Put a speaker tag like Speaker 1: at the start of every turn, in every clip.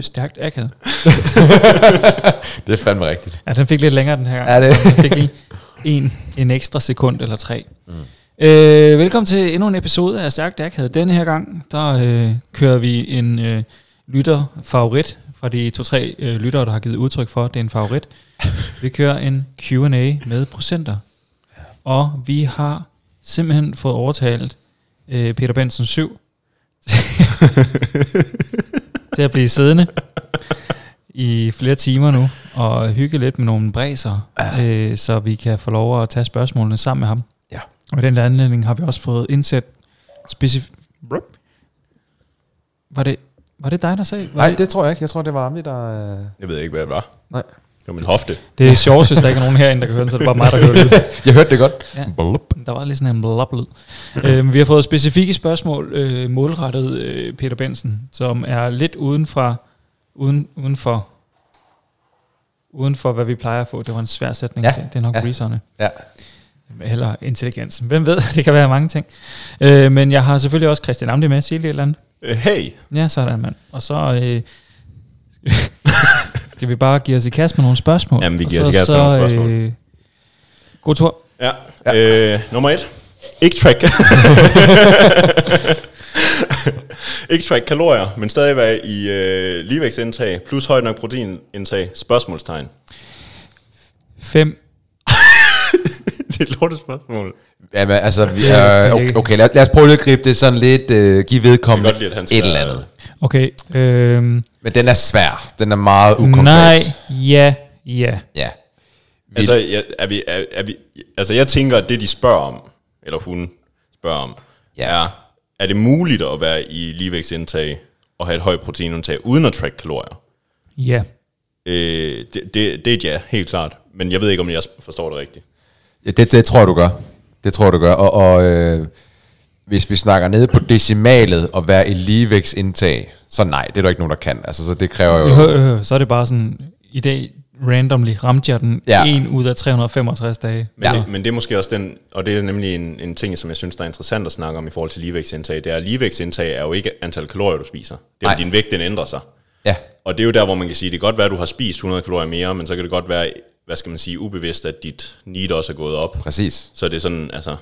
Speaker 1: Stærkt akavet.
Speaker 2: Det er fandme rigtigt.
Speaker 1: Ja, den fik lidt længere den her gang.
Speaker 3: Ja, det-
Speaker 1: Den fik lige en, en ekstra sekund eller tre. Mm. Øh, velkommen til endnu en episode af Stærkt Akavet. Denne her gang, der øh, kører vi en øh, lytterfavorit fra de to-tre øh, lyttere, der har givet udtryk for, at det er en favorit. Vi kører en Q&A med procenter. Og vi har simpelthen fået overtalt øh, Peter Benson 7 til at blive siddende i flere timer nu og hygge lidt med nogle bræser, ja. øh, så vi kan få lov at tage spørgsmålene sammen med ham.
Speaker 3: Ja.
Speaker 1: Og i den anledning har vi også fået indsat specif... Brup. Var det, var det dig, der sagde? Var
Speaker 3: Nej, det tror jeg ikke. Jeg tror, det var Amli, der... øh,
Speaker 2: Jeg ved ikke, hvad det var.
Speaker 3: Nej.
Speaker 2: Det var min hofte.
Speaker 1: det er sjovt, hvis der ikke er nogen herinde, der kan høre den, så det er bare mig, der kan høre det.
Speaker 3: Jeg hørte det godt.
Speaker 1: Ja.
Speaker 3: Blup.
Speaker 1: Der var lige sådan en blablyd. øhm, vi har fået specifikke spørgsmål øh, målrettet øh, Peter Bensen, som er lidt uden fra, uden, uden, for, uden for, hvad vi plejer at få. Det var en svær sætning.
Speaker 3: Ja.
Speaker 1: Det, det er nok ja.
Speaker 3: Ja.
Speaker 1: reasonerne.
Speaker 3: Ja.
Speaker 1: Eller intelligensen. Hvem ved? Det kan være mange ting. Øh, men jeg har selvfølgelig også Christian Amdi med. Sige lige et eller andet.
Speaker 2: Øh, Hey!
Speaker 1: Ja, sådan mand. Og så... Øh, skal vi bare give os i kast med nogle spørgsmål?
Speaker 2: Jamen, vi
Speaker 1: Og
Speaker 2: giver os
Speaker 1: så-
Speaker 2: i kast med
Speaker 1: så,
Speaker 2: nogle spørgsmål.
Speaker 1: Øh, god tur.
Speaker 2: Ja. ja. Øh, nummer et. Ikke track. ikke track kalorier, men stadig være i øh, ligevægtsindtag plus højt nok proteinindtag. Spørgsmålstegn.
Speaker 1: Fem
Speaker 2: det er et lortet spørgsmål.
Speaker 3: Ja, men altså, vi,
Speaker 1: Ja, det er
Speaker 3: øh, okay,
Speaker 1: ikke-
Speaker 3: okay lad, lad os prøve lige at gribe det sådan lidt, øh, give vedkommende
Speaker 2: Jeg kan godt lide, at han skal
Speaker 3: et eller
Speaker 2: være-
Speaker 3: andet.
Speaker 1: Okay. Øhm,
Speaker 3: Men den er svær. Den er meget ukonkret.
Speaker 1: nej, ja, ja.
Speaker 3: Ja. Vi,
Speaker 2: Altså, ja, er vi, er, er vi, altså, jeg tænker, at det, de spørger om, eller hun spørger om,
Speaker 3: Ja.
Speaker 2: er, er det muligt at være i ligevægtsindtag og have et højt proteinindtag uden at track kalorier?
Speaker 1: Ja.
Speaker 2: Øh, det, det, det er et ja, helt klart. Men jeg ved ikke, om jeg forstår det rigtigt.
Speaker 3: Ja, det, det tror jeg, du gør. Det tror jeg, du gør. Og, og øh, hvis vi snakker nede på decimalet og være i ligevægtsindtag, så nej, det er der ikke nogen, der kan. Altså, så det kræver jo...
Speaker 1: Øh, øh, øh, så er det bare sådan, i dag randomly ramte jeg den ja.
Speaker 3: Ja.
Speaker 1: en ud af 365 dage.
Speaker 2: Men,
Speaker 3: Ja.
Speaker 2: det, men det er måske også den, og det er nemlig en, en ting, som jeg synes, der er interessant at snakke om i forhold til ligevægtsindtag, det er, at ligevægtsindtag er jo ikke antal kalorier, du spiser. Det er, at
Speaker 3: Nej.
Speaker 2: din vægt, den ændrer sig.
Speaker 3: Ja,
Speaker 2: Og det er jo der, hvor man kan sige, det kan godt være, at du har spist 100 kalorier mere, men så kan det godt være, hvad skal man sige, ubevidst, at dit need også er gået op.
Speaker 3: præcis.
Speaker 2: Så det er sådan, altså...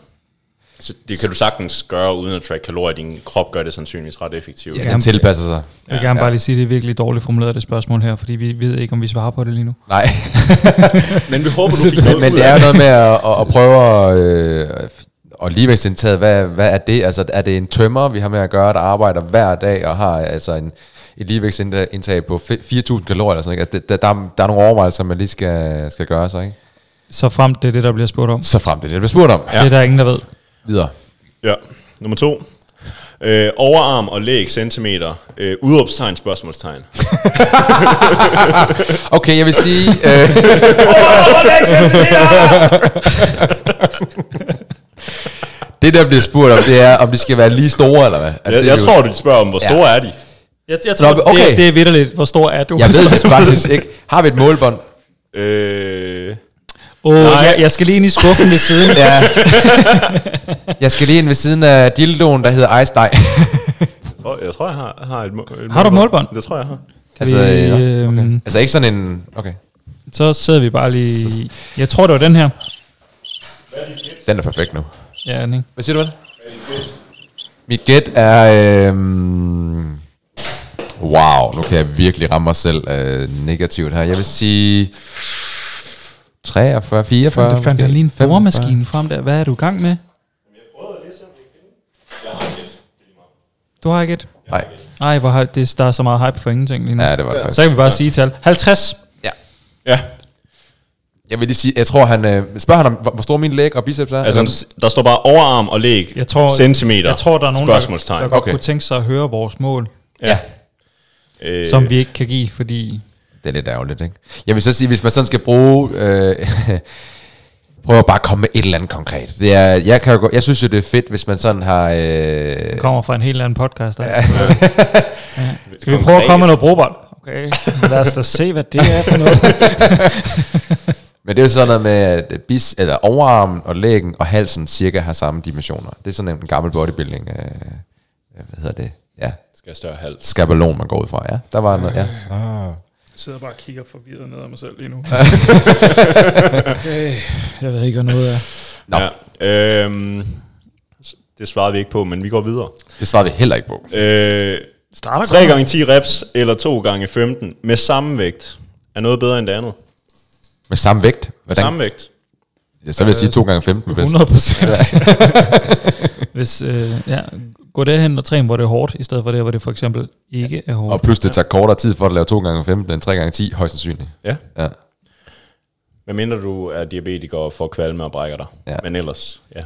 Speaker 2: Så det kan du sagtens gøre uden at track kalorier. Din krop gør det sandsynligvis ret effektivt.
Speaker 3: Ja,
Speaker 2: Ja.
Speaker 3: den tilpasser sig.
Speaker 1: Jeg vil gerne bare lige sige, at det er virkelig dårligt formuleret, det spørgsmål her, fordi vi ved ikke, om vi svarer på det lige nu.
Speaker 3: Nej,
Speaker 2: Men vi håber, du fik
Speaker 3: men,
Speaker 2: noget
Speaker 3: men
Speaker 2: ud
Speaker 3: det er
Speaker 2: af
Speaker 3: jo
Speaker 2: det.
Speaker 3: noget med at, at, at prøve at... Øh, og ligevægtsindtaget, hvad, hvad er det? Altså, er det en tømmer, vi har med at gøre, der arbejder hver dag og har altså en, et ligevægtsindtag på fe- 4.000 kalorier eller sådan noget? Altså, det- der, der, er- der er nogle overvejelser, man lige skal, skal gøre sig, ikke?
Speaker 1: Så frem det er det, der bliver spurgt om.
Speaker 3: Så frem til det, der bliver spurgt om.
Speaker 1: Ja. Det er der ingen, der ved.
Speaker 3: Videre.
Speaker 2: Ja. Nummer to. Øh, overarm og læg centimeter. Øh, udråbstegn, spørgsmålstegn.
Speaker 3: Okay, jeg vil sige... Øh, det der bliver spurgt om, det er, om de skal være lige store, eller hvad? Altså,
Speaker 2: Jeg,
Speaker 3: det er
Speaker 2: jeg
Speaker 3: jo-
Speaker 2: tror, du spørger om, hvor store er de?
Speaker 1: Jeg, jeg
Speaker 3: tror, Nå, men okay.
Speaker 1: det,
Speaker 3: det-
Speaker 1: det
Speaker 3: det
Speaker 1: er vidderligt. Hvor stor er du?
Speaker 3: Jeg ved det faktisk ikke. Har vi et målbånd?
Speaker 2: Øh,
Speaker 1: Oh,
Speaker 2: Nej.
Speaker 1: jeg, jeg skal lige ind i skuffen ved siden.
Speaker 3: Ja. Jeg skal lige ind ved siden af dildoen, der hedder Ice Dig.
Speaker 2: jeg, tror, jeg tror, jeg har, har et, må- et
Speaker 1: Har du målbånd?
Speaker 2: Det tror jeg, jeg har.
Speaker 3: Altså,
Speaker 1: Vi,
Speaker 3: ja,
Speaker 1: øhm,
Speaker 3: altså ikke sådan en... Okay,
Speaker 1: Så sidder vi bare lige... Jeg tror, det var den her.
Speaker 3: den er perfekt nu.
Speaker 1: Ja, den, ikke?
Speaker 3: Hvad siger du, vel? Mit gæt er... Øhm, wow, nu kan jeg virkelig ramme mig selv øh, negativt her. Jeg vil sige... 43, 44...
Speaker 1: Der fandt jeg lige en
Speaker 3: 45.
Speaker 1: boremaskine frem der. Hvad er du i gang med? Du har ikke et?
Speaker 3: Nej,
Speaker 1: Nej, hvor har, det, der er så meget hype for ingenting lige nu.
Speaker 3: ja, det var det
Speaker 1: Så
Speaker 3: faktisk.
Speaker 1: kan vi bare sige tal. 50.
Speaker 3: Ja.
Speaker 2: Ja,
Speaker 3: Jeg vil lige sige, jeg tror han... Øh, spørger han om, hvor hvor store mine læg og biceps er?
Speaker 2: altså
Speaker 3: Eller-
Speaker 2: der står bare overarm og læg
Speaker 1: Jeg tror,
Speaker 2: centimeter.
Speaker 1: Jeg tror, der er nogen, der, der
Speaker 2: spørgsmålstegn.
Speaker 1: godt okay.
Speaker 3: Okay.
Speaker 1: kunne tænke sig at høre vores mål,
Speaker 2: ja.
Speaker 1: øh.
Speaker 2: Øh,
Speaker 1: som vi ikke kan give, fordi...
Speaker 3: Det er lidt ærgerligt, ikke? Jeg vil så sige, hvis man sådan skal bruge... Øh, prøv at bare komme med et eller andet konkret. Det er, jeg, kan jo, gå- jeg synes jo, det er fedt, hvis man sådan har... Øh,
Speaker 1: Det kommer fra en helt anden podcast. Ja. Skal vi prøve at komme med noget brugbart? Okay, lad os da se, hvad det er for noget.
Speaker 3: Men det er jo sådan noget med, at bis, eller overarmen og lægen og halsen cirka har samme dimensioner. Det er sådan en gammel bodybuilding, øh, hvad hedder det? Ja,
Speaker 2: Skal jeg større hals?
Speaker 3: skabelon, man går ud fra. Ja, der var noget, ja.
Speaker 1: Jeg sidder bare og kigger forvirret ned af mig selv lige nu. okay, jeg ved ikke, hvad noget er.
Speaker 3: Nå.
Speaker 2: Ja. Øhm, det svarede vi ikke på, men vi går videre.
Speaker 3: Det svarer vi heller ikke på.
Speaker 2: Øh,
Speaker 1: Starter
Speaker 2: 3 gange 10 reps eller 2 gange 15 med samme vægt er noget bedre end det andet.
Speaker 3: Med samme vægt. Hvordan?
Speaker 2: Samme vægt.
Speaker 3: Ja, så vil jeg sige 2 gange 15 bedst.
Speaker 1: 100 procent. Hvis, øh, ja, gå derhen og træn, hvor det er hårdt, i stedet for der, hvor det for eksempel ikke er
Speaker 3: Og
Speaker 1: hårdt.
Speaker 3: plus det tager kortere tid for at lave 2 gange 15 end 3 gange 10 højst sandsynligt.
Speaker 2: Ja.
Speaker 3: Ja.
Speaker 2: Hvad mindre du er diabetiker og får kvalme og brækker dig.
Speaker 3: Ja.
Speaker 2: Men ellers, ja.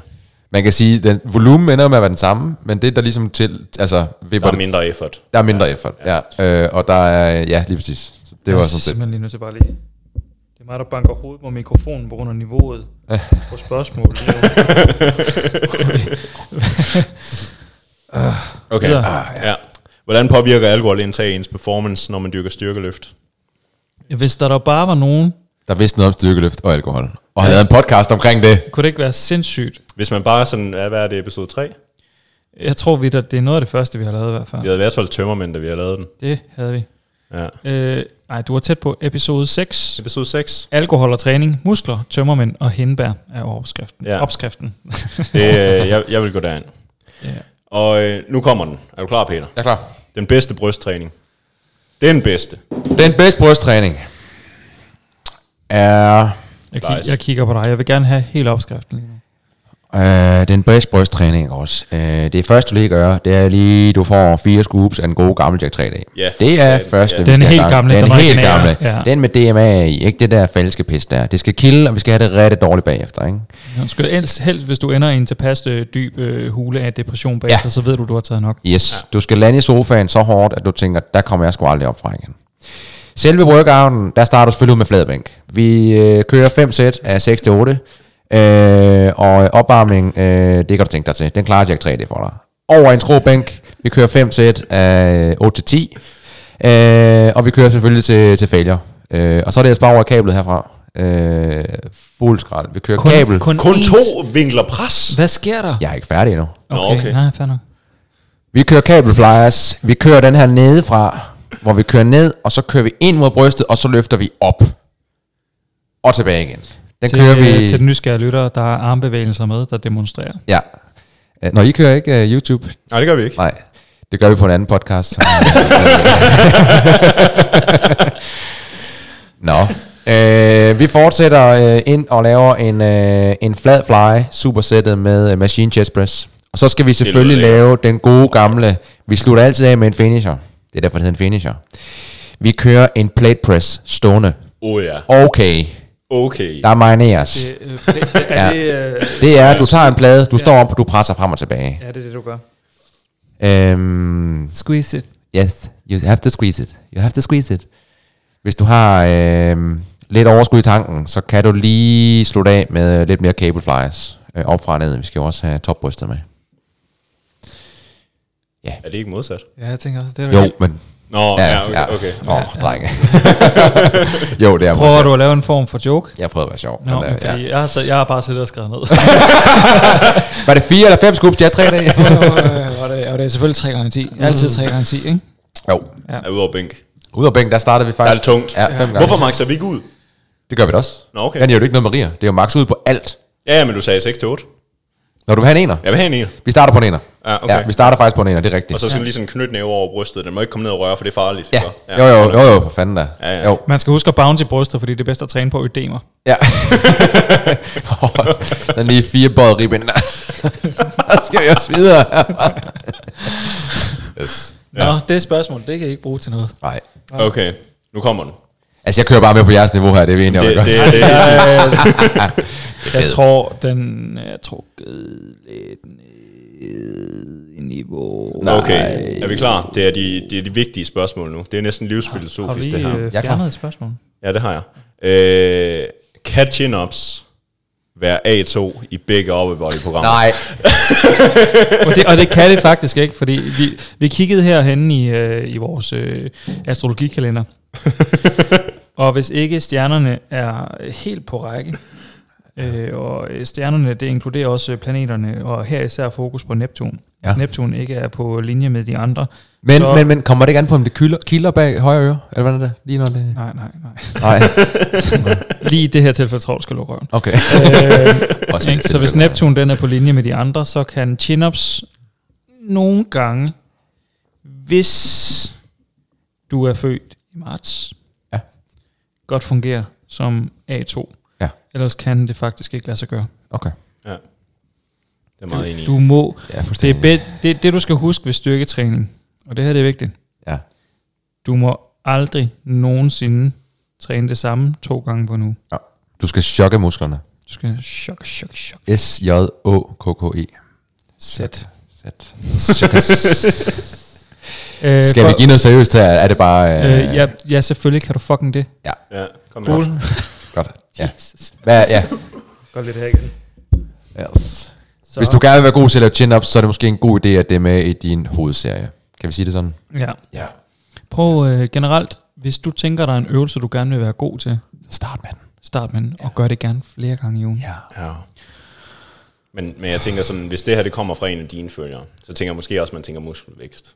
Speaker 3: Man kan sige, den volumen ender jo med at være den samme, men det der ligesom til, altså, vipper
Speaker 2: Der er
Speaker 3: det-
Speaker 2: mindre effort.
Speaker 3: Der er mindre effort, ja. Øh, og der er, ja, lige præcis. Så det var
Speaker 1: jeg er
Speaker 3: sådan set.
Speaker 1: simpelthen lige nødt til bare lige... Det er mig, der banker hovedet på mikrofonen på grund af niveauet på spørgsmålet.
Speaker 2: Okay.
Speaker 1: Videre.
Speaker 3: Ah.
Speaker 2: ja. Hvordan påvirker alkoholindtag ens performance, når man dyrker styrkeløft?
Speaker 1: Hvis der, der bare var nogen,
Speaker 3: Der vidste noget om styrkeløft og alkohol. Og han lavede en podcast omkring det.
Speaker 1: kunne det ikke være sindssygt.
Speaker 2: Hvis man bare sådan, ja, hvad er det, episode 3?
Speaker 1: Jeg tror, vi, der, det er noget af det første, vi har lavet i hvert fald.
Speaker 2: Vi havde i hvert fald tømmermænd, da vi havde lavet den.
Speaker 1: Det havde vi.
Speaker 2: Ja.
Speaker 1: Øh, ej, du var tæt på episode 6.
Speaker 2: Episode 6.
Speaker 1: Alkohol og træning, muskler, tømmermænd og hindbær er overskriften.
Speaker 2: Ja.
Speaker 1: Ja. Opskriften.
Speaker 2: Det, øh, jeg, jeg vil gå derind.
Speaker 1: ja.
Speaker 2: Og øh, nu kommer den. Er du klar, Peter?
Speaker 3: Jeg er klar.
Speaker 2: Den bedste brysttræning. Den bedste.
Speaker 3: Den bedste brysttræning er...
Speaker 1: jeg,
Speaker 2: Nice.
Speaker 1: kig, jeg kigger på dig. Jeg vil gerne have hele opskriften lige nu.
Speaker 3: Øh, den bedste brysttræning også. Øh, det første, du lige gør, det er lige, du får fire scoops af den gode gamle Jack 3 dag.
Speaker 2: Ja, for
Speaker 3: det er
Speaker 2: satan,
Speaker 3: første,
Speaker 2: ja.
Speaker 3: vi
Speaker 1: Den
Speaker 3: skal i
Speaker 1: helt
Speaker 3: gang.
Speaker 1: gamle,
Speaker 3: Den
Speaker 1: den
Speaker 3: helt
Speaker 1: originale,
Speaker 3: gamle. Ja.
Speaker 1: ja.
Speaker 3: Den med DMA i. Ikke det der falske pis der. Det skal kilde, og vi skal have det rigtig dårligt bagefter. Ikke?
Speaker 1: Du skal helst, helst, hvis du ender i en tilpas øh, dyb øh, hule af depression bag
Speaker 3: Ja.
Speaker 1: ja. så ved du, du har taget nok.
Speaker 3: Yes, ja. du skal lande i sofaen så hårdt, at du tænker, der kommer jeg sgu aldrig op fra igen. Selve workouten, der starter du selvfølgelig ud med fladbænk. Vi øh, kører 5 sæt af 6-8, øh, og opvarmning, øh, det kan du tænke dig til. Den klarer Jack 3D for dig. Over en skråbænk, vi kører 5 sæt af 8-10, øh, og vi kører selvfølgelig til, til failure. Øh, og så er det ellers bare over kablet herfra. Øh, fuld skrald. Vi kører kabel.
Speaker 2: Kun
Speaker 1: én-
Speaker 2: to vinkler pres.
Speaker 1: Hvad sker der?
Speaker 3: Jeg er ikke færdig endnu.
Speaker 2: Nå,
Speaker 1: Okay,
Speaker 2: okay.
Speaker 1: okay. nej, fair nok.
Speaker 3: Vi kører kabelflyers, vi kører den her nedefra, hvor vi kører ned, og så kører vi ind mod brystet, og så løfter vi op. Og tilbage igen. Den
Speaker 1: Til,
Speaker 3: kører vi...
Speaker 1: øh, til den nysgerrige lytter, der er armbevægelser med, der demonstrerer.
Speaker 3: Ja. Øh, Nå, I kører ikke uh, YouTube?
Speaker 2: Nej, det gør vi ikke.
Speaker 3: Nej, det gør vi på en anden podcast. som- Nå. Øh, vi fortsætter øh, ind og laver en, øh, en flad fly supersættet med øh, machine chest press. Og så skal vi selvfølgelig
Speaker 2: lækkert.
Speaker 3: lave den gode gamle. Vi slutter altid af med en finisher. Det er derfor, det hedder en finisher. Vi kører en plate press stående.
Speaker 2: Åh oh, ja.
Speaker 3: Okay,
Speaker 2: Okay.
Speaker 3: der marineres.
Speaker 1: er det, øh,
Speaker 3: Det er, du tager en plade, du står op, du presser frem og tilbage.
Speaker 1: ja, det er det, du gør.
Speaker 3: Øhm,
Speaker 1: Squeeze it.
Speaker 3: Yes, you have to squeeze it. You have to squeeze it. Hvis du har øh, lidt overskud i tanken, så kan du lige slutte af med øh, lidt mere cable flyers øh, op fra og ned. Vi skal jo også have topbrystet med.
Speaker 2: Er det ikke modsat?
Speaker 1: Ja, jeg tænker også, det er
Speaker 3: Jo, men...
Speaker 2: Nå, ja, ja okay. okay.
Speaker 3: Åh, oh, drenge. jo, det er
Speaker 1: Prøver
Speaker 3: modsat.
Speaker 1: du at lave en form for joke?
Speaker 3: Jeg prøvede at være sjov.
Speaker 1: Nå,
Speaker 3: men, øh,
Speaker 1: men
Speaker 3: ja.
Speaker 1: fordi jeg, har, så- jeg har bare siddet og skrevet ned.
Speaker 3: Var det fire eller fem scoops, jeg tre dage?
Speaker 1: og, det, og det er selvfølgelig 3 gange 10. Altid 3 gange 10, ikke?
Speaker 3: jo.
Speaker 2: Er ude over bænk.
Speaker 3: Ude af bænken, der startede vi faktisk...
Speaker 2: Der er det tungt.
Speaker 3: Ja, fem gange.
Speaker 2: Hvorfor maxer vi ikke ud?
Speaker 3: Det gør vi da også.
Speaker 2: Nå, okay.
Speaker 3: Men det er jo ikke noget med riger. Det er jo max ud på alt.
Speaker 2: Ja, men du sagde 6 til 8.
Speaker 3: Når du vil have en ener.
Speaker 2: Jeg vil have en ener.
Speaker 3: Vi starter på en ener.
Speaker 2: Ja, okay.
Speaker 3: vi starter faktisk på en ener, det er rigtigt.
Speaker 2: Og så skal ja. den lige sådan knytte næve over brystet. Den må ikke komme ned og røre, for det er farligt.
Speaker 3: Ja,
Speaker 2: Så,
Speaker 3: jo jo, jo jo, for fanden da.
Speaker 2: Ja, ja.
Speaker 3: Jo.
Speaker 1: Man skal huske at bounce i brystet, fordi det er bedst at træne på ødemer.
Speaker 3: Ja. Sådan lige fire bøjet ribben der. Så skal vi også videre. yes.
Speaker 1: Ja. Nå, det spørgsmål, det kan jeg ikke bruge til noget.
Speaker 3: Nej.
Speaker 2: Okay, nu kommer den.
Speaker 3: Altså, jeg kører bare med på jeres niveau her, det er vi enige om,
Speaker 2: Det,
Speaker 3: ikke
Speaker 2: det,
Speaker 3: også?
Speaker 2: det,
Speaker 1: jeg, jeg
Speaker 3: fedt.
Speaker 1: tror, den er trukket lidt ned i niveau.
Speaker 2: okay, er vi klar? Det er de, det er de vigtige spørgsmål nu. Det er næsten
Speaker 1: Har
Speaker 2: livsfilosofisk, det
Speaker 1: vi
Speaker 2: her.
Speaker 1: øh,
Speaker 3: Jeg er klar.
Speaker 1: fjernet et spørgsmål?
Speaker 2: Ja, det har jeg. Øh, kan chin-ups være A2 i begge opbevareprogrammer.
Speaker 3: Nej,
Speaker 1: Og det, og det kan det faktisk ikke, fordi vi, vi kiggede herhenne i, øh, i vores øh, astrologikalender. og hvis ikke stjernerne er helt på række, øh, og øh, stjernerne, det inkluderer også øh, planeterne, og her især fokus på Neptun.
Speaker 3: Ja.
Speaker 1: Ja. Hvis Neptun ikke er på linje med de andre,
Speaker 3: men,
Speaker 1: så...
Speaker 3: men, men kommer det ikke an på, om det kilder, kilder bag højre øre? Eller hvordan er det? Lige når det...
Speaker 1: Nej, nej, nej.
Speaker 3: Nej,
Speaker 1: Lige i det her tilfælde tror jeg, du skal lukke røven.
Speaker 3: okay.
Speaker 1: Øh,
Speaker 3: Også
Speaker 1: Ikke? Så hvis Neptun den er på linje med de andre, så kan chin-ups nogle gange, hvis du er født i marts,
Speaker 3: Ja.
Speaker 1: godt fungere som A2.
Speaker 3: Ja.
Speaker 1: Ellers kan det faktisk ikke lade sig gøre.
Speaker 3: Okay.
Speaker 2: Ja. Det er jeg meget enig i.
Speaker 1: Du må,
Speaker 3: Ja,
Speaker 1: det, er
Speaker 3: fuldstændig.
Speaker 1: bed, det, det du skal huske ved styrketræning, og det her det er vigtigt,
Speaker 3: Ja.
Speaker 1: du må aldrig nogensinde træne det samme to gange på en uge.
Speaker 3: ja. Du skal chokke musklerne.
Speaker 1: Du skal chok, chok, chok,
Speaker 3: S-J-O-K-K-E.
Speaker 1: sæt.
Speaker 3: Sæt.
Speaker 1: Øh,
Speaker 3: Skal vi give noget seriøst her? Er det bare... Øh,
Speaker 1: Øh, ja, ja, selvfølgelig kan du fucking det.
Speaker 2: Ja, kom med.
Speaker 1: Cool.
Speaker 3: Godt. Ja. Hvad, ja.
Speaker 1: Godt lidt her igen.
Speaker 3: Yes.
Speaker 1: Så,
Speaker 3: Hvis du gerne vil være god til at lave chin-ups, så er det måske en god idé, at det er med i din hovedserie. Kan vi sige det sådan?
Speaker 1: ja.
Speaker 3: Ja.
Speaker 1: Prøv øh, generelt, hvis du tænker dig en øvelse, du gerne vil være god til,
Speaker 3: Så start med den.
Speaker 1: start med den, og gør det gerne flere gange i ugen.
Speaker 3: Ja.
Speaker 2: Ja. Men, men jeg tænker sådan, hvis det her det kommer fra en af dine følgere, så tænker jeg måske også, at man tænker muskelvækst.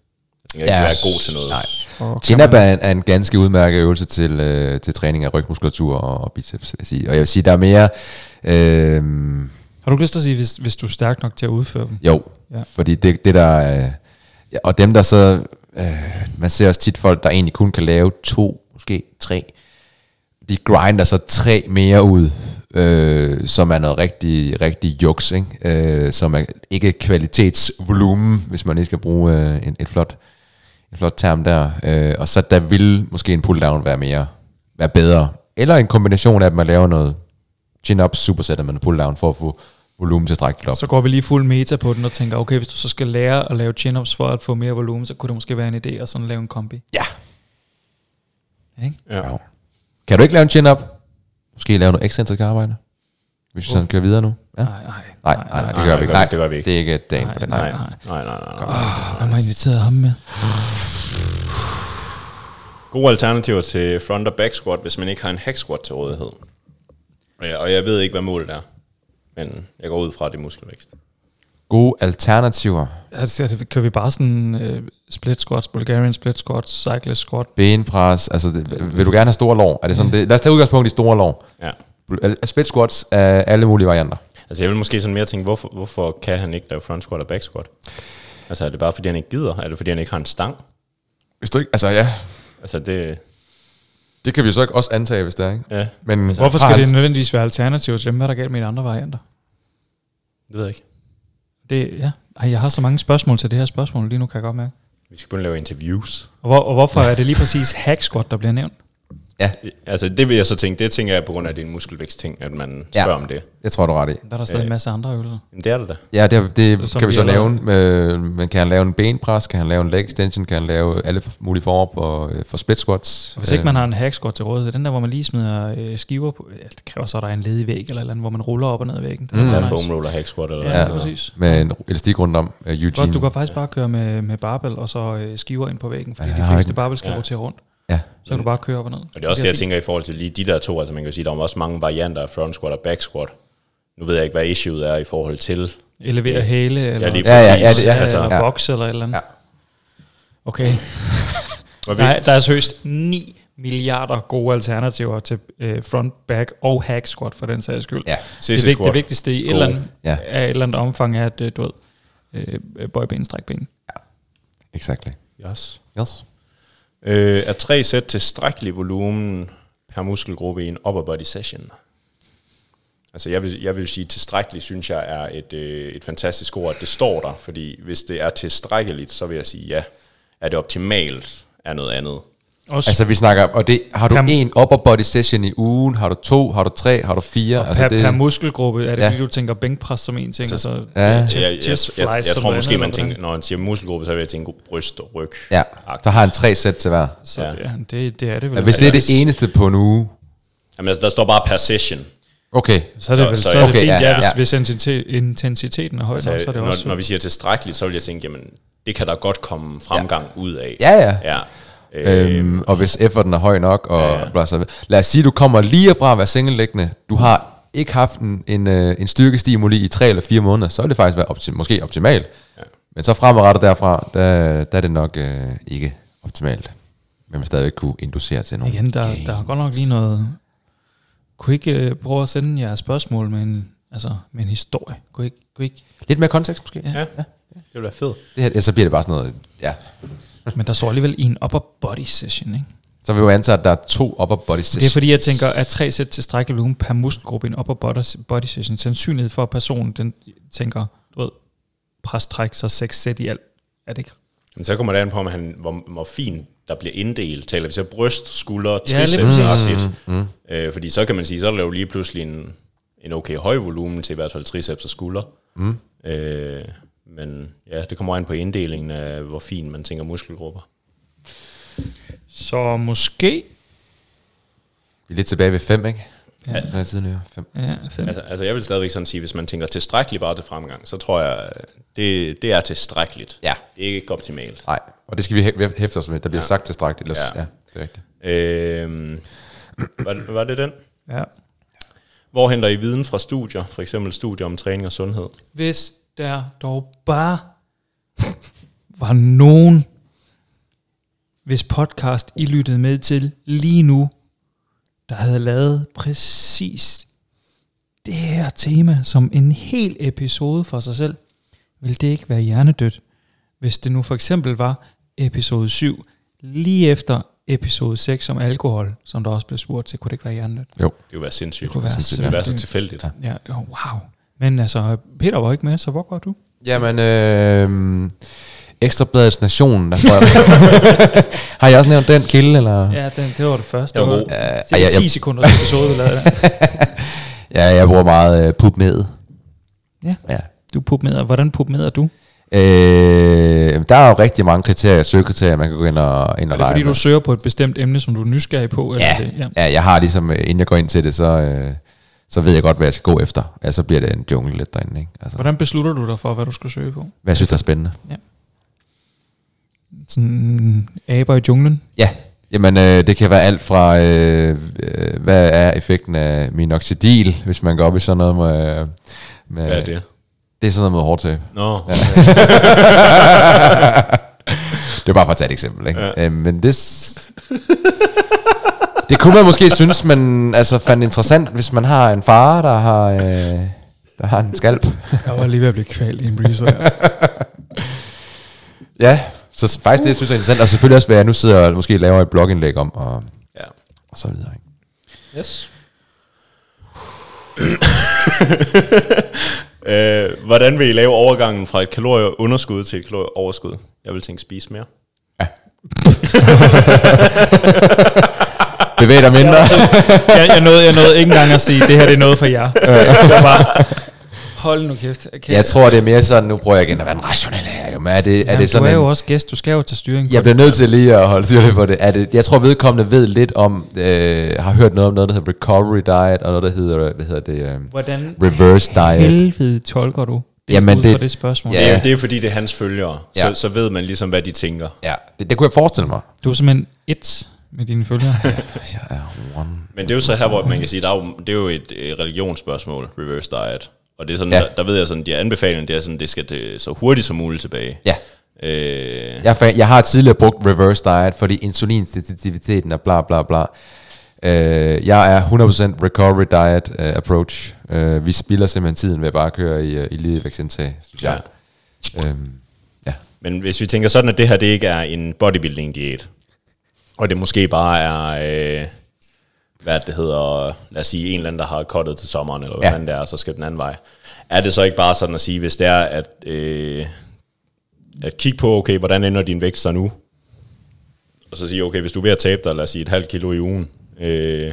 Speaker 2: Jeg tænker ikke,
Speaker 3: Ja,
Speaker 2: at være god til noget.
Speaker 3: nej.
Speaker 1: Og kan
Speaker 3: Chin-up er en, er en ganske udmærket øvelse til, øh, til træning af rygmuskulatur og, og biceps, vil jeg sige. Og jeg vil sige, der er mere... Øh,
Speaker 1: man- Har du ikke lyst til at sige, hvis, hvis du er stærk nok til at udføre dem?
Speaker 3: jo,
Speaker 1: Ja.
Speaker 3: ja. fordi det, det der... Øh, ja, og dem, der så... Øh, man ser også tit folk, der egentlig kun kan lave to, måske tre. De grinder så tre mere ud, øh, som er noget rigtig, rigtig juks, ikke? Øh, som er ikke kvalitetsvolumen, hvis man lige skal bruge øh, en, et flot en flot term der. Øh, og så der vil måske en pulldown være mere, være bedre. Eller en kombination af, at man laver noget chin-up superset, og man en pulldown for at få volumen til strækket op.
Speaker 1: Så går vi lige fuld meta på den og tænker, okay, hvis du så skal lære at lave chin-ups for at få mere volumen, så kunne det måske være en idé at sådan lave en kombi.
Speaker 3: Ja.
Speaker 1: Ikke?
Speaker 2: Ja.
Speaker 3: Kan du ikke lave en chin-up? Måske lave noget ekscentrisk arbejde? Hvis vi sådan kører videre nu? Ja?
Speaker 1: Nej, nej,
Speaker 3: Nej, nej, nej, det gør
Speaker 2: nej,
Speaker 3: vi ikke.
Speaker 2: det gør vi-
Speaker 3: Nej,
Speaker 2: det gør vi ikke.
Speaker 3: Det er ikke dagen
Speaker 1: Nej,
Speaker 3: på den.
Speaker 1: nej.
Speaker 3: Nej.
Speaker 2: Nej, nej, nej, nej. nej.
Speaker 1: Oh, hvem har inviteret ham med?
Speaker 2: Gode alternativer til front og back squat, hvis man ikke har en hack squat til rådighed. Og jeg, og jeg ved ikke, hvad målet er. Men jeg går ud fra, at det er muskelvækst.
Speaker 3: Gode alternativer.
Speaker 1: Altså, kører vi bare sådan øh, split squats, Bulgarian split squats, cyclist squat?
Speaker 3: Benpres. Altså, det, vil du gerne have store lår? Er det sådan, det, lad os tage udgangspunkt i store lår.
Speaker 2: Ja.
Speaker 3: Split squats af alle mulige varianter.
Speaker 2: Altså jeg vil måske sådan mere tænke, hvorfor, hvorfor kan han ikke lave front squat og back squat? Altså er det bare, fordi han ikke gider? Er det, fordi han ikke har en stang?
Speaker 3: Hvis du ikke, altså ja,
Speaker 2: Altså det...
Speaker 3: det kan vi så ikke også antage, hvis det er, ikke?
Speaker 2: Ja, det
Speaker 3: Men
Speaker 1: Hvorfor
Speaker 3: har
Speaker 1: skal
Speaker 3: han-
Speaker 1: det nødvendigvis være alternativ til dem? Hvad er der galt med de andre varianter?
Speaker 2: ved jeg ikke.
Speaker 1: Det, ja. Ej, jeg har så mange spørgsmål til det her spørgsmål lige nu, kan jeg godt mærke.
Speaker 2: Vi skal begynde at lave interviews.
Speaker 1: Og, hvor, og hvorfor er det lige præcis hack squat, der bliver nævnt?
Speaker 2: Altså det vil jeg så tænke, det tænker jeg på grund af, at det er en muskelvækst-ting, at man
Speaker 3: Ja.
Speaker 2: spørger om det.
Speaker 3: Jeg tror, du er ret i.
Speaker 1: Der er der stadig en masse andre øvelser.
Speaker 2: Men det er det da.
Speaker 3: Ja, det, det
Speaker 1: Som
Speaker 3: kan vi
Speaker 1: vi
Speaker 3: så
Speaker 1: allerede-
Speaker 3: lave. Med, men kan han lave en benpres? Kan han lave en leg extension? Kan han lave alle for- mulige former for, øh, for split squats?
Speaker 1: Og hvis
Speaker 3: Øh.
Speaker 1: ikke man har en hack squat til rådighed, den der, hvor man lige smider øh, skiver på, ja, det kræver så, at der er en ledig væg eller et eller andet, hvor man ruller op og ned ad væggen. Det
Speaker 3: Mm.
Speaker 1: er
Speaker 2: Ja,
Speaker 1: nice.
Speaker 2: foam roller, hack squat eller
Speaker 1: Ja,
Speaker 2: ja.
Speaker 1: det er præcis.
Speaker 3: Med en elastik rundt om øh, Eugene.
Speaker 1: Godt, du kan faktisk bare køre med, med barbel og så øh, skiver ind på væggen, fordi
Speaker 3: Ja,
Speaker 1: ja,
Speaker 3: jeg
Speaker 1: de
Speaker 3: har
Speaker 1: fleste
Speaker 3: ikke-
Speaker 1: barbel skal
Speaker 2: Ja.
Speaker 1: ja. rotere rundt.
Speaker 3: Ja.
Speaker 1: Så kan du bare køre op og ned.
Speaker 2: Og det er også det, jeg tænker i forhold til lige de der to. Altså man kan jo sige, der er også mange varianter af front squat og back squat. Nu ved jeg ikke, hvad issueet er i forhold til
Speaker 1: Elevere hæle eller,
Speaker 2: lige
Speaker 3: Ja, ja, ja,
Speaker 2: præcis.
Speaker 3: det- ja,
Speaker 1: eller,
Speaker 2: altså,
Speaker 1: eller boxe eller et eller andet.
Speaker 3: Ja.
Speaker 1: Okay.
Speaker 2: Og vi,
Speaker 1: Nej, der er seriøst 9 milliarder gode alternativer til øh, front, back og hack squat for den sags skyld.
Speaker 3: Ja.
Speaker 1: det,
Speaker 2: CC
Speaker 1: vigt, det
Speaker 2: squat.
Speaker 1: vigtigste i et
Speaker 2: Gode.
Speaker 1: eller, andet,
Speaker 3: Ja.
Speaker 1: ja. af et eller andet omfang er, at øh, du ved, øh, bøjben, strækben.
Speaker 3: Altså, Exactly.
Speaker 2: Yes.
Speaker 3: Yes.
Speaker 2: Øh, er tre sæt tilstrækkelig volumen per muskelgruppe i en upper body session? Altså jeg vil, jeg vil sige, tilstrækkeligt synes jeg er et, øh, et fantastisk ord, at det står der. Fordi hvis det er tilstrækkeligt, så vil jeg sige ja. Er det optimalt, er noget andet.
Speaker 1: Også altså,
Speaker 3: Altså vi snakker, og det, har du
Speaker 1: Per-
Speaker 3: en upper body session i ugen? Har du to? Har du tre? Har du fire?
Speaker 1: altså per,
Speaker 3: det,
Speaker 1: det, per muskelgruppe, er det
Speaker 3: Ja.
Speaker 1: ja. fordi, du tænker bænkpres som en ting, og så
Speaker 3: Ja.
Speaker 1: chest-
Speaker 2: Jeg, jeg, jeg,
Speaker 1: chest
Speaker 2: jeg, jeg,
Speaker 1: flies som
Speaker 2: tror
Speaker 1: noget
Speaker 2: måske,
Speaker 1: andet,
Speaker 2: man
Speaker 1: eller
Speaker 2: tænker, når man siger muskelgruppe, så vil jeg tænke bryst og ryg.
Speaker 3: ja, så har han tre sæt til hver.
Speaker 1: hvordan. Så, ja. det, det er det vel.
Speaker 3: Hvis det er det eneste på en uge,
Speaker 2: Jamen altså, der står bare per session.
Speaker 3: Okay,
Speaker 1: Så er det,
Speaker 2: Så-
Speaker 1: vel,
Speaker 2: så- Altså,
Speaker 1: så, er det
Speaker 3: okay,
Speaker 1: fint,
Speaker 3: ja,
Speaker 1: ja,
Speaker 3: ja.
Speaker 1: Hvis, hvis intensi- intensiteten er høj nok, så er det
Speaker 2: når,
Speaker 1: også...
Speaker 2: når vi siger tilstrækkeligt, så vil jeg tænke, jamen, det kan der godt komme fremgang ja. ud af.
Speaker 3: Ja, ja.
Speaker 2: ja. Øh,
Speaker 3: Øhm, og hvis efforten er høj nok, og ja, ja. Bla, så, lad os sige, du kommer lige fra at være singellæggende, du har ikke haft en, en, øh, en styrkestimuli i tre eller fire måneder, så vil det faktisk være optim- måske optimalt. Ja. Men så fremadrettet derfra, der, der er det nok øh, ikke optimalt. Men man stadigvæk kunne inducere til nogle
Speaker 1: Igen, der,
Speaker 3: gains.
Speaker 1: der er godt nok lige noget... Kunne I ikke uh, prøve at sende jeres spørgsmål med en, altså, med en historie? Kunne I ikke, kunne I ikke?
Speaker 3: Lidt mere kontekst måske.
Speaker 1: Ja.
Speaker 2: ja. ja. Det vil være fedt.
Speaker 3: Det her, ellers så bliver det bare sådan noget, ja.
Speaker 1: Men der står alligevel en upper body session, ikke?
Speaker 3: Så vil vi jo antage, at der er to upper body
Speaker 1: Det er
Speaker 3: sessions.
Speaker 1: fordi, jeg tænker, at tre sæt tilstrækkelig volumen per muskelgruppe i en upper body- body session, sandsynlighed for, at personen den tænker, du ved, pres, træk, så seks sæt i alt. Er det ikke?
Speaker 2: Men så kommer det an på, om han, hvor, hvor fint der bliver inddelt. Taler vi så bryst, skulder,
Speaker 1: Ja, lige
Speaker 2: triceps mm, mm. øh, Fordi så kan man sige, så er der jo lige pludselig en, en okay høj volumen til i hvert fald triceps og skulder. Mm. Øh, men ja, det kommer an på inddelingen af, hvor fin man tænker muskelgrupper.
Speaker 1: Så måske...
Speaker 3: Vi er lidt tilbage ved fem, ikke?
Speaker 1: Ja.
Speaker 3: Så er tiden jo fem.
Speaker 1: Ja, fem.
Speaker 2: Altså, altså jeg vil stadigvæk sådan sige, hvis man tænker tilstrækkeligt bare til fremgang, så tror jeg, det, det er tilstrækkeligt.
Speaker 3: Ja.
Speaker 2: Det er ikke optimalt.
Speaker 3: Nej, og det skal vi hæ- hæfte os med. Der bliver ja.
Speaker 2: Ja.
Speaker 3: sagt tilstrækkeligt, ellers, ja.
Speaker 2: Ja.
Speaker 3: ja, det er rigtigt.
Speaker 2: Øh, var, var det den?
Speaker 1: Ja.
Speaker 2: Hvor henter I viden fra studier? For eksempel studier om træning og sundhed.
Speaker 1: Hvis der dog bare var nogen, hvis podcast I lyttede med til lige nu, der havde lavet præcis det her tema som en hel episode for sig selv, ville det ikke være hjernedødt, hvis det nu for eksempel var episode 7, lige efter episode 6 om alkohol, som der også blev spurgt til, kunne det ikke være hjernedødt?
Speaker 2: Det ville være sindssygt.
Speaker 1: Det kunne være
Speaker 2: det ville være så
Speaker 1: sindssygt.
Speaker 2: tilfældigt. Ja.
Speaker 1: Ja, oh, wow. Men altså, Peter var ikke med, så hvor går du?
Speaker 3: Jamen, øh, Ekstrabladets Nationen, der tror jeg. Har jeg også nævnt den kilde, eller? Ja.
Speaker 1: Ja, den, det var det første.
Speaker 2: Det var
Speaker 1: det
Speaker 2: god.
Speaker 1: var
Speaker 3: ej,
Speaker 1: cirka
Speaker 3: jeg-
Speaker 1: 10 sekunder episode, vi lavede der.
Speaker 3: ja, jeg bruger meget øh, pub med.
Speaker 1: Ja.
Speaker 3: ja.
Speaker 1: Du pubmeder. Hvordan pubmeder du?
Speaker 3: Øh, der er jo rigtig mange kriterier, søgekriterier, man kan gå ind og, ind
Speaker 1: Er det
Speaker 3: og lege
Speaker 1: fordi,
Speaker 3: med.
Speaker 1: du søger på et bestemt emne, som du er nysgerrig på? Eller
Speaker 3: Ja.
Speaker 1: er det, ja.
Speaker 3: Ja, jeg har ligesom, øh, inden jeg går ind til det, så, øh, så ved jeg godt, hvad jeg skal gå efter. Ja, så bliver det en jungle lidt derinde, ikke? Altså,
Speaker 1: Hvordan beslutter du dig for, hvad du skal søge på?
Speaker 3: hvad jeg synes, der er spændende.
Speaker 1: Sådan aber i junglen?
Speaker 3: Ja, jamen øh, det kan være alt fra, øh, øh, hvad er effekten af min oxidil, hvis man går op i sådan noget med... med
Speaker 2: Hvad er det?
Speaker 3: Det er sådan noget med hårdtape.
Speaker 2: Nå, ja.
Speaker 3: Det er bare for at tage et eksempel, ikke? Ja. Øh, men det... s- det kunne man måske synes, man altså, fandt interessant, hvis man har en far, der har, øh, der har en skalp.
Speaker 1: Jeg var lige ved at blive kvalt i en breezer.
Speaker 3: ja, så faktisk det, jeg synes er interessant, og selvfølgelig også, hvad jeg nu sidder og måske laver et blogindlæg om, og,
Speaker 2: ja.
Speaker 3: og så videre, ikke?
Speaker 2: Yes. øh, hvordan vil I lave overgangen fra et kalorieunderskud til et kalorieoverskud? Jeg vil tænke spise mere.
Speaker 3: Bevæg dig mindre.
Speaker 1: altså- jeg, jeg, nåede, jeg nåede ikke engang at sige, det her det er noget for jer. Det var bare, hold nu kæft. Okay.
Speaker 3: Jeg tror, det er mere sådan, nu prøver jeg igen at være en rationel her, jo, men er det, er
Speaker 1: Jamen,
Speaker 3: det
Speaker 1: du
Speaker 3: sådan
Speaker 1: er
Speaker 3: en,
Speaker 1: jo også gæst, du skal jo tage styring. på
Speaker 3: Jeg bliver nødt til lige at holde styr på det. Er det. Jeg tror, vedkommende ved lidt om, øh, har hørt noget om noget, der hedder recovery diet, og noget, der hedder, øh, hvad hedder det, øh,
Speaker 1: det. Hvordan
Speaker 3: reverse diet.
Speaker 1: helvede tolker du det
Speaker 3: Jamen,
Speaker 1: ud
Speaker 3: det-
Speaker 1: fra det spørgsmål?
Speaker 3: Ja.
Speaker 2: Ja. Det, er, det er fordi, det er hans følgere. Ja.
Speaker 3: Ja.
Speaker 2: Så, så ved man ligesom, hvad de tænker.
Speaker 3: Ja, det, det kunne jeg forestille mig.
Speaker 1: Du er simpelthen et med dine følgere.
Speaker 3: Jeg er one.
Speaker 2: Men det er jo så her, hvor man kan sige, der er jo, det er jo et øh, religionsspørgsmål, reverse diet. Og det er sådan,
Speaker 3: Ja.
Speaker 2: ja. der, der ved jeg sådan, de anbefalinger, det er sådan, det skal det så hurtigt som muligt tilbage.
Speaker 3: Ja.
Speaker 2: Øh,
Speaker 3: Jeg, er fan- jeg har tidligere brugt reverse diet, fordi insulinsensitiviteten er bla bla bla. Øh, jeg er 100% recovery diet øh, approach. Øh, vi spilder simpelthen tiden ved at bare køre i, øh, i ligevægtsindtag, synes jeg. Ja. Øhm, ja.
Speaker 2: Men hvis vi tænker sådan, at det her det ikke er en bodybuilding-diæt, og det måske bare er, øh, hvad det hedder, lad os sige, en eller anden, der har kottet til sommeren, eller hvad
Speaker 3: Ja.
Speaker 2: ja. det er, og så skal den anden vej. Er det så ikke bare sådan at sige, hvis det er at, øh, at kigge på, okay, hvordan ender din vægt så nu? Og så sige, okay, hvis du er ved at tabe dig, lad os sige, et halvt kilo i ugen, øh,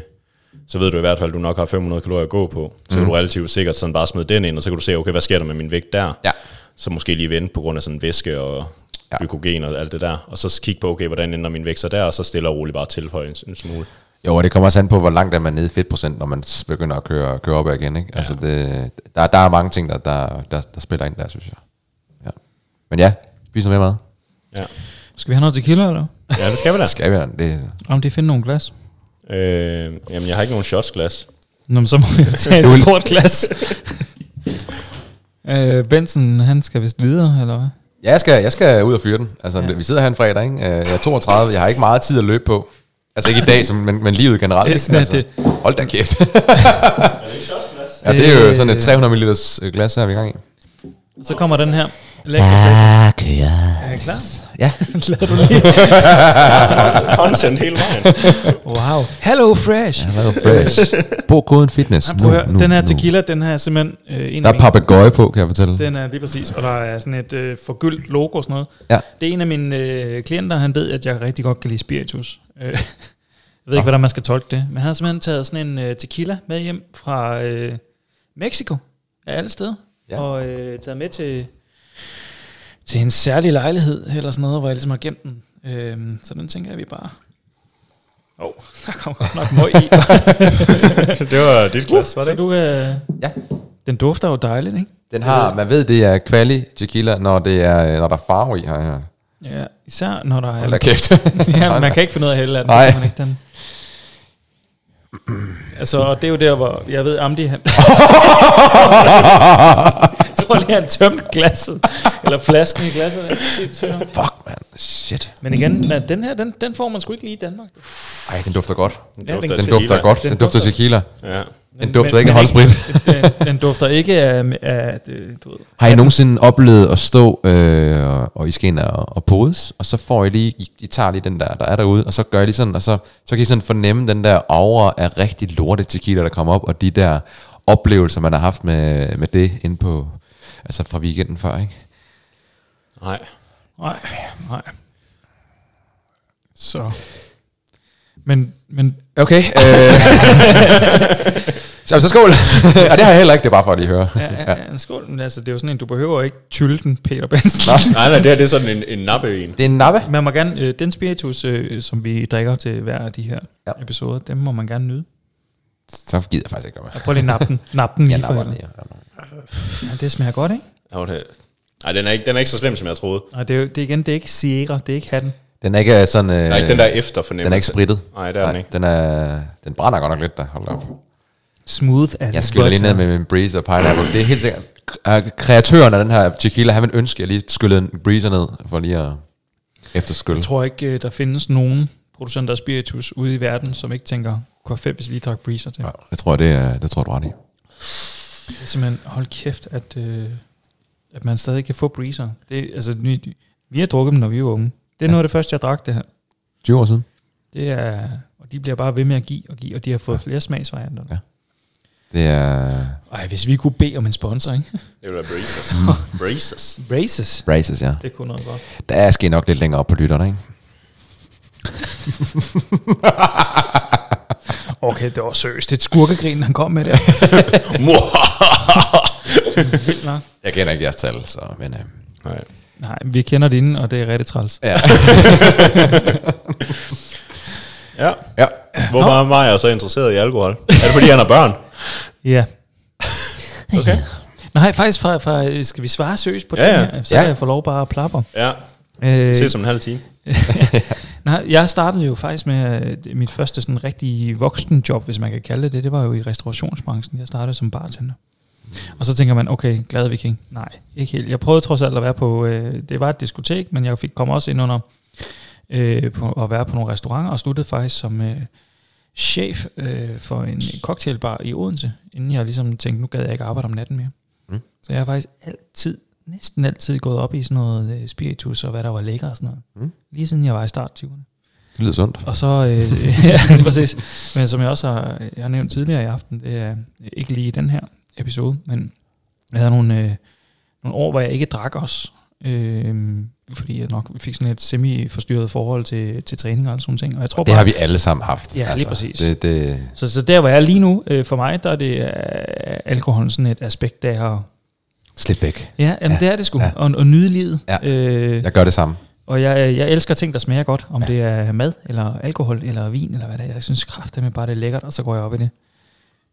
Speaker 2: så ved du i hvert fald, at du nok har 500 kalorier at gå på. Så mm. kan du relativt sikkert sådan bare smide den ind, og så kan du se, okay, hvad sker der med min vægt der?
Speaker 3: Ja.
Speaker 2: Så måske lige vente på grund af sådan væske og
Speaker 3: Ja.
Speaker 2: ja. glykogen og alt det der. Og så kigge på, okay, hvordan ender min vægt så der, og så stille og roligt bare tilføje en, en smule.
Speaker 3: Jo, og det kommer også an på, hvor langt er man nede i fedtprocent, når man s- begynder at køre, køre op igen. Ikke? Altså det, der, der er mange ting, der, der, der, der spiller ind der, synes jeg. Ja. Men ja, spis noget mere mad.
Speaker 2: Ja.
Speaker 1: Skal vi have noget tequila, eller?
Speaker 2: ja, det skal vi da.
Speaker 3: Skal vi have den? det?
Speaker 1: Om det finder nogle glas.
Speaker 2: Øh, jamen, jeg har ikke nogen shotsglas.
Speaker 1: Nå, men så må jeg tage
Speaker 3: Du-
Speaker 1: et stort glas. øh, Benson, han skal vist videre, eller hvad?
Speaker 3: Ja, jeg skal, jeg skal ud og fyre den. Altså,
Speaker 1: Ja.
Speaker 3: ja. vi sidder her en fredag, ikke? Øh, Jeg er 32, jeg har ikke meget tid at løbe på. Altså ikke i dag, som, men, men livet generelt.
Speaker 1: Det er
Speaker 3: Ikke?
Speaker 1: sådan,
Speaker 3: Altså,
Speaker 1: at
Speaker 3: hold da kæft.
Speaker 2: Shotsglas?
Speaker 3: ja, det er jo sådan
Speaker 1: Det-
Speaker 3: et 300 ml øh, glas her, vi er i gang i.
Speaker 1: Så kommer den her. Lækker ja.
Speaker 3: Ah, kører.
Speaker 1: Er I klar?
Speaker 3: Ja.
Speaker 1: Lad du lige.
Speaker 2: Content hele vejen.
Speaker 1: Wow. Hello Fresh.
Speaker 3: Hello fresh. Brug koden fitness.
Speaker 1: Prøv at høre, den her tequila, den her er simpelthen øh, en
Speaker 3: Der
Speaker 1: af
Speaker 3: er papegøje på, kan jeg fortælle.
Speaker 1: Den er lige præcis, og der er sådan et øh, forgyldt logo og sådan noget.
Speaker 3: Ja.
Speaker 1: Det er en af mine øh, klienter, han ved, at jeg rigtig godt kan lide spiritus. Øh, jeg ved ikke, hvordan man skal tolke det, men han har simpelthen taget sådan en øh, tequila med hjem fra øh, Mexico af alle steder, ja.
Speaker 3: Ja.
Speaker 1: og øh, taget med til, til en særlig lejlighed eller sådan noget, hvor jeg ligesom har gemt den. Øh, så den tænker jeg, vi bare... Åh, oh, der kom godt nok møg i.
Speaker 2: det var dit glas, var det
Speaker 1: så
Speaker 2: ikke?
Speaker 1: du, øh,
Speaker 3: Ja.
Speaker 1: den dufter jo dejligt, ikke?
Speaker 3: Den har, man ved, det er kvali tequila, når, det er, øh, når der er farve i her. her.
Speaker 1: Ja, især når der er
Speaker 3: Hold da kæft.
Speaker 1: ja, man kan ikke finde ud af at hælde af den.
Speaker 3: Nej.
Speaker 1: Nej. Man ikke den. Altså, og det er jo der, hvor jeg ved, Amdi, han... jeg tror lige, han tømte glasset. Eller flasken i glasset.
Speaker 3: Fuck, man. Shit.
Speaker 1: Men igen,
Speaker 3: Mm.
Speaker 1: nej, den her, den, den får man sgu ikke lige i Danmark.
Speaker 3: Ej, den dufter godt.
Speaker 1: Ja, den-
Speaker 3: Den
Speaker 2: af
Speaker 3: dufter
Speaker 2: tequila.
Speaker 3: godt. Den, dufter
Speaker 1: dufter-
Speaker 3: tequila.
Speaker 2: Ja.
Speaker 3: Den dufter ikke af håndsprit.
Speaker 1: Den, den dufter ikke af, af øh, du ved,
Speaker 3: Har I nogensinde oplevet at stå, øh, og- og I skal ind og, og podes, og så får I lige, I, I tager lige den der, der er derude, og så gør I lige sådan, og så, så kan I sådan fornemme den der aura af rigtig lorte tequila, der kommer op, og de der oplevelser, man har haft med, med det inde på, altså fra weekenden før, ikke?
Speaker 2: Nej.
Speaker 1: Nej, nej. Så. Men, men
Speaker 3: Okay, øh. så, så skål. og det har jeg heller ikke, det er bare for at lige høre.
Speaker 1: ja, ja, ja, en skål, men altså, det er jo sådan en, du behøver ikke tylde den, Peter Benson.
Speaker 2: Nej, nej, det her det er sådan en, en nappe en.
Speaker 3: Det er en nappe.
Speaker 1: Man må gerne, øh, den spiritus, øh, som vi drikker til hver af de her ja.
Speaker 3: Ja.
Speaker 1: episoder, dem må man gerne nyde.
Speaker 3: Så gider jeg faktisk ikke gøre
Speaker 1: Og prøv lige at nappe den. Nap den lige for
Speaker 3: mig.
Speaker 1: helvede. ja, det smager godt, ikke?
Speaker 2: Jo, det, nej, den er, ikke, den er ikke så slem, som jeg troede.
Speaker 1: Og det er, jo, det er igen, det er ikke Sierra, det er ikke hatten.
Speaker 3: Den er ikke sådan... Øh,
Speaker 2: Der er ikke den der efterfornemmelse.
Speaker 3: den er ikke sprittet.
Speaker 2: Nej, det er den ikke.
Speaker 3: Den, er, den brænder godt nok lidt, der holder op.
Speaker 1: Smooth as
Speaker 3: Jeg skyller lige ned med min breezer og pineapple. Det er helt sikkert. k- øh, Kreatøren af den her tequila, han vil ønske, at jeg lige skyllede en breezer ned, for lige at efterskylle.
Speaker 1: Jeg tror ikke, øh, der findes nogen producenter af spiritus ude i verden, som ikke tænker, kunne fedt, hvis vi lige drak breezer til. Ja.
Speaker 3: Ja, jeg tror, det, er, det tror jeg, du har ret i.
Speaker 1: Det er simpelthen, hold kæft, at, øh, at man stadig kan få breezer. Det, er- altså, vi, vi har drukket dem, når vi var unge. Det er noget af det første, jeg drak det her.
Speaker 3: 20 år siden.
Speaker 1: Det er, og de bliver bare ved med at give og give, og de har fået flere smagsvarianter.
Speaker 3: Det er
Speaker 1: Ej, hvis vi kunne bede om en sponsor, ikke?
Speaker 2: Det var Brazers. Brazers.
Speaker 1: Braces.
Speaker 3: braces, ja.
Speaker 1: Det kunne noget godt.
Speaker 3: Der er sket nok lidt længere op på lytterne, ikke?
Speaker 1: Okay, det var seriøst. Det er skurkegrin, han kom med der. Vildt nok.
Speaker 3: Jeg kender ikke jeres tal, så... Men, øh.
Speaker 2: Nej.
Speaker 1: Nej, vi kender dine, og det er rigtig træls.
Speaker 3: ja.
Speaker 2: Ja.
Speaker 3: ja.
Speaker 2: Hvorfor er Maja så interesseret i alkohol? Er det fordi, han har børn?
Speaker 1: Ja.
Speaker 2: Okay.
Speaker 1: Nej, faktisk, fra, fra, skal vi svare seriøst på
Speaker 2: Ja,
Speaker 1: det
Speaker 2: ja.
Speaker 1: her? Så kan
Speaker 3: Ja.
Speaker 1: jeg få lov bare at plappe.
Speaker 2: Ja.
Speaker 1: Øh,
Speaker 2: Se som en halv time.
Speaker 1: nej, jeg startede jo faktisk med øh, mit første sådan rigtige voksenjob, hvis man kan kalde det det. Det var jo i restaurationsbranchen. Jeg startede som bartender. Og så tænker man, okay, glad viking. Nej, ikke helt. Jeg prøvede trods alt at være på, øh, det var et diskotek, men jeg fik kom også ind under øh, på, at være på nogle restauranter, og sluttede faktisk som øh, chef øh, for en cocktailbar i Odense, inden jeg ligesom tænkte, nu gad jeg ikke arbejde om natten mere. Mm.
Speaker 3: Mm.
Speaker 1: Så jeg har faktisk altid, næsten altid gået op i sådan noget øh, spiritus og hvad der var lækker og sådan noget. Mm.
Speaker 3: Mm.
Speaker 1: Lige siden jeg var i start 20'erne.
Speaker 3: Det lyder sundt.
Speaker 1: Og så, øh, ja, lige præcis. Men som jeg også har, jeg har nævnt tidligere i aften, det er øh, ikke lige i den her episode, men jeg havde nogle, øh, nogle år, hvor jeg ikke drak også. Øh, fordi jeg nok fik sådan et semi-forstyrret forhold til, til træning og alle sådan nogle ting. Og jeg tror
Speaker 3: Det
Speaker 1: bare,
Speaker 3: har vi alle sammen haft. altså.
Speaker 1: Ja, lige præcis.
Speaker 3: Det, det,
Speaker 1: så, så der, hvor jeg er lige nu, øh, for mig, der er det øh, alkoholen sådan et aspekt, der har...
Speaker 3: slip væk.
Speaker 1: Ja, jamen, ja,
Speaker 3: Ja,
Speaker 1: det er det sgu. Ja.
Speaker 3: ja.
Speaker 1: Og, og nyde livet.
Speaker 3: Ja.
Speaker 1: Øh,
Speaker 3: Jeg gør det samme.
Speaker 1: Og jeg, øh, jeg elsker ting, der smager godt, om ja. det er mad, eller alkohol, eller vin, eller hvad det er. Jeg synes kraftedeme bare, det er lækkert, og så går jeg op i det.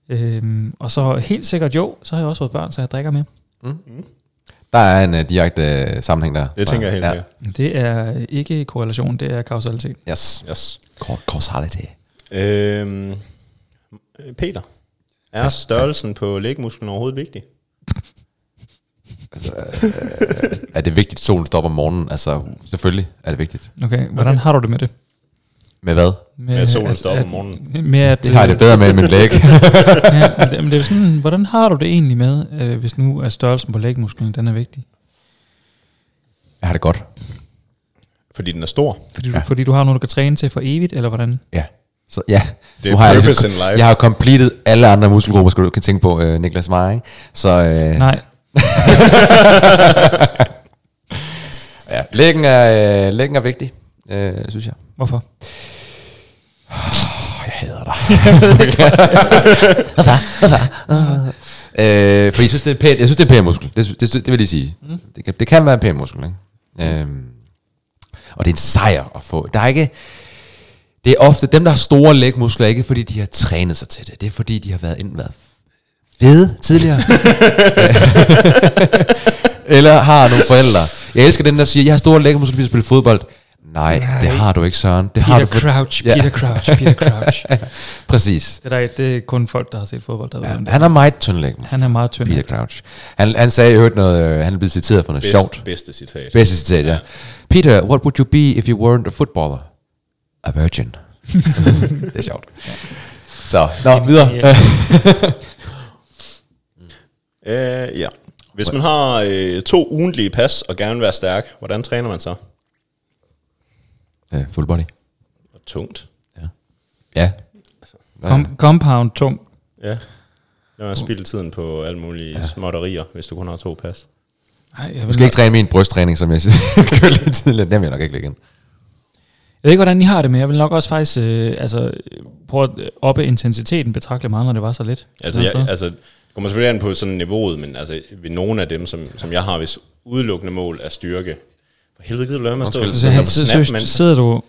Speaker 1: Øhm, og så helt sikkert jo, så har jeg også fået børn, så jeg drikker med.
Speaker 3: Der er en uh, direkte uh, sammenhæng der.
Speaker 2: Det tænker jeg helt
Speaker 3: ja.
Speaker 2: ja.
Speaker 1: Det er ikke korrelation, det er kausalitet.
Speaker 3: Yes.
Speaker 2: Yes.
Speaker 3: Ca- Causality.
Speaker 2: Øhm, Peter, er størrelsen på lægmusklen overhovedet vigtig?
Speaker 3: Er det vigtigt, at solen stopper om morgenen? Altså, selvfølgelig er det vigtigt.
Speaker 1: Okay, hvordan har du det med det?
Speaker 3: Med hvad?
Speaker 1: Med,
Speaker 2: At solen
Speaker 1: at-
Speaker 2: står op
Speaker 1: at-
Speaker 2: om morgenen.
Speaker 1: Med at,
Speaker 3: Det har jeg det bedre med end min læge.
Speaker 1: ja, men det- men det er sådan, hvordan har du det egentlig med, øh, hvis nu er størrelsen på lægmusklen, den er vigtig?
Speaker 3: Jeg har det godt.
Speaker 2: Fordi den er stor.
Speaker 1: Fordi du, ja. fordi du har noget, du kan træne til for evigt, eller hvordan?
Speaker 3: Ja. Så ja,
Speaker 2: Det er
Speaker 3: nu har jeg, ligesom
Speaker 2: purpose in life.
Speaker 3: jeg har jo completed alle andre muskelgrupper, skal du kan tænke på, øh, Niklas Meyer, ikke? Så øh,
Speaker 1: Nej.
Speaker 3: ja, læggen, er, øh, læggen er vigtig, øh, synes jeg.
Speaker 1: Hvorfor?
Speaker 3: Øh, fordi jeg synes, det er en pæn, jeg synes, det er en pæn muskel. Det, sy- det, sy- det vil jeg sige. Mm. Det, kan, det kan være en pæn muskel, ikke? Øh, og det er en sejr at få. Der er ikke... Det er ofte dem, der har store lægmuskler, ikke fordi de har trænet sig til det. Det er fordi, de har været enten været fede tidligere, eller har nogle forældre. Jeg elsker dem, der siger, jeg har store lægmuskler, fordi jeg spiller fodbold. Nej, Nej, det har du ikke, Søren. Det har
Speaker 1: Peter
Speaker 3: du for-
Speaker 1: Crouch,
Speaker 3: Ja.
Speaker 1: Peter Crouch, Peter Crouch.
Speaker 3: Præcis.
Speaker 1: Det er, der, ikke- det er kun folk, der har set fodbold, der ved, ja.
Speaker 3: Han er meget tynd lægmuskler.
Speaker 1: Han er meget tynd.
Speaker 3: Peter Crouch. Han, han sagde i øvrigt noget, øh, han blev citeret for noget Best. sjovt.
Speaker 2: Bedste citat.
Speaker 3: Bedste citat, ja. uh, Peter, what would you be if you weren't a footballer? A virgin. det er sjovt. Så, nå, videre.
Speaker 1: Ja.
Speaker 2: Øh, ja. Hvis man har øh, to ugentlige pas og gerne vil være stærk, hvordan træner man så?
Speaker 3: Øh, full body.
Speaker 2: Og tungt.
Speaker 3: Ja.
Speaker 1: Com- compound tung.
Speaker 2: Ja. Når man spilder tiden på alle mulige ja. småtterier, hvis du kun har to pas.
Speaker 1: Ej, jeg,
Speaker 3: Du
Speaker 1: vil
Speaker 3: skal
Speaker 1: nok,
Speaker 3: ikke træne min brysttræning, som jeg kørte lidt tidligere. Den vil jeg nok ikke lægge ind.
Speaker 1: jeg ved ikke, hvordan I har det, men jeg vil nok også faktisk øh, altså, øh, prøve at øh, oppe intensiteten betragteligt meget, når det var så lidt.
Speaker 2: Altså,
Speaker 1: Sådan
Speaker 2: jeg,
Speaker 1: noget.
Speaker 2: altså det kommer selvfølgelig an på sådan niveauet, men altså, ved nogle af dem, som, som jeg har, hvis udelukkende mål er styrke. For helvede gider du lade mig stå. Altså,
Speaker 1: så Altså, han sidder, seriøst, sidder du...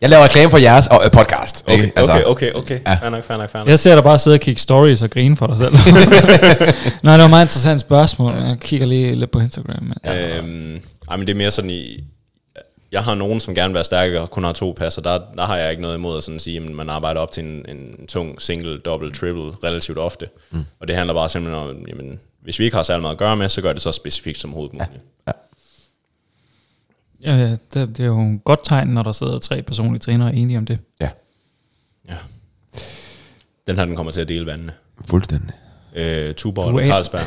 Speaker 3: Jeg laver reklame for jeres og, øh, podcast.
Speaker 2: Okay,
Speaker 3: ikke? Altså,
Speaker 2: okay, okay, okay.
Speaker 3: Ja.
Speaker 2: Ja. Fair nok, fair nok, fair nok.
Speaker 1: Jeg ser dig bare sidde og kigge stories og grine for dig selv. Nej, det var meget interessant spørgsmål. Jeg kigger lige lidt på Instagram. Men. Ja.
Speaker 2: Øhm, ej, men det er mere sådan i... Jeg har nogen, som gerne vil være stærke og kun har to pas, og der, der har jeg ikke noget imod at sådan sige, at man arbejder op til en, en tung single, double, triple relativt ofte. Mm. Og det handler bare simpelthen om, jamen, hvis vi ikke har særlig meget at gøre med, så gør det så specifikt som overhovedet muligt.
Speaker 1: Ja, ja, det, det er jo en godt tegn, når der sidder tre personlige trænere enige om det.
Speaker 3: Ja,
Speaker 2: Ja. Den her, den kommer til at dele vandene.
Speaker 3: fuldstændig.
Speaker 2: Øh, Tuborg
Speaker 1: Du
Speaker 2: eller
Speaker 1: er-
Speaker 2: Carlsberg.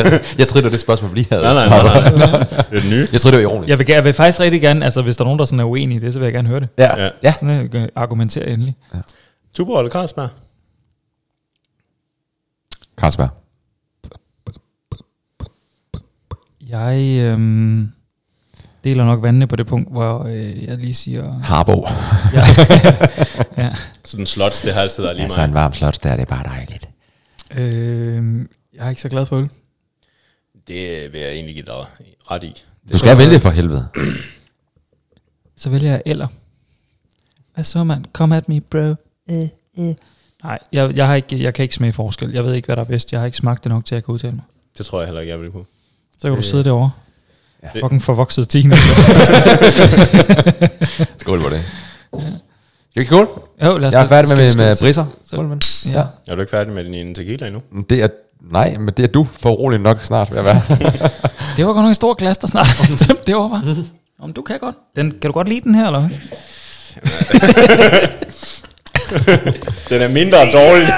Speaker 3: jeg troede, det var det spørgsmål, vi lige havde.
Speaker 2: Nej, nej, nej, nej, nej. Det er det nye.
Speaker 3: Jeg troede, det var ironisk.
Speaker 1: Jeg vil, jeg vil faktisk rigtig gerne, altså hvis der er nogen, der sådan er uenige i det, så vil jeg gerne høre det.
Speaker 3: Ja.
Speaker 2: Ja.
Speaker 3: ja. ja.
Speaker 1: Sådan øh, argumentere endelig.
Speaker 2: Tuborg eller Carlsberg?
Speaker 3: Carlsberg.
Speaker 1: Jeg øhm, deler nok vandene på det punkt, hvor øh, jeg lige siger...
Speaker 3: Harbo.
Speaker 1: Ja. ja.
Speaker 2: Sådan slots, det har altid været lige
Speaker 3: Altså
Speaker 2: meget.
Speaker 3: en varm slot, der det er bare dejligt.
Speaker 1: Øhm, jeg er ikke så glad for øl.
Speaker 2: Det vil jeg egentlig give dig ret i.
Speaker 3: Du skal vælge for helvede.
Speaker 1: Så vælger jeg eller. Hvad så, mand? Come at me, bro. Øh, øh. Nej, jeg, jeg, har ikke, jeg kan ikke smage forskel. Jeg ved ikke, hvad der er bedst. Jeg har ikke smagt det nok til, at jeg kan udtale mig.
Speaker 2: Det tror jeg heller ikke, jeg vil kunne.
Speaker 1: Så kan du sidde derovre.
Speaker 3: Ja.
Speaker 1: Øh, Ja. Fucking forvokset tine.
Speaker 3: Skål på det. Skal vi skål?
Speaker 1: jo, lad os
Speaker 3: Jeg er
Speaker 1: da-
Speaker 3: færdig med,
Speaker 1: skal vi-
Speaker 3: med,
Speaker 1: skal vi-
Speaker 3: med briser.
Speaker 1: så-
Speaker 3: Skål, mand.
Speaker 1: Ja.
Speaker 2: Er du ikke færdig med din tequila endnu?
Speaker 3: Det er, nej, men det er du for rolig nok snart ved at være.
Speaker 1: Det var godt nok en stor glas, der snart er tømt. Det var bare. Om du kan godt. Den, kan du godt lide den her, eller hvad?
Speaker 2: Den er mindre dårlig.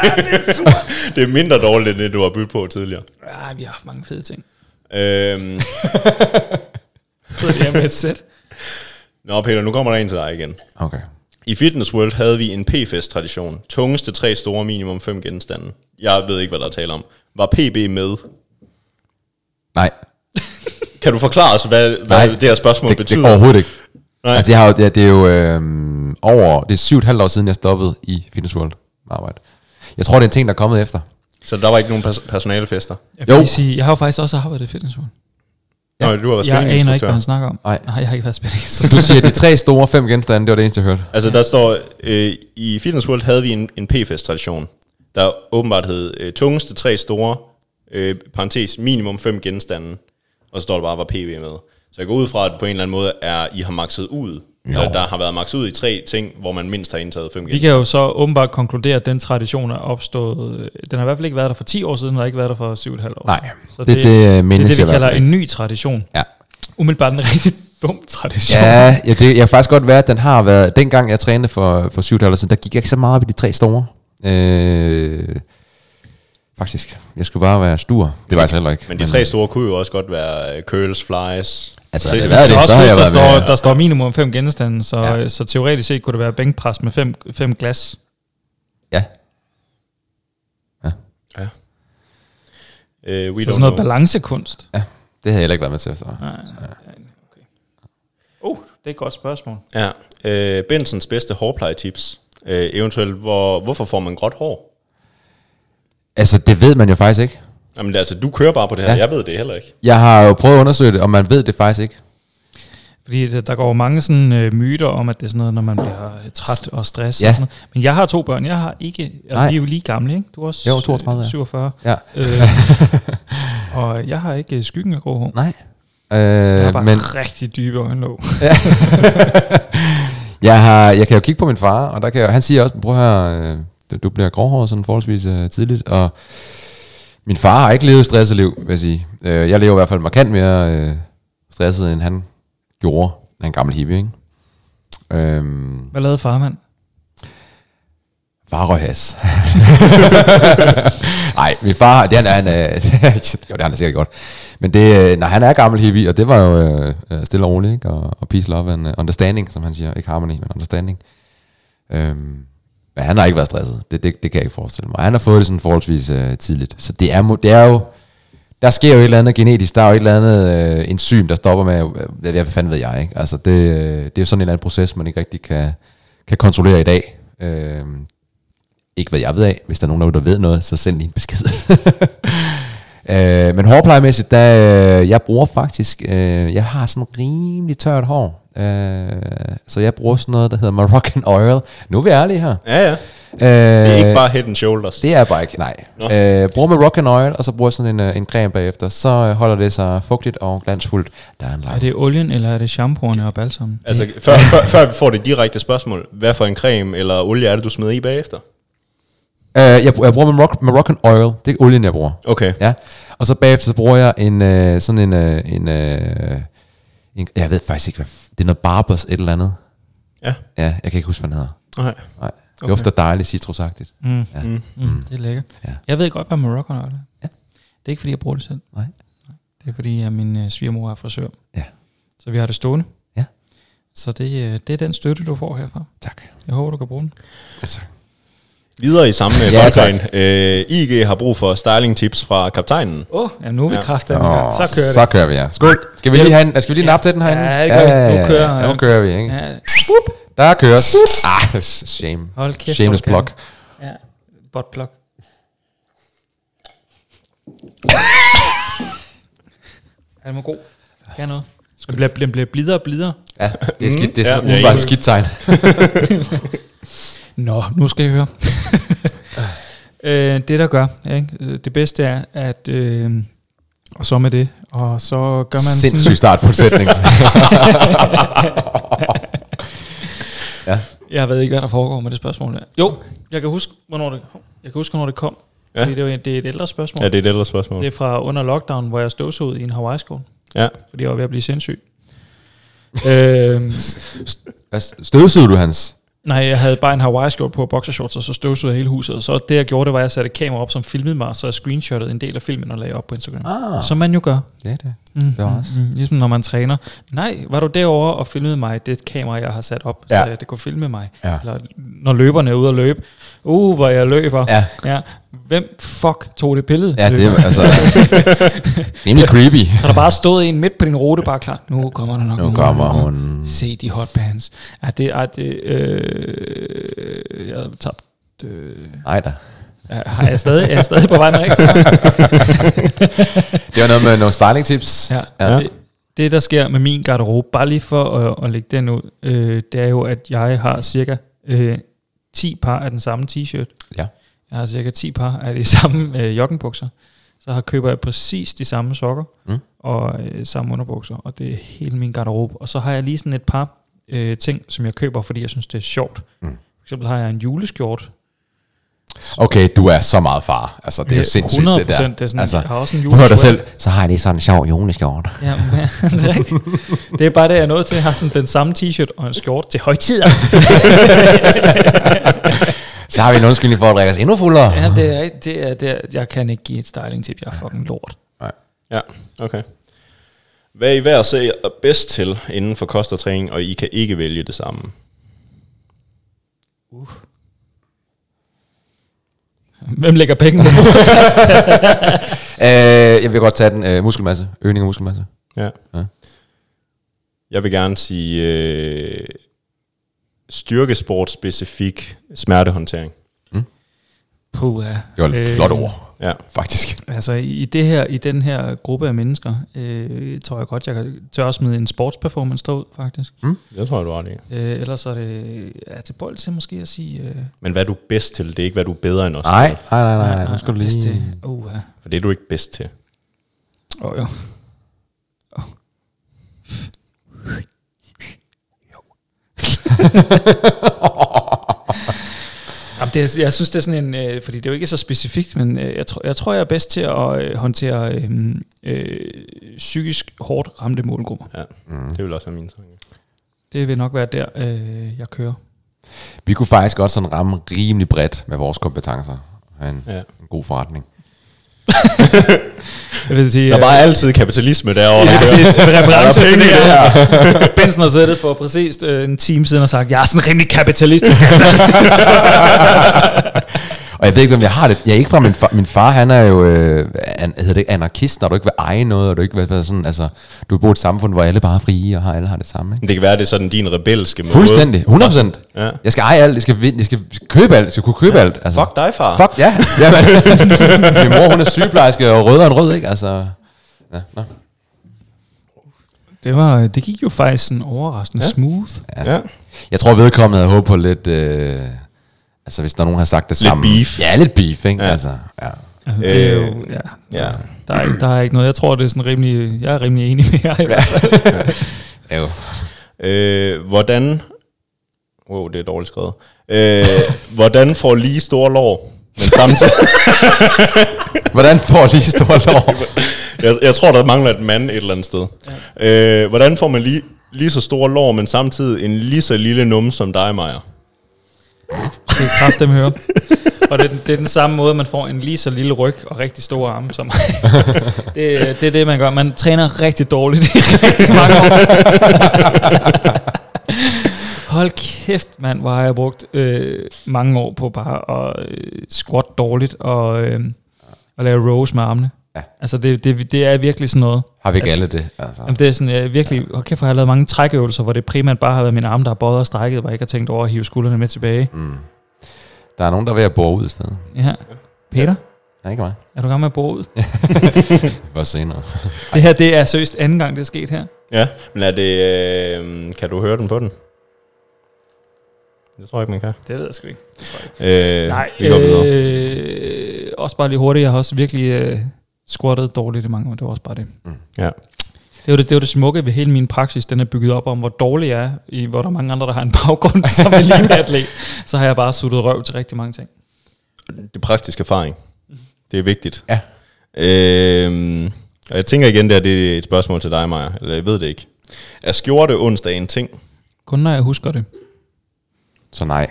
Speaker 2: det er mindre dårligt, end det, du har byttet på tidligere.
Speaker 1: Ja, vi har haft mange fede ting.
Speaker 2: Øhm,
Speaker 1: Så det er med et sæt.
Speaker 2: nå Peter, nu kommer der en til dig igen.
Speaker 3: Okay.
Speaker 2: I Fitness World havde vi en P-fest-tradition. Tungeste tre store, minimum fem genstande. Jeg ved ikke, hvad der er tale om. Var PB med?
Speaker 3: Nej,
Speaker 2: Kan du forklare os, hvad,
Speaker 3: nej.
Speaker 2: hvad det her spørgsmål
Speaker 3: det,
Speaker 2: betyder?
Speaker 3: Det, overhovedet ikke.
Speaker 2: Nej.
Speaker 3: Nej. Altså, jeg har, jo- det, det er jo øhm, over, det er syv og et halvt år siden, jeg stoppede i Fitness World med arbejde. Jeg tror, det er en ting, der er kommet efter.
Speaker 2: Så der var ikke nogen pers- personalefester?
Speaker 1: Jeg, jo.
Speaker 3: Jo.
Speaker 1: Lige sige, jeg har jo faktisk også arbejdet i fitness World.
Speaker 2: Nå, du har været
Speaker 1: Jeg aner ikke,
Speaker 2: spændingsinstruktør.
Speaker 1: hvad han snakker om.
Speaker 3: Nej.
Speaker 1: Nej jeg har ikke været spændingsinstruktør.
Speaker 3: Så du siger, at de tre store fem genstande, det var det eneste, jeg hørte.
Speaker 2: Altså der står, øh, i Fitness World havde vi en, en PFS-tradition, der åbenbart hed øh, tungeste tre store, øh, parentes minimum fem genstande, og så står der bare, var PV med. Så jeg går ud fra, at på en eller anden måde er, I har makset ud, eller der har været makset ud i tre ting, hvor man mindst har indtaget fem
Speaker 1: Vi
Speaker 2: genstande.
Speaker 1: kan jo så åbenbart konkludere, at den tradition er opstået... øh, Den har i hvert fald ikke været der for 10 år siden, den har ikke været der for 7,5 år.
Speaker 3: Nej,
Speaker 1: Så
Speaker 3: det- det, øh,
Speaker 1: det,
Speaker 3: mindes
Speaker 1: er det,
Speaker 3: jeg i
Speaker 1: vi
Speaker 3: hvert
Speaker 1: kalder
Speaker 3: fald
Speaker 1: en ny tradition.
Speaker 3: Ja.
Speaker 1: Umiddelbart en rigtig dum tradition.
Speaker 3: Ja, ja det, jeg kan faktisk godt være, at den har været... Dengang jeg trænede for, for syv et halvt år siden, der gik jeg ikke så meget op i de tre store. Øh, faktisk. Jeg skulle bare være stur. Det var jeg så heller ikke.
Speaker 2: Men de tre store kunne jo også godt være øh, curls, flies.
Speaker 3: Altså,
Speaker 2: Tri-
Speaker 3: det er
Speaker 1: Jeg
Speaker 3: været
Speaker 1: skal
Speaker 3: det,
Speaker 1: også
Speaker 3: så har jeg
Speaker 1: huske, der,
Speaker 3: været
Speaker 1: står,
Speaker 3: med.
Speaker 1: der står minimum fem genstande, så,
Speaker 3: Ja.
Speaker 1: ja. så teoretisk set kunne det være bænkpres med fem, fem glas.
Speaker 3: Ja.
Speaker 2: Øh, we
Speaker 1: Så
Speaker 2: don't
Speaker 1: sådan noget
Speaker 2: know.
Speaker 1: balancekunst.
Speaker 3: ja, det havde jeg heller ikke været med til efter.
Speaker 1: Nej, nej, okay. Oh,
Speaker 3: Uh.
Speaker 1: det er et godt spørgsmål.
Speaker 2: Ja. Øh, Bensens bedste hårplejetips. Øh, eventuelt, hvor, hvorfor får man gråt hår?
Speaker 3: Altså, det ved man jo faktisk ikke.
Speaker 2: Jamen altså, du kører bare på det her,
Speaker 3: Ja.
Speaker 2: ja. jeg ved det heller ikke.
Speaker 3: Jeg har jo prøvet at undersøge det, og man ved det faktisk ikke.
Speaker 1: Fordi der, der går jo mange sådan, øh, myter om, at det er sådan noget, når man bliver øh, træt og stress.
Speaker 3: Ja.
Speaker 1: Og sådan noget. Men jeg har to børn. Jeg har ikke... Og
Speaker 3: Nej.
Speaker 1: vi er jo lige gamle, ikke? Du er også
Speaker 3: Jo, 32,
Speaker 1: øh,
Speaker 3: ja.
Speaker 1: 47.
Speaker 3: Ja.
Speaker 1: Øh, og jeg har ikke øh, skyggen af grå hår.
Speaker 3: Nej.
Speaker 1: Jeg har
Speaker 3: Øh,
Speaker 1: bare
Speaker 3: men
Speaker 1: rigtig dybe øjenlåg.
Speaker 3: jeg, har, jeg kan jo kigge på min far, og der kan jeg, han siger også, prøv her, du, du bliver gråhåret sådan forholdsvis øh, tidligt, og min far har ikke levet et stresset liv, vil jeg sige. Øh, jeg lever i hvert fald markant mere øh, stresset, end han gjorde. Han er en gammel hippie, ikke? Øhm,
Speaker 1: Hvad lavede farmand?
Speaker 3: far og has. Nej, min far, det han er, han er, jo, det er han er sikkert godt. Men det, øh, nej, han er gammel hippie, og det var jo øh, øh, stille og roligt, ikke? Og, og peace, love and øh, understanding, som han siger. Ikke harmony, men understanding. Øhm, men han har ikke været stresset. Det, det, det kan jeg ikke forestille mig. Han har fået det sådan forholdsvis øh, tidligt. Så det er, mo- det er jo... Der sker jo et eller andet genetisk, der er jo et eller andet øh, enzym, der stopper med, øh, hvad, hvad fanden ved jeg, ikke? Altså det, øh, det er jo sådan en eller anden proces, man ikke rigtig kan, kan kontrollere i dag. Øh, ikke hvad jeg ved af. Hvis der er nogen derude, der ved noget, så send lige en besked. øh, men hårplejemæssigt, der, øh, jeg bruger faktisk, øh, jeg har sådan rimelig tørt hår. Øh, så jeg bruger sådan noget, der hedder Moroccan Oil. Nu er vi ærlige her.
Speaker 2: Ja, ja.
Speaker 3: Øh,
Speaker 2: Det er ikke bare head and shoulders.
Speaker 3: det er bare ikke, nej. Øh, bruger Moroccan Oil, og så bruger jeg sådan en, øh, en creme bagefter. Så øh, holder det sig fugtigt og glansfuldt. Der er en
Speaker 1: Er
Speaker 3: lang.
Speaker 1: det olien, eller er det shampooerne og balsamen?
Speaker 2: Altså, før, før, før vi får det direkte spørgsmål, hvad for en creme eller olie er det, du smider i bagefter?
Speaker 3: Øh, jeg, br- jeg bruger Moroccan, Moroccan Oil. Det er olien, jeg bruger.
Speaker 2: Okay.
Speaker 3: Ja. Og så bagefter så bruger jeg en øh, sådan en, øh, en, øh, en jeg ved faktisk ikke hvad f- det er noget Barbers et eller andet.
Speaker 2: Ja.
Speaker 3: Ja, jeg kan ikke huske hvad den hedder.
Speaker 2: Okay.
Speaker 3: Nej. Det dufter dejligt citrusagtigt.
Speaker 1: Mm.
Speaker 3: Ja.
Speaker 1: Mm. Mm. Det er lækkert.
Speaker 3: Ja.
Speaker 1: Ja. Jeg ved godt, hvad Morocco er. Det
Speaker 3: Ja.
Speaker 1: er ikke, fordi jeg bruger det selv.
Speaker 3: Nej.
Speaker 1: Det er, fordi at min øh, svigermor er frisør.
Speaker 3: Ja.
Speaker 1: Så vi har det stående.
Speaker 3: Ja.
Speaker 1: Så det, øh, det er den støtte, du får herfra.
Speaker 3: Tak.
Speaker 1: Jeg håber, du kan bruge den.
Speaker 3: Altså.
Speaker 2: Videre i samme øh,
Speaker 3: Ja, tak.
Speaker 2: boldgren. Øh, IG har brug for styling-tips fra kaptajnen.
Speaker 1: Åh, oh, ja, nu er vi ja.
Speaker 2: Ja.
Speaker 1: kraften. Oh, så kører det.
Speaker 3: så kører vi, ja. Skål. Skal vi lige, have en, skal vi lige nappe til den herinde?
Speaker 1: Ja, det gør vi. Nu kører-
Speaker 3: ja, nu kører vi, ikke?
Speaker 1: Ja,
Speaker 3: Der køres. Ah, shame.
Speaker 1: hold kæft.
Speaker 3: Shameless
Speaker 1: hvor du
Speaker 3: plug.
Speaker 1: kan. Ja, bot plug. er den var god? Kan jeg noget? Den bliver, den bliver blidere og blidere.
Speaker 3: Ja, det er skidt. Det er
Speaker 2: Ja,
Speaker 3: sådan
Speaker 2: jeg er
Speaker 3: umiddelbart et
Speaker 2: enig.
Speaker 3: skidt tegn.
Speaker 1: Nå, nu skal I høre. øh, det der gør, ikke? Øh, det bedste er, at øh, og så med det, og så gør man
Speaker 3: Sindssyg start på en sætning.
Speaker 1: sådan, jeg ved ikke, hvad der foregår med det spørgsmål der. Jo, jeg kan huske, hvornår det, jeg kan huske, hvornår det kom, ja.
Speaker 2: Ja.
Speaker 1: fordi det, var, det er et ældre spørgsmål.
Speaker 2: Ja, det er et ældre spørgsmål.
Speaker 1: Det er fra under lockdown, hvor jeg støvsugede i en Hawaii-skole,
Speaker 2: Ja.
Speaker 1: fordi jeg var ved at blive sindssyg. øhm,
Speaker 3: Hvad Støvsugede du, Hans?
Speaker 1: nej, jeg havde bare en Hawaii-skjorte på og boxershorts, og så støvsugede jeg hele huset. Og så det, jeg gjorde, det var, at jeg satte et kamera op, som filmede mig, så jeg screenshottede en del af filmen og lagde op på Instagram.
Speaker 3: Ah.
Speaker 1: Som man jo gør.
Speaker 3: Ja, det, det var også.
Speaker 1: Mm, ligesom når man træner. Nej, var du derovre og filmede mig? Det er et kamera, jeg har sat op,
Speaker 3: Ja.
Speaker 1: så det kunne filme mig.
Speaker 3: Ja.
Speaker 1: Eller når løberne er ude at løbe. Uh, hvor jeg løber.
Speaker 3: Ja.
Speaker 1: ja. Hvem fuck tog det billede?
Speaker 3: Ja, det er altså... rimelig creepy.
Speaker 1: Har der bare stået en midt på din rute, bare klar. Nu kommer der nok
Speaker 3: Nu
Speaker 1: nogen.
Speaker 3: kommer hun.
Speaker 1: Se de hotpants. Ja, det er det... Øh, jeg havde tabt... Øh,
Speaker 3: Nej da.
Speaker 1: er- har jeg stadig, er jeg stadig på vej den rigtige vej?
Speaker 3: Det var noget med nogle styling tips.
Speaker 1: Ja.
Speaker 3: Ja.
Speaker 1: Øh, det, der sker med min garderobe, bare lige for at, at lægge den ud, øh, det er jo, at jeg har cirka øh, 10 par af den samme t-shirt.
Speaker 3: Ja.
Speaker 1: Jeg har cirka 10 par af de samme øh, joggenbukser. Så har køber jeg præcis de samme sokker
Speaker 3: Mm.
Speaker 1: mm. og øh, samme underbukser, og det er hele min garderobe. Og så har jeg lige sådan et par øh, ting, som jeg køber, fordi jeg synes, det er sjovt.
Speaker 3: Mm.
Speaker 1: Mm. For eksempel har jeg en juleskjort.
Speaker 3: Okay, du er så meget far. Altså, det er jo sindssygt, det der.
Speaker 1: det er sådan, altså,
Speaker 3: altså,
Speaker 1: jeg har også en
Speaker 3: du hører dig
Speaker 1: juleskjort.
Speaker 3: selv. Så har jeg lige sådan en sjov juleskjort.
Speaker 1: Ja, men, det er rigtigt. Det er bare det, jeg er nået til. Jeg har sådan den samme t-shirt og en skjort til højtider.
Speaker 3: Så har vi en undskyldning for at drikke os endnu fuldere.
Speaker 1: Ja, det er, rigtigt. det er, det er, jeg kan ikke give et styling-tip. Jeg er fucking lort.
Speaker 2: Ja, okay. Hvad er I hver ser bedst til inden for kost og træning, og I kan ikke vælge det samme?
Speaker 1: Hvem lægger penge på bordet først?
Speaker 3: Øh, jeg vil godt tage den. Øh, muskelmasse. Øgning af muskelmasse.
Speaker 2: Ja.
Speaker 3: Ja.
Speaker 2: ja. Jeg vil gerne sige øh, styrkesport specifik smertehåndtering.
Speaker 1: Puh, ja.
Speaker 3: Det var et øh, flot ord,
Speaker 2: Ja.
Speaker 3: faktisk.
Speaker 1: Altså i i det her, i den her gruppe af mennesker, øh, tror jeg godt, jeg kan tør at smide en sportsperformance derud, faktisk.
Speaker 2: Det tror jeg, du har det.
Speaker 1: Øh, ellers er det er til bold til måske at sige... Øh,
Speaker 2: Men hvad er du bedst til? Det er ikke, hvad du er bedre end os.
Speaker 3: Nej,
Speaker 2: til.
Speaker 3: nej, nej, nej, nej. Nu skal du
Speaker 1: bedst
Speaker 3: lige...
Speaker 1: Til, uh, ja.
Speaker 2: For det er du ikke bedst til.
Speaker 1: Åh, jo. Jamen, det er, jeg synes, det er sådan en... Øh, fordi det er jo ikke så specifikt, men øh, jeg, tror, jeg tror, jeg er bedst til at øh, håndtere øh, øh, psykisk hårdt ramte målgrupper.
Speaker 2: Mm. Det vil også være min tanke.
Speaker 1: Det vil nok være der, øh, jeg kører.
Speaker 3: Vi kunne faktisk godt sådan ramme rimelig bredt med vores kompetencer. og Have en,
Speaker 2: Ja.
Speaker 3: en god forretning.
Speaker 1: Jeg vil sige,
Speaker 2: Der er bare altid kapitalisme derovre.
Speaker 1: Ja,
Speaker 2: Ja.
Speaker 1: præcis. En reference
Speaker 2: Der er
Speaker 1: til
Speaker 2: penge
Speaker 1: det
Speaker 2: i
Speaker 1: her. Benson har siddet for præcis øh, en time siden og sagt, jeg er sådan rimelig kapitalistisk.
Speaker 3: Og jeg ved ikke, hvem jeg har det. Jeg er ikke fra min far. Min far, han er jo øh, an, hedder det ikke anarkist, når du ikke vil eje noget, og du ikke vil være sådan, altså, du bor i et samfund, hvor alle bare er frie, og har, alle har det samme. Ikke?
Speaker 2: Det kan være, det er sådan din rebelske måde.
Speaker 3: Fuldstændig, 100 procent.
Speaker 2: Ja.
Speaker 3: Jeg skal eje alt, jeg skal, vinde, jeg skal købe alt, jeg skal kunne købe alt. Altså.
Speaker 2: Fuck dig, far.
Speaker 3: Fuck, ja. Jamen, min mor, hun er sygeplejerske, og rød er en rød, ikke? Altså, ja, nå.
Speaker 1: det, var, øh, det gik jo faktisk sådan overraskende ja. smooth.
Speaker 2: Ja.
Speaker 3: Jeg tror, vedkommende havde håbet på lidt... Øh, altså, hvis der er nogen, der har sagt det
Speaker 2: Lidt
Speaker 3: samme.
Speaker 2: beef.
Speaker 3: Ja, lidt beef, ikke? Ja. Altså, ja.
Speaker 1: Ja, det er
Speaker 2: Øh,
Speaker 1: jo, ja.
Speaker 2: ja.
Speaker 1: Der, er, ikke- der er ikke noget. Jeg tror, det er sådan rimelig, jeg er rimelig enig med jer. i hvert fald.
Speaker 3: Jo.
Speaker 2: Øh, hvordan... Wow, det er dårligt skrevet. Øh, hvordan får lige store lår, men samtidig...
Speaker 3: Hvordan får de store lov?
Speaker 2: jeg, jeg tror, der mangler et mand et eller andet sted. Ja. Øh, hvordan får man lige, lige så store lår, men samtidig en lige så lille numse som dig, Maja?
Speaker 1: Det er kraft, dem høre. Og det, er den- det er den samme måde, man får en lige så lille ryg og rigtig store arme som mig. Det, det er det, man gør. Man træner rigtig dårligt i rigtig mange år. Hold kæft, mand, hvor har jeg brugt øh, mange år på bare at øh, squat dårligt og, øh, og lave rows med armene.
Speaker 3: Ja.
Speaker 1: Altså, det, det, det er virkelig sådan noget.
Speaker 3: Har vi ikke alle det? Altså.
Speaker 1: Jamen, det er sådan, jeg virkelig, hold kæft, hvor har jeg lavet mange trækøvelser, hvor det primært bare har været min arme, der har bøjet og strækket, hvor jeg ikke har tænkt over at hive skuldrene med tilbage. Mm.
Speaker 3: Der er nogen, der er ved at bore ud i stedet.
Speaker 1: Ja. Peter,
Speaker 3: Ja, ikke mig.
Speaker 1: er du i gang med at bruge ud?
Speaker 3: Bare senere.
Speaker 1: Det her, det er seriøst anden gang, det er sket her.
Speaker 2: Ja, men er det... Øh, kan du høre den på den? Det tror jeg ikke, man kan.
Speaker 1: Det ved jeg sgu ikke.
Speaker 2: Øh,
Speaker 1: Nej,
Speaker 2: vi går videre.
Speaker 1: øh, også bare lige hurtigt. Jeg har også virkelig øh, squattet dårligt i mange år. Det var også bare det. Det
Speaker 2: Ja.
Speaker 1: er, jo det, det er jo det smukke ved hele min praksis. Den er bygget op om, hvor dårlig jeg er, i, hvor der er mange andre, der har en baggrund som eliteatlet. Så har jeg bare suttet røv til rigtig mange ting.
Speaker 2: Det er praktisk erfaring. Det er vigtigt.
Speaker 3: Ja.
Speaker 2: Øh, og jeg tænker igen der, det er et spørgsmål til dig, Maja. Eller jeg ved det ikke. Er skjorte onsdag en ting?
Speaker 1: Kun når jeg husker det.
Speaker 3: Så nej.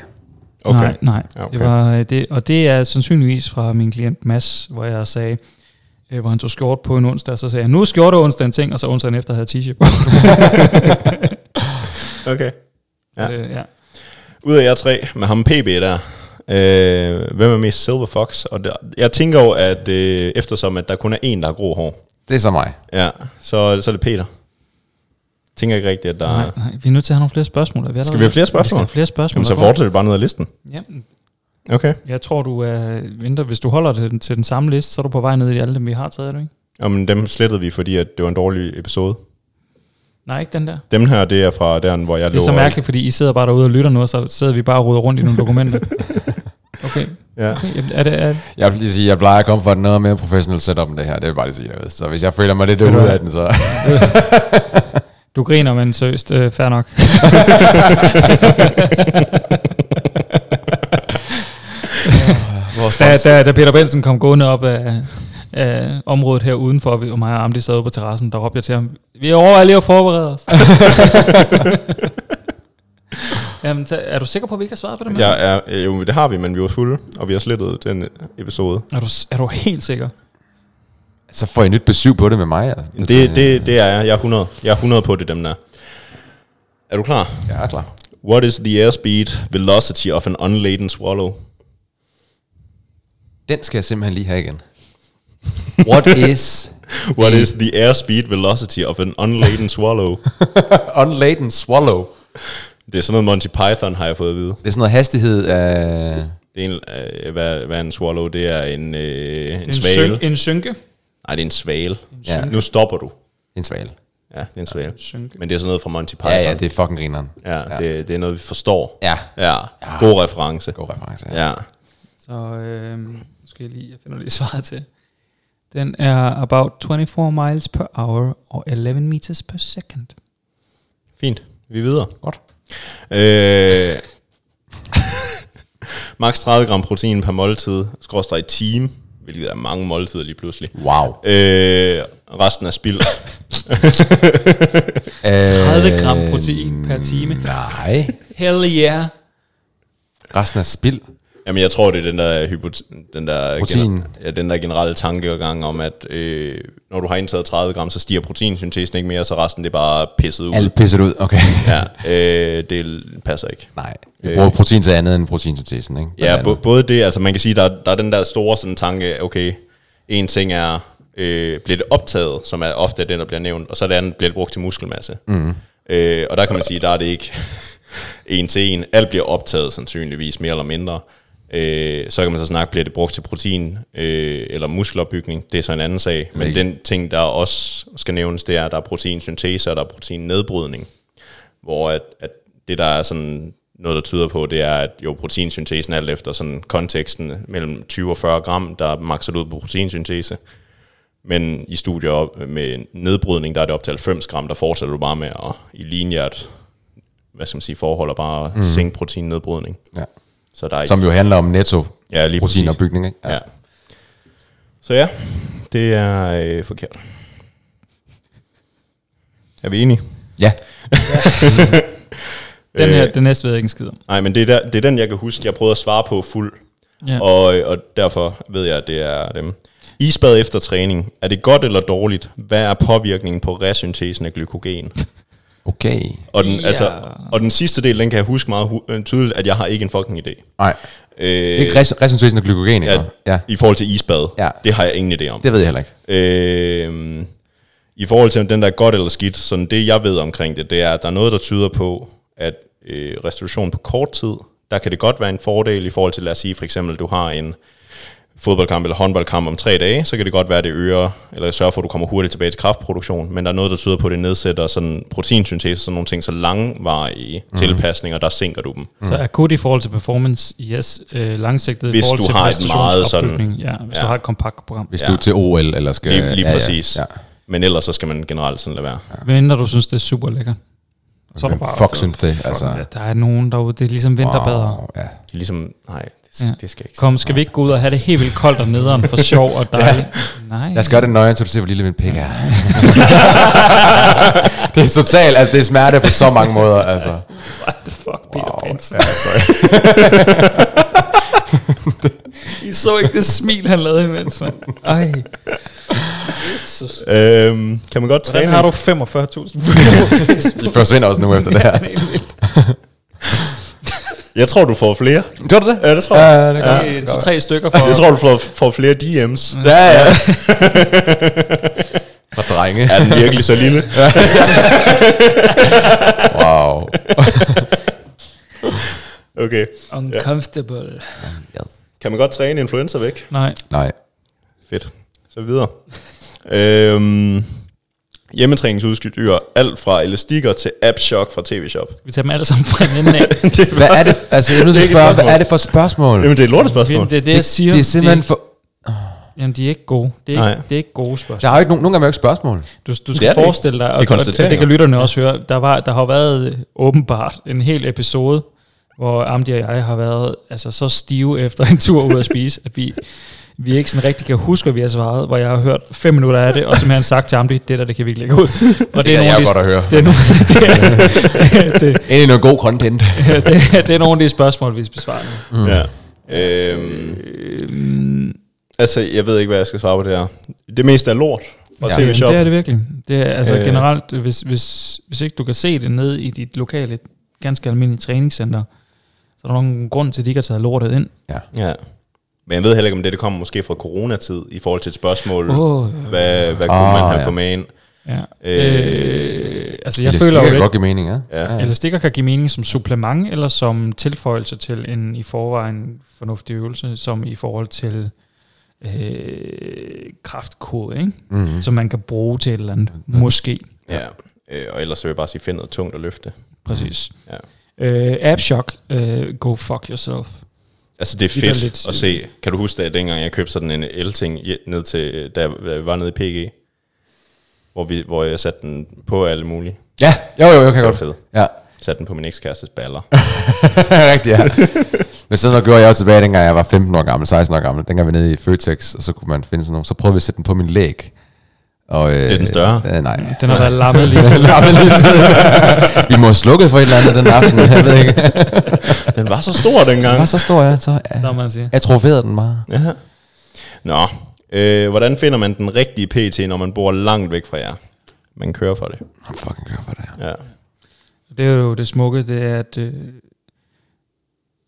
Speaker 2: Okay.
Speaker 1: Nej, nej.
Speaker 2: Ja, okay.
Speaker 1: Det var, øh, det, og det er sandsynligvis fra min klient Mads, hvor jeg sagde, øh, hvor han tog skjort på en onsdag, og så sagde jeg, nu er skjorte onsdag en ting, og så onsdagen efter havde jeg t-shirt på.
Speaker 2: Okay. Ja.
Speaker 1: Ja. Det, øh, ja.
Speaker 2: Ud af jer tre, med ham PB der, øh, hvem er mest Silver Fox? Og der, jeg tænker jo, at øh, eftersom at der kun er en, der har grå hår,
Speaker 3: Det er så mig.
Speaker 2: ja, så, så er det Peter. Tænker ikke rigtigt, at der
Speaker 1: Nej,
Speaker 2: Nej.
Speaker 1: nej, vi er nødt til at have nogle flere spørgsmål. Er Vi
Speaker 2: Skal vi have flere spørgsmål?
Speaker 1: Vi skal have flere spørgsmål.
Speaker 2: Jamen, så fortsætter vi bare ned ad listen.
Speaker 1: Ja,
Speaker 2: Okay.
Speaker 1: jeg tror, du er venter. Hvis du holder det til den samme liste, så er du på vej ned i alle dem, vi har taget, er du ikke?
Speaker 2: Jamen, dem slettede vi, fordi at det var en dårlig episode.
Speaker 1: Nej, ikke den der.
Speaker 2: Dem her, det er fra den, hvor jeg
Speaker 1: Det er så
Speaker 2: lå og-
Speaker 1: mærkeligt, fordi I sidder bare derude og lytter nu, og så sidder vi bare og ruder rundt i nogle dokumenter. Okay.
Speaker 2: Ja.
Speaker 1: okay. jamen, Er det, er,
Speaker 3: Jeg vil lige sige, jeg plejer at komme fra et noget mere professionelt setup end det her. Det vil jeg bare lige sige noget. Så hvis jeg føler mig lidt
Speaker 1: Ved du
Speaker 3: ud
Speaker 1: hvad?
Speaker 3: af den, så...
Speaker 1: du griner, men seriøst, øh, fair nok.
Speaker 3: Vores
Speaker 1: Da, da, da Peter Benson kom gående op af, af området her udenfor, og vi- og mig og Amdi sad ude på terrassen, der råbte jeg til ham, vi er overvejer lige at forberede os. Jamen, ta- er du sikker på, at vi ikke har svaret på det? Mads?
Speaker 2: Jeg er, øh, jo, det har vi, men vi var fulde, og vi har slettet den episode.
Speaker 1: Er du, s- er du helt sikker?
Speaker 3: Så får I nyt besøg på det med mig. altså.
Speaker 2: Det, det, det er jeg. Jeg er 100. Jeg er 100 på det, dem der. Er du klar?
Speaker 3: Jeg er klar.
Speaker 2: What is the airspeed velocity of an unladen swallow?
Speaker 3: Den skal jeg simpelthen lige have igen. What is
Speaker 2: What is the airspeed velocity of an unladen swallow?
Speaker 3: unladen swallow?
Speaker 2: Det er sådan noget Monty Python, har jeg fået at vide.
Speaker 3: Det er sådan noget hastighed af...
Speaker 2: Det er en, øh, hvad, hvad er en swallow? Det er en, øh, en, en svale.
Speaker 1: syn- en synke.
Speaker 2: Nej, det er en svale.
Speaker 3: Ja.
Speaker 2: Ja. Nu stopper du.
Speaker 3: En svale.
Speaker 2: Ja, det er en svale.
Speaker 1: synke.
Speaker 2: Men det er sådan noget fra Monty Python.
Speaker 3: Ja, ja, det er fucking grineren.
Speaker 2: ja, det, det er noget, vi forstår.
Speaker 3: Ja.
Speaker 2: Ja, god reference.
Speaker 3: God reference. Ja.
Speaker 2: Ja.
Speaker 1: Så øh, nu skal jeg lige, jeg finder lige svaret til. Den er about 24 miles per hour og 11 meters per second.
Speaker 2: Fint. Vi er videre.
Speaker 3: Godt.
Speaker 2: Øh, max 30 gram protein per måltid, skråstrej time, hvilket er mange måltider lige pludselig.
Speaker 3: Wow.
Speaker 2: Øh, resten er spild.
Speaker 1: 30 gram protein per time.
Speaker 3: Øh, Nej.
Speaker 1: Hell yeah.
Speaker 3: Resten er spild.
Speaker 2: Jamen, jeg tror, det er den der, hypot- den der,
Speaker 3: Protein.
Speaker 2: ja, den der generelle tankegang om, at øh, når du har indtaget 30 gram, så stiger proteinsyntesen ikke mere, så resten det er bare pisset ud.
Speaker 3: Alt pisset ud, okay.
Speaker 2: Ja, øh, det passer ikke.
Speaker 3: Nej. Vi bruger protein til andet end proteinsyntesen, ikke?
Speaker 2: Øh. Ja,
Speaker 3: Blandt
Speaker 2: bo- både det, altså man kan sige, der, der er den der store sådan, tanke, okay, en ting er, øh, bliver det optaget, som er ofte den, der bliver nævnt, og så det andet, bliver det brugt til muskelmasse. Mm. Øh, og der kan man sige, der er det ikke en til en. Alt bliver optaget sandsynligvis, mere eller mindre. Øh, så kan man så snakke, bliver det brugt til protein øh, eller muskelopbygning, det er så en anden sag. Men
Speaker 3: Lækkert.
Speaker 2: den ting, der også skal nævnes, det er, at der er proteinsyntese og der er proteinnedbrydning hvor at, at det, der er sådan noget, der tyder på, det er, at jo, proteinsyntesen alt efter sådan konteksten mellem 20 og 40 gram, der er makset ud på proteinsyntese. Men i studier op- med nedbrydning, der er det op til 90 gram, der fortsætter du bare med at i linjert, hvad skal man sige, forhold og bare mm. sænke proteinnedbrydning.
Speaker 3: andet. Ja.
Speaker 2: Så der er
Speaker 3: Som
Speaker 2: ikke,
Speaker 3: jo handler om netto
Speaker 2: ja, lige præcis.
Speaker 3: proteinopbygning, ikke?
Speaker 2: Ja. Så ja, det er øh, forkert. Er vi enige?
Speaker 3: ja.
Speaker 1: Den her, den næste ved jeg ikke en skid om.
Speaker 2: Nej, men det er, der, det er den, jeg kan huske, jeg prøvede at svare på fuld.
Speaker 1: Ja.
Speaker 2: Ja. Og, og derfor ved jeg, at det er dem. Isbad efter træning, er det godt eller dårligt? Hvad er påvirkningen på resyntesen af glykogen?
Speaker 3: Okay.
Speaker 2: Og den,
Speaker 1: Ja.
Speaker 2: ja. altså, og den sidste del, den kan jeg huske meget hu- øh, tydeligt, at jeg har ikke en fucking idé.
Speaker 3: Nej.
Speaker 2: Øh,
Speaker 3: Ikke res- resyntesen af glykogen, ikke?
Speaker 2: ja,
Speaker 3: Ja.
Speaker 2: ja. I forhold til isbad,
Speaker 3: Ja.
Speaker 2: ja. det har jeg ingen idé om.
Speaker 3: Det ved jeg heller ikke.
Speaker 2: Øh, I forhold til om den der er godt eller skidt, sådan det jeg ved omkring det, det er, at der er noget, der tyder på, at øh, restitution på kort tid, der kan det godt være en fordel i forhold til, lad os sige for eksempel, du har en fodboldkamp eller håndboldkamp om tre dage, så kan det godt være, at det øger, eller sørger for, at du kommer hurtigt tilbage til kraftproduktion, men der er noget, der tyder på, at det nedsætter sådan proteinsyntese, sådan nogle ting, så langvarige
Speaker 1: Mhm.
Speaker 2: mm. tilpasninger, der sænker du dem.
Speaker 1: Så akut i forhold til performance, yes. Øh, langsigtet i
Speaker 2: Hvis
Speaker 1: forhold
Speaker 2: du
Speaker 1: til
Speaker 2: har et meget sådan-
Speaker 1: præstationsopbygning, Ja, hvis ja. du har et kompakt program.
Speaker 3: Hvis
Speaker 2: Ja.
Speaker 3: du er til OL, eller skal...
Speaker 2: Lige, lige
Speaker 3: ja,
Speaker 2: præcis.
Speaker 3: Ja, ja.
Speaker 2: Men ellers så skal man generelt sådan lade være.
Speaker 1: Venter du synes, det er super lækkert. Så er
Speaker 3: Men
Speaker 1: der bare...
Speaker 3: fuck synes det, altså.
Speaker 1: Ja, der er nogen derude, det er ligesom vinterbadere.
Speaker 3: Wow, ja.
Speaker 2: Det er Ligesom, nej, det skal,
Speaker 1: Ja.
Speaker 2: ja. det skal jeg ikke.
Speaker 1: Kom, skal vi ikke gå ud og have det helt vildt koldt og nederen for sjov og dejligt? ja. Nej.
Speaker 3: Lad os gøre det nøje, så du ser, hvor lille min pik er. det er totalt, altså det er smerte på så mange måder, altså.
Speaker 1: What the fuck, Peter wow. Benson?
Speaker 3: Ja, sorry.
Speaker 1: I så ikke det smil, han lavede imens, mand. Ej.
Speaker 2: Øhm, kan man godt
Speaker 1: Hvordan
Speaker 2: træne?
Speaker 1: har du 45.000?
Speaker 3: De forsvinder også nu efter det her.
Speaker 2: Jeg tror, du får flere.
Speaker 3: Gjorde du det?
Speaker 2: Ja, det tror
Speaker 3: Ja,
Speaker 2: jeg.
Speaker 3: det gør jeg.
Speaker 1: Øh, To-tre stykker
Speaker 2: Jeg
Speaker 1: for...
Speaker 2: tror, du får, får flere DM's.
Speaker 3: Ja, ja. For drenge.
Speaker 2: Er den virkelig så lille?
Speaker 3: Wow.
Speaker 2: Okay.
Speaker 1: Uncomfortable.
Speaker 3: Yes.
Speaker 2: Kan man godt træne influenza væk?
Speaker 1: Nej.
Speaker 3: Nej.
Speaker 2: Fedt. Så videre. Øhm, Hjemmetræningsudstyr, alt fra elastikker til AppShock fra TV Shop.
Speaker 1: Skal vi tage dem alle sammen fra en ende af?
Speaker 2: det,
Speaker 3: Hvad er det, altså jeg er nødt
Speaker 2: Det er
Speaker 3: til at
Speaker 2: ikke et
Speaker 3: spørge, hvad
Speaker 2: spørgsmål.
Speaker 3: er det for et spørgsmål?
Speaker 2: jamen, det er et lortespørgsmål.
Speaker 1: Jamen, det er det, jeg siger.
Speaker 3: det er simpelthen
Speaker 1: de,
Speaker 3: for...
Speaker 1: jamen, de er ikke gode. Det er ikke,
Speaker 2: Nej.
Speaker 1: det er ikke gode
Speaker 3: Der
Speaker 1: spørgsmål.
Speaker 3: er jo ikke nogen, nogle gange er jo ikke spørgsmål.
Speaker 1: Du, du
Speaker 2: det
Speaker 1: skal
Speaker 2: ikke.
Speaker 1: forestille dig, og,
Speaker 2: Det er
Speaker 1: og, og det
Speaker 2: konstateringer.
Speaker 1: kan lytterne også høre, der, var, der har jo været øh, åbenbart en hel episode, hvor Amdi og jeg har været altså, så stive efter en tur ud at spise, at vi, vi ikke sådan rigtig kan huske, hvad vi har svaret, hvor jeg har hørt fem minutter af det, og simpelthen sagt til Amdi, det der, det kan vi ikke lægge ud. Og
Speaker 3: Det kan
Speaker 1: nogle af
Speaker 3: jeg
Speaker 1: de-
Speaker 3: godt at høre.
Speaker 1: Det er nogle, det er, det, det,
Speaker 3: Endelig noget god content.
Speaker 1: det, er- det er nogle af de spørgsmål, vi besvarer nu.
Speaker 2: Ja. Øhm,
Speaker 1: Mm,
Speaker 2: altså, jeg ved ikke, hvad jeg skal svare på det her. Det meste er lort fra
Speaker 1: Ja,
Speaker 2: TV Shop.
Speaker 1: det er det virkelig. Det er altså øh.
Speaker 2: Øh.
Speaker 1: generelt, hvis, hvis, hvis ikke du kan se det ned i dit lokale, ganske almindelige træningscenter, så er der nogen grund til, at de ikke har taget lortet ind.
Speaker 2: Ja. Men jeg ved heller ikke, om det, det kommer måske fra coronatid, i forhold til et spørgsmål, oh.
Speaker 1: Åh,
Speaker 2: hvad, hvad
Speaker 3: Ah,
Speaker 2: kunne man have
Speaker 3: ja.
Speaker 2: for med ind?
Speaker 1: ja.
Speaker 2: Øh,
Speaker 1: Øh, altså jeg føler jo
Speaker 3: kan
Speaker 1: lidt,
Speaker 3: godt give mening, ja.
Speaker 2: Ja.
Speaker 1: eller stikker kan give mening som supplement, eller som tilføjelse til en i forvejen fornuftig øvelse, som i forhold til øh, kraftkode, ikke?
Speaker 3: Mm.
Speaker 1: som man kan bruge til et eller andet, måske.
Speaker 2: Mhm. Ja. Øh, og ellers vil jeg bare sige, find noget tungt at løfte.
Speaker 1: Præcis.
Speaker 2: Ja.
Speaker 1: Øh, Appshock, øh, go fuck yourself.
Speaker 2: Altså, det er
Speaker 1: Det er da
Speaker 2: fedt
Speaker 1: lidt-
Speaker 2: at se. Kan du huske, at dengang jeg købte sådan en el-ting, i- ned til, da jeg var nede i PG, hvor, vi, hvor jeg satte den på alle mulige.
Speaker 3: Ja, jo, jo, jo, kan
Speaker 2: Det
Speaker 3: jeg
Speaker 2: var
Speaker 3: godt.
Speaker 2: fedt.
Speaker 3: Ja,
Speaker 2: Satte den på min ekskærestes baller.
Speaker 3: rigtigt, ja. Men sådan noget gjorde jeg også tilbage, dengang jeg var 15 år gammel, 16 år gammel. Dengang vi var nede i Føtex, og så kunne man finde sådan nogle. Så prøvede vi at sætte den på min læg. Og, øh, det
Speaker 2: er den større.
Speaker 3: Øh, nej.
Speaker 1: Den har været lammet lige siden.
Speaker 3: Lad mig lige sige. vi må have slukket for et eller andet den aften, jeg ved ikke.
Speaker 2: Den var så stor dengang.
Speaker 3: Hvad så står jeg, så
Speaker 1: Så man siger.
Speaker 3: atroferede den bare.
Speaker 2: Ja. Nå, øh, hvordan finder man den rigtige PT, når man bor langt væk fra jer? Man kører for det.
Speaker 3: Nå, fucking gør for det her.
Speaker 2: Ja.
Speaker 1: Det er jo det smukke, det er, at øh,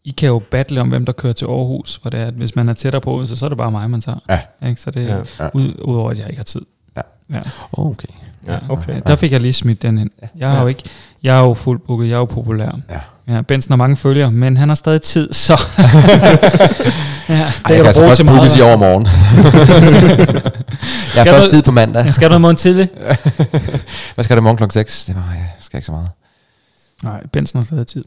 Speaker 1: I kan jo battle om, hvem der kører til Aarhus, hvor det er, at hvis man er tættere på Odense, så er det bare mig, man tager. Ja. Ikke? Så det er
Speaker 3: Ja.
Speaker 1: ja. ud, udover, at jeg ikke har tid.
Speaker 3: Ja.
Speaker 1: ja.
Speaker 3: Oh, Okay.
Speaker 2: Ja, okay.
Speaker 1: Ja, der fik jeg lige smidt den ind. Jeg, har jo ikke, jeg er jo fuldt booket, jeg er jo populær.
Speaker 3: Ja.
Speaker 1: Ja, Benson har mange følgere, men han har stadig tid, så... ja, det
Speaker 3: Ej, jeg
Speaker 1: kan
Speaker 3: kan
Speaker 1: du
Speaker 3: altså
Speaker 1: bruge
Speaker 3: først
Speaker 1: til
Speaker 3: bookes i
Speaker 1: meget.
Speaker 3: overmorgen. jeg
Speaker 1: Skal
Speaker 3: har først
Speaker 1: du-
Speaker 3: tid på mandag.
Speaker 1: Jeg skal du noget morgen tidlig?
Speaker 3: Hvad skal du i morgen klokken 6? Det var, jeg skal ikke så meget.
Speaker 1: Nej, Benson har stadig tid.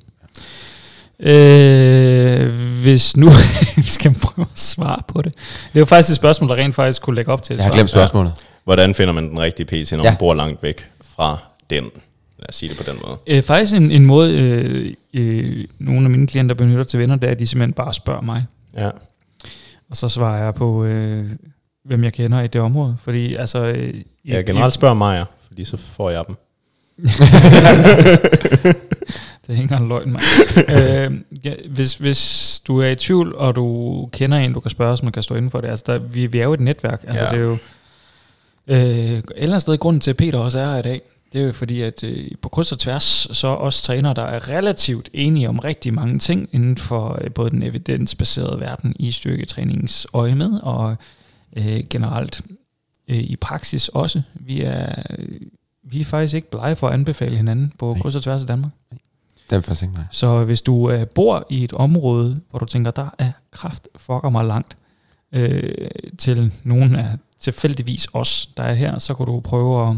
Speaker 1: Øh, hvis nu vi skal prøve at svare på det. Det er jo faktisk et spørgsmål, der rent faktisk kunne lægge op til et
Speaker 3: Jeg har
Speaker 1: svar.
Speaker 3: glemt spørgsmålet.
Speaker 2: Hvordan finder man den rigtige PT, når
Speaker 3: Ja.
Speaker 2: man bor langt væk fra den? Lad os sige det på den måde.
Speaker 1: Øh, faktisk en, en måde, øh, øh, nogle af mine klienter benytter til venner, det er, at de simpelthen bare spørger mig.
Speaker 2: Ja.
Speaker 1: Og så svarer jeg på, øh, hvem jeg kender i det område. Fordi altså... Øh,
Speaker 2: Jeg generelt spørger Maja, fordi så får jeg dem.
Speaker 1: Det hænger en løgn, mand. øh, ja, hvis, hvis du er i tvivl, og du kender en, du kan spørge, som kan stå inden for det, altså der, vi, vi er jo et netværk. Altså,
Speaker 3: Ja.
Speaker 1: ja. det er jo, øh, et eller andet sted, grunden til, at Peter også er her i dag, det er jo fordi, at øh, på kryds og tværs, så er os trænere, der er relativt enige om rigtig mange ting inden for øh, både den evidensbaserede verden i styrketræningens øje med, og øh, generelt øh, i praksis også. Vi er, øh, vi er faktisk ikke blege for at anbefale hinanden på
Speaker 3: Nej.
Speaker 1: kryds og tværs af Danmark.
Speaker 3: Det er vi faktisk ikke nej.
Speaker 1: Så hvis du øh, bor i et område, hvor du tænker, der er kraft, fucker mig langt, øh, til nogen af tilfældigvis os, der er her, så kan du prøve at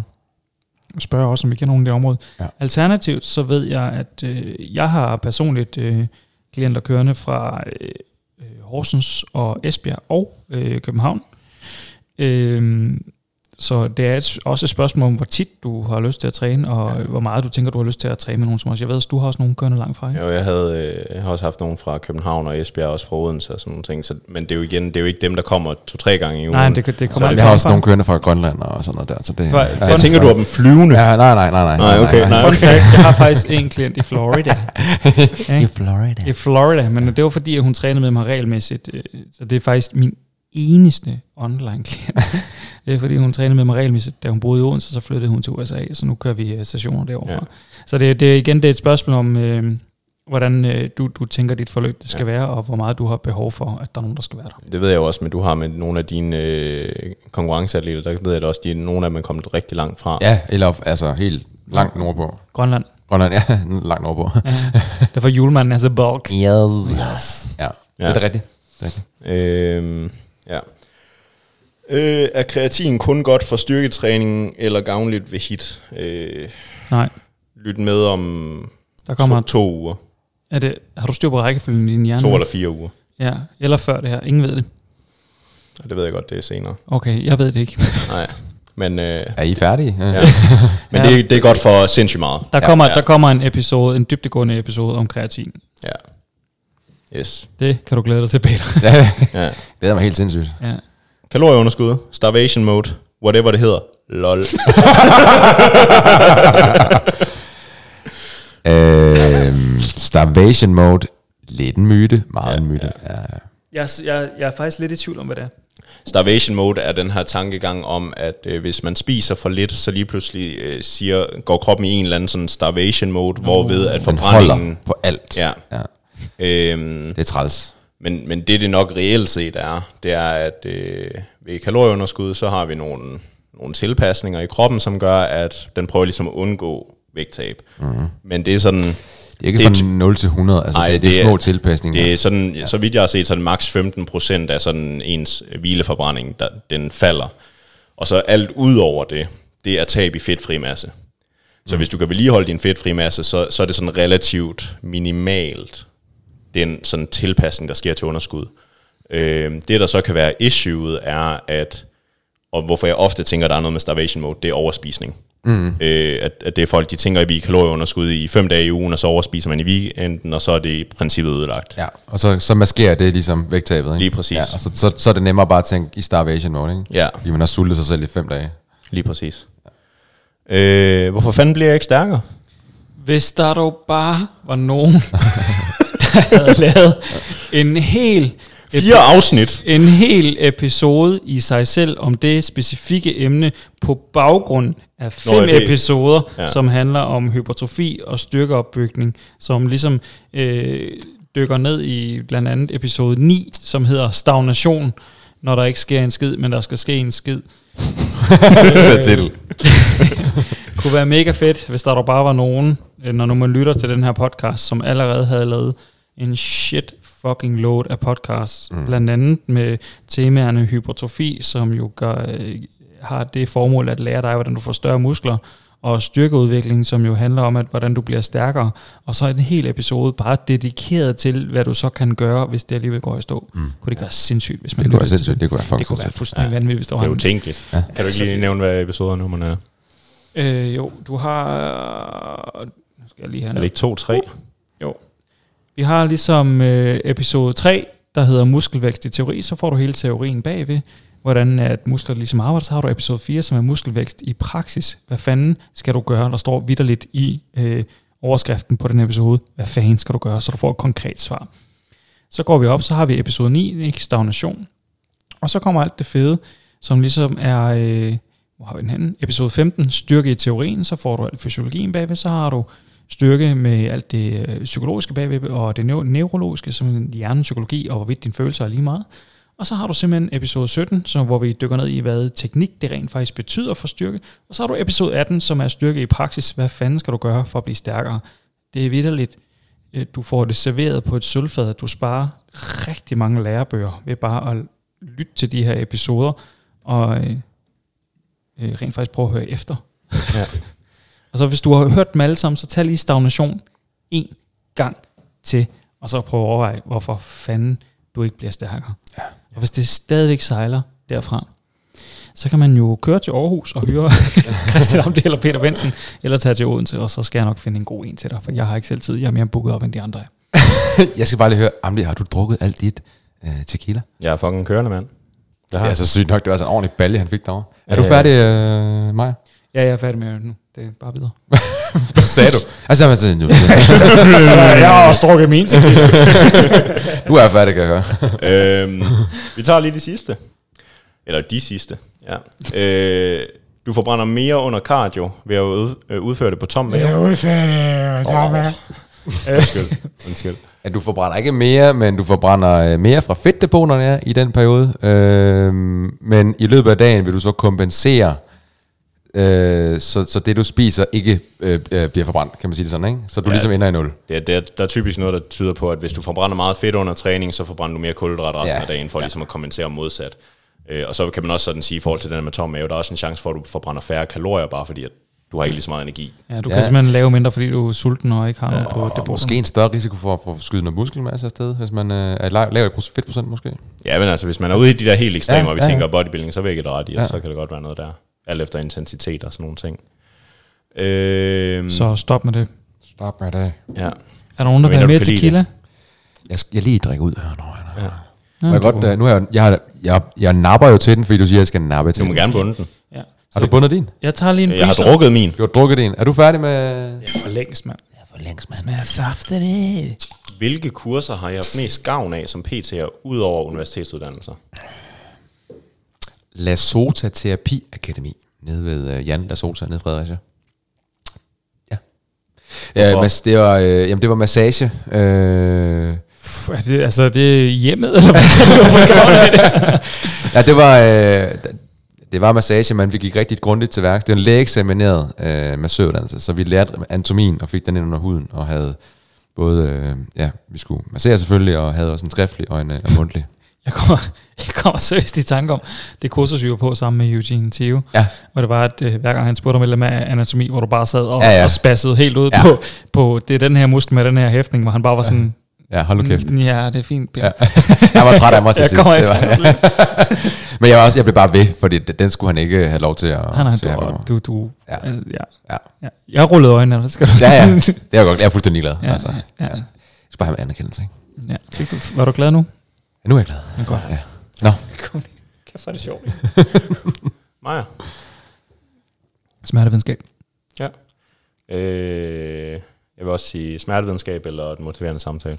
Speaker 1: spørge os, om vi kender nogen i det område.
Speaker 3: Ja.
Speaker 1: Alternativt, så ved jeg, at øh, jeg har personligt øh, klienter kørende fra øh, øh, Horsens og Esbjerg og øh, København. Øh, så det er et, også et spørgsmål om, hvor tit du har lyst til at træne, og ja. hvor meget du tænker, du har lyst til at træne med nogen som os. Jeg ved, at du har også nogen kørende langt fra, ikke?
Speaker 2: Jo, jeg havde, øh, jeg har også haft nogen fra København og Esbjerg, også fra Odense og sådan nogle ting. Så, men det er jo igen, det er jo ikke dem, der kommer to-tre gange i ugen.
Speaker 1: Nej, men det, det kommer
Speaker 2: Så
Speaker 1: alt
Speaker 3: Jeg har
Speaker 1: fra
Speaker 3: også
Speaker 1: omfang.
Speaker 3: nogle kørende fra Grønland og sådan noget der. Så det,
Speaker 1: For-
Speaker 3: ja,
Speaker 2: jeg tænker, du har dem flyvende.
Speaker 3: Ja, nej, nej, nej, nej.
Speaker 2: Nej, okay, nej.
Speaker 1: Fun fact, jeg har faktisk en klient i Florida.
Speaker 3: I
Speaker 1: ikke?
Speaker 3: Florida.
Speaker 1: I Florida, men det var fordi, at hun trænede med mig regelmæssigt. øh, Så det er faktisk min eneste online klient. Det er fordi, hun trænede med mig regelmæssigt, da hun boede i Odense, så flyttede hun til USA, så nu kører vi øh, sessioner derovre.
Speaker 2: Ja.
Speaker 1: Ja. Så det, det er igen det er et spørgsmål om, øh, hvordan øh, du, du tænker, dit forløb det skal ja. være, og hvor meget du har behov for, at der er nogen, der skal være der.
Speaker 2: Det ved jeg jo også, men du har med nogle af dine øh, konkurrenceatleter, der ved jeg da også, at nogle af dem er kommet rigtig langt fra.
Speaker 3: Ja, eller altså helt langt nordpå.
Speaker 1: Grønland.
Speaker 3: Grønland, ja, langt nordpå.
Speaker 1: Derfor julemanden er så bulk.
Speaker 3: Yes. yes. Ja,
Speaker 2: Ja.
Speaker 3: det er rigtigt. Det er rigtigt.
Speaker 2: Øhm, ja. Øh, er kreatin kun godt for styrketræning eller gavnligt ved hit? Øh,
Speaker 1: Nej,
Speaker 2: lyt med om
Speaker 1: der kommer...
Speaker 2: to, to uger.
Speaker 1: Er det, har du styr på rækkefølgen i din hjerne?
Speaker 2: To eller fire uger.
Speaker 1: Ja, eller før det her. Ingen ved det.
Speaker 2: Og det ved jeg godt, det er senere.
Speaker 1: Okay, jeg ved det ikke.
Speaker 2: Nej. Men, øh,
Speaker 3: Er I færdige? Ja.
Speaker 2: ja.
Speaker 3: ja.
Speaker 2: Men
Speaker 1: Ja.
Speaker 2: det, det er godt for sindssygt meget.
Speaker 1: Der kommer,
Speaker 2: ja.
Speaker 1: der kommer en episode, en dybtegående episode om kreatin.
Speaker 2: Ja. Yes.
Speaker 1: Det kan du glæde dig til, Peter.
Speaker 2: Ja.
Speaker 3: Det glæder mig helt sindssygt.
Speaker 1: Ja.
Speaker 2: Kalorieunderskud, starvation mode, whatever det hedder. Lol.
Speaker 3: Øhm, starvation mode. Lidt en myte. Meget ja, en myte. Ja. Ja.
Speaker 1: Jeg, jeg, jeg er faktisk lidt i tvivl om, hvad det er.
Speaker 2: starvation mode er den her tankegang om, at øh, hvis man spiser for lidt, så lige pludselig øh, siger, går kroppen i en eller anden sådan starvation mode, oh. hvorved at
Speaker 3: Den holder
Speaker 2: forbrændingen...
Speaker 3: på alt.
Speaker 2: Ja.
Speaker 3: ja.
Speaker 2: Øhm,
Speaker 3: Det er træls.
Speaker 2: Men, men det, det nok reelt set er, det er, at øh, ved kalorieunderskud, så har vi nogle, nogle tilpasninger i kroppen, som gør, at den prøver ligesom at undgå vægttab.
Speaker 3: Mhm.
Speaker 2: Mm. Men det er sådan,
Speaker 3: Det er ikke
Speaker 2: Det er
Speaker 3: fra 0 til 100. Altså,
Speaker 2: Ej,
Speaker 3: Ej, det, det, er
Speaker 2: det
Speaker 3: små
Speaker 2: er-
Speaker 3: tilpasninger.
Speaker 2: det er sådan ja. så vidt jeg har set, så er det maks 15 procent af sådan ens hvileforbrænding, der, den falder. Og så alt ud over det, det er tab i fedtfri masse. Så mm. hvis du kan vedligeholde din fedtfri masse, så, så er det sådan relativt minimalt, den sådan tilpasning, der sker til underskud. Øh, det, der så kan være issueet, er at, og hvorfor jeg ofte tænker, der er noget med starvation mode, det er overspisning. Mm. Øh, at, at det er folk, de tænker, at vi er i kalorieunderskud i fem dage i ugen, og så overspiser man i weekenden, og så er det i princippet ødelagt.
Speaker 3: Ja, og så, så maskerer det ligesom vægttabet. Ikke?
Speaker 2: Lige præcis.
Speaker 3: Ja, og så, så, så er det nemmere bare at tænke i starvation mode, ikke?
Speaker 2: Ja.
Speaker 3: Fordi man har sultet sig selv i fem dage.
Speaker 2: Lige præcis. Øh, hvorfor fanden bliver jeg ikke stærkere?
Speaker 1: Hvis der dog bare var nogen, der havde lavet en hel,
Speaker 2: Fire afsnit.
Speaker 1: en hel episode i sig selv om det specifikke emne på baggrund af fem Nå,
Speaker 2: ja, det-
Speaker 1: episoder, ja.
Speaker 2: ja.
Speaker 1: som handler om hypertrofi og styrkeopbygning, som ligesom øh, dykker ned i blandt andet episode 9, som hedder stagnation, når der ikke sker en skid, men der skal ske en skid.
Speaker 3: Det er titel.
Speaker 1: kunne være mega fedt, hvis der dog bare var nogen, øh, når nu man lytter til den her podcast, som allerede havde lavet en shit fucking load af podcasts, mm. blandt andet med temaerne hypertrofi, som jo gør, øh, har det formål at lære dig, hvordan du får større muskler, og styrkeudvikling, som jo handler om, at hvordan du bliver stærkere, og så en hel episode bare dedikeret til, hvad du så kan gøre, hvis det alligevel går i stå. Mm. Kunne det gøre sindssygt, hvis man
Speaker 3: Det kunne være
Speaker 1: lytter til
Speaker 3: sindssygt. Det kunne være
Speaker 1: Det
Speaker 3: fucking
Speaker 1: kunne være
Speaker 3: sindssygt.
Speaker 1: fuldstændig ja. vanvittigt, hvis der
Speaker 2: Det er
Speaker 1: var en
Speaker 2: utænkeligt. Ja.
Speaker 3: Ja.
Speaker 2: Kan du ikke lige nævne, hvad episodenummerne er?
Speaker 1: Øh, jo, du har... Nu skal jeg lige have
Speaker 2: Er det
Speaker 1: noget.
Speaker 2: ikke to, tre?
Speaker 1: Jo. Vi har ligesom øh, episode 3, der hedder muskelvækst i teori, så får du hele teorien bagved, hvordan at muskler ligesom arbejder. Så har du episode 4, som er muskelvækst i praksis. Hvad fanden skal du gøre? Der står vidderligt i øh, overskriften på den episode, hvad fanden skal du gøre, så du får et konkret svar. Så går vi op, så har vi episode 9, ikke? stagnation. Og så kommer alt det fede, som ligesom er, øh, hvor har vi den henne? Episode 15, styrke i teorien, så får du alt fysiologien bagved, så har du styrke med alt det øh, psykologiske bagved, og det neu- neurologiske, som hjernens psykologi, og hvorvidt dine følelser er lige meget. Og så har du simpelthen episode 17, som, hvor vi dykker ned i, hvad teknik det rent faktisk betyder for styrke. Og så har du episode 18, som er styrke i praksis. Hvad fanden skal du gøre for at blive stærkere? Det er vidderligt. øh, Du får det serveret på et sølvfad. Du sparer rigtig mange lærebøger ved bare at lytte til de her episoder, og øh, øh, rent faktisk prøve at høre efter.
Speaker 2: Ja.
Speaker 1: Og så Altså, hvis du har hørt dem alle sammen, så tag lige stagnation en gang til, og så prøv at overveje, hvorfor fanden du ikke bliver stærkere. Ja. Og hvis det stadigvæk sejler derfra, så kan man jo køre til Aarhus og hyre Christian Amdel eller Peter Bensen, eller tage til Odense, og så skal jeg nok finde en god en til dig, for jeg har ikke selv tid, jeg er mere booket op end de andre. er.
Speaker 3: Jeg skal bare lige høre, Amli, har du drukket alt dit øh, tequila?
Speaker 2: Jeg er fucking kørende, mand. Jeg
Speaker 3: Det
Speaker 2: har.
Speaker 3: er så sygt nok, det var sådan en ordentlig balje, han fik derovre. Er
Speaker 2: Ja,
Speaker 3: du
Speaker 2: ja.
Speaker 3: færdig, øh, Maja?
Speaker 1: Ja, jeg er færdig med nu. Det er bare videre.
Speaker 3: Hvad sagde du? Altså, man sagde,
Speaker 1: jeg har også drukket min til
Speaker 3: du er færdig, kan jeg høre.
Speaker 2: øhm, vi tager lige de sidste. Eller de sidste, ja. Øh, du forbrænder mere under cardio ved at ud- øh, udføre det på tom mave. Ja, udføre det Undskyld, undskyld.
Speaker 3: Ja, du forbrænder ikke mere, men du forbrænder øh, mere fra fedtdepoterne ja, i den periode. Øh, men i løbet af dagen vil du så kompensere, øh, så, så det du spiser ikke øh, øh, bliver forbrændt, kan man sige det sådan, ikke? Så du ja. ligesom ender i nul.
Speaker 2: Det er, det er, der er typisk noget, der tyder på, at hvis du forbrænder meget fedt under træning, så forbrænder du mere kulhydrat resten
Speaker 3: Ja.
Speaker 2: ja. af dagen, for ja. ligesom at kompensere modsat. Øh, og så kan man også sådan sige i forhold til den her med tom mave, der er også en chance for, at du forbrænder færre kalorier, bare fordi at du har ikke lige så meget energi.
Speaker 1: Ja, du ja.
Speaker 3: Ja.
Speaker 1: kan simpelthen lave mindre, fordi du er sulten og ikke har noget på det
Speaker 3: Og måske en større risiko for at få skyde noget muskelmasse afsted, hvis man øh, er lav, lav i pros- fedtprocent måske.
Speaker 2: Ja, men altså, hvis man er ude i de der helt ekstremer, ja,
Speaker 3: Ja,
Speaker 2: vi
Speaker 3: ja,
Speaker 2: tænker bodybuilding, så vil jeg ikke ret i, ja.
Speaker 3: Ja.
Speaker 2: så kan det godt være noget der. Alt efter intensitet og sådan nogle ting. Øhm,
Speaker 1: Så stop med det.
Speaker 3: Stop med det.
Speaker 2: Ja.
Speaker 1: Er der nogen, der vil
Speaker 2: Hvad
Speaker 1: have
Speaker 2: mener
Speaker 1: mere
Speaker 2: du, kan lide
Speaker 1: tequila?
Speaker 3: Jeg, skal, jeg lige drikke ud her. Nå, nej, nej.
Speaker 2: Ja.
Speaker 3: Ja. Må jeg godt, øh, nu er jeg, jeg, har- jeg, jeg, napper jo til den, fordi du siger, at jeg skal nappe til
Speaker 2: Du må
Speaker 3: den.
Speaker 2: gerne bunde den.
Speaker 1: Ja.
Speaker 3: Har du bundet din?
Speaker 1: Jeg tager lige en
Speaker 2: Jeg har
Speaker 1: breezer.
Speaker 2: drukket min.
Speaker 3: Du har drukket din. Er du færdig med...
Speaker 1: Ja, for længst, mand.
Speaker 3: Ja, for længst, mand.
Speaker 1: Smager saftigt.
Speaker 2: Hvilke kurser har jeg haft mest gavn af som PT'er, ud over universitetsuddannelser?
Speaker 3: Lasota Terapi Akademi, nede ved øh, Jan Lasota, nede i Fredericia. Ja. ja
Speaker 2: Hvorfor?
Speaker 3: mas, det, var, øh, jamen, det var massage. Øh,
Speaker 1: Pff, er det, altså, er det hjemmet, eller hvad? Oh
Speaker 3: ja, det var... Øh, det var massage, men vi gik rigtig grundigt til værks. Det var en lægeeksamineret øh, massøruddannelse, så vi lærte anatomien og fik den ind under huden, og havde både, øh, ja, vi skulle massere selvfølgelig, og havde også en skriftlig og en, øh, og mundtlig.
Speaker 1: Jeg kommer, jeg kommer seriøst i tanke om det kursus, vi var på sammen med Eugene Theo.
Speaker 3: Ja.
Speaker 1: Hvor det var, at øh, hver gang han spurgte om et eller andet med anatomi, hvor du bare sad og, ja,
Speaker 3: Ja,
Speaker 1: ja.
Speaker 3: ja.
Speaker 1: og spassede helt ud ja.
Speaker 3: Ja.
Speaker 1: på, på, det er den her muskel med den her hæftning, hvor han bare var sådan,
Speaker 3: Ja, hold nu kæft.
Speaker 1: "Mm, ja, det er fint, Peter. Ja,
Speaker 3: Ja, Jeg var træt af mig til
Speaker 1: jeg
Speaker 3: sidst.
Speaker 1: kommer
Speaker 3: Det
Speaker 1: altså.
Speaker 3: var- Men jeg, var også, jeg blev bare ved, fordi den den skulle han ikke have lov til at...
Speaker 1: Han
Speaker 3: til at have
Speaker 1: har
Speaker 3: på
Speaker 1: en du, du, ja.
Speaker 3: Ja.
Speaker 1: ja.
Speaker 3: Ja.
Speaker 1: ja. Jeg rullede øjnene, hvad skal du?
Speaker 3: mig. Ja, ja. Det er jeg godt. Jeg er fuldstændig glad.
Speaker 1: ja,
Speaker 3: Ja, altså. Jeg
Speaker 1: ja,
Speaker 3: skal bare have en anerkendelse, ikke?
Speaker 1: ja. Fik du, var du glad nu?
Speaker 3: Ja, nu er jeg glad.
Speaker 1: Ja, godt.
Speaker 3: Ja. Nå,
Speaker 1: Kæft, hvor er det sjovt.
Speaker 2: Maja?
Speaker 1: Smertevidenskab.
Speaker 2: Ja. Øh, jeg vil også sige smertevidenskab eller et motiverende samtale.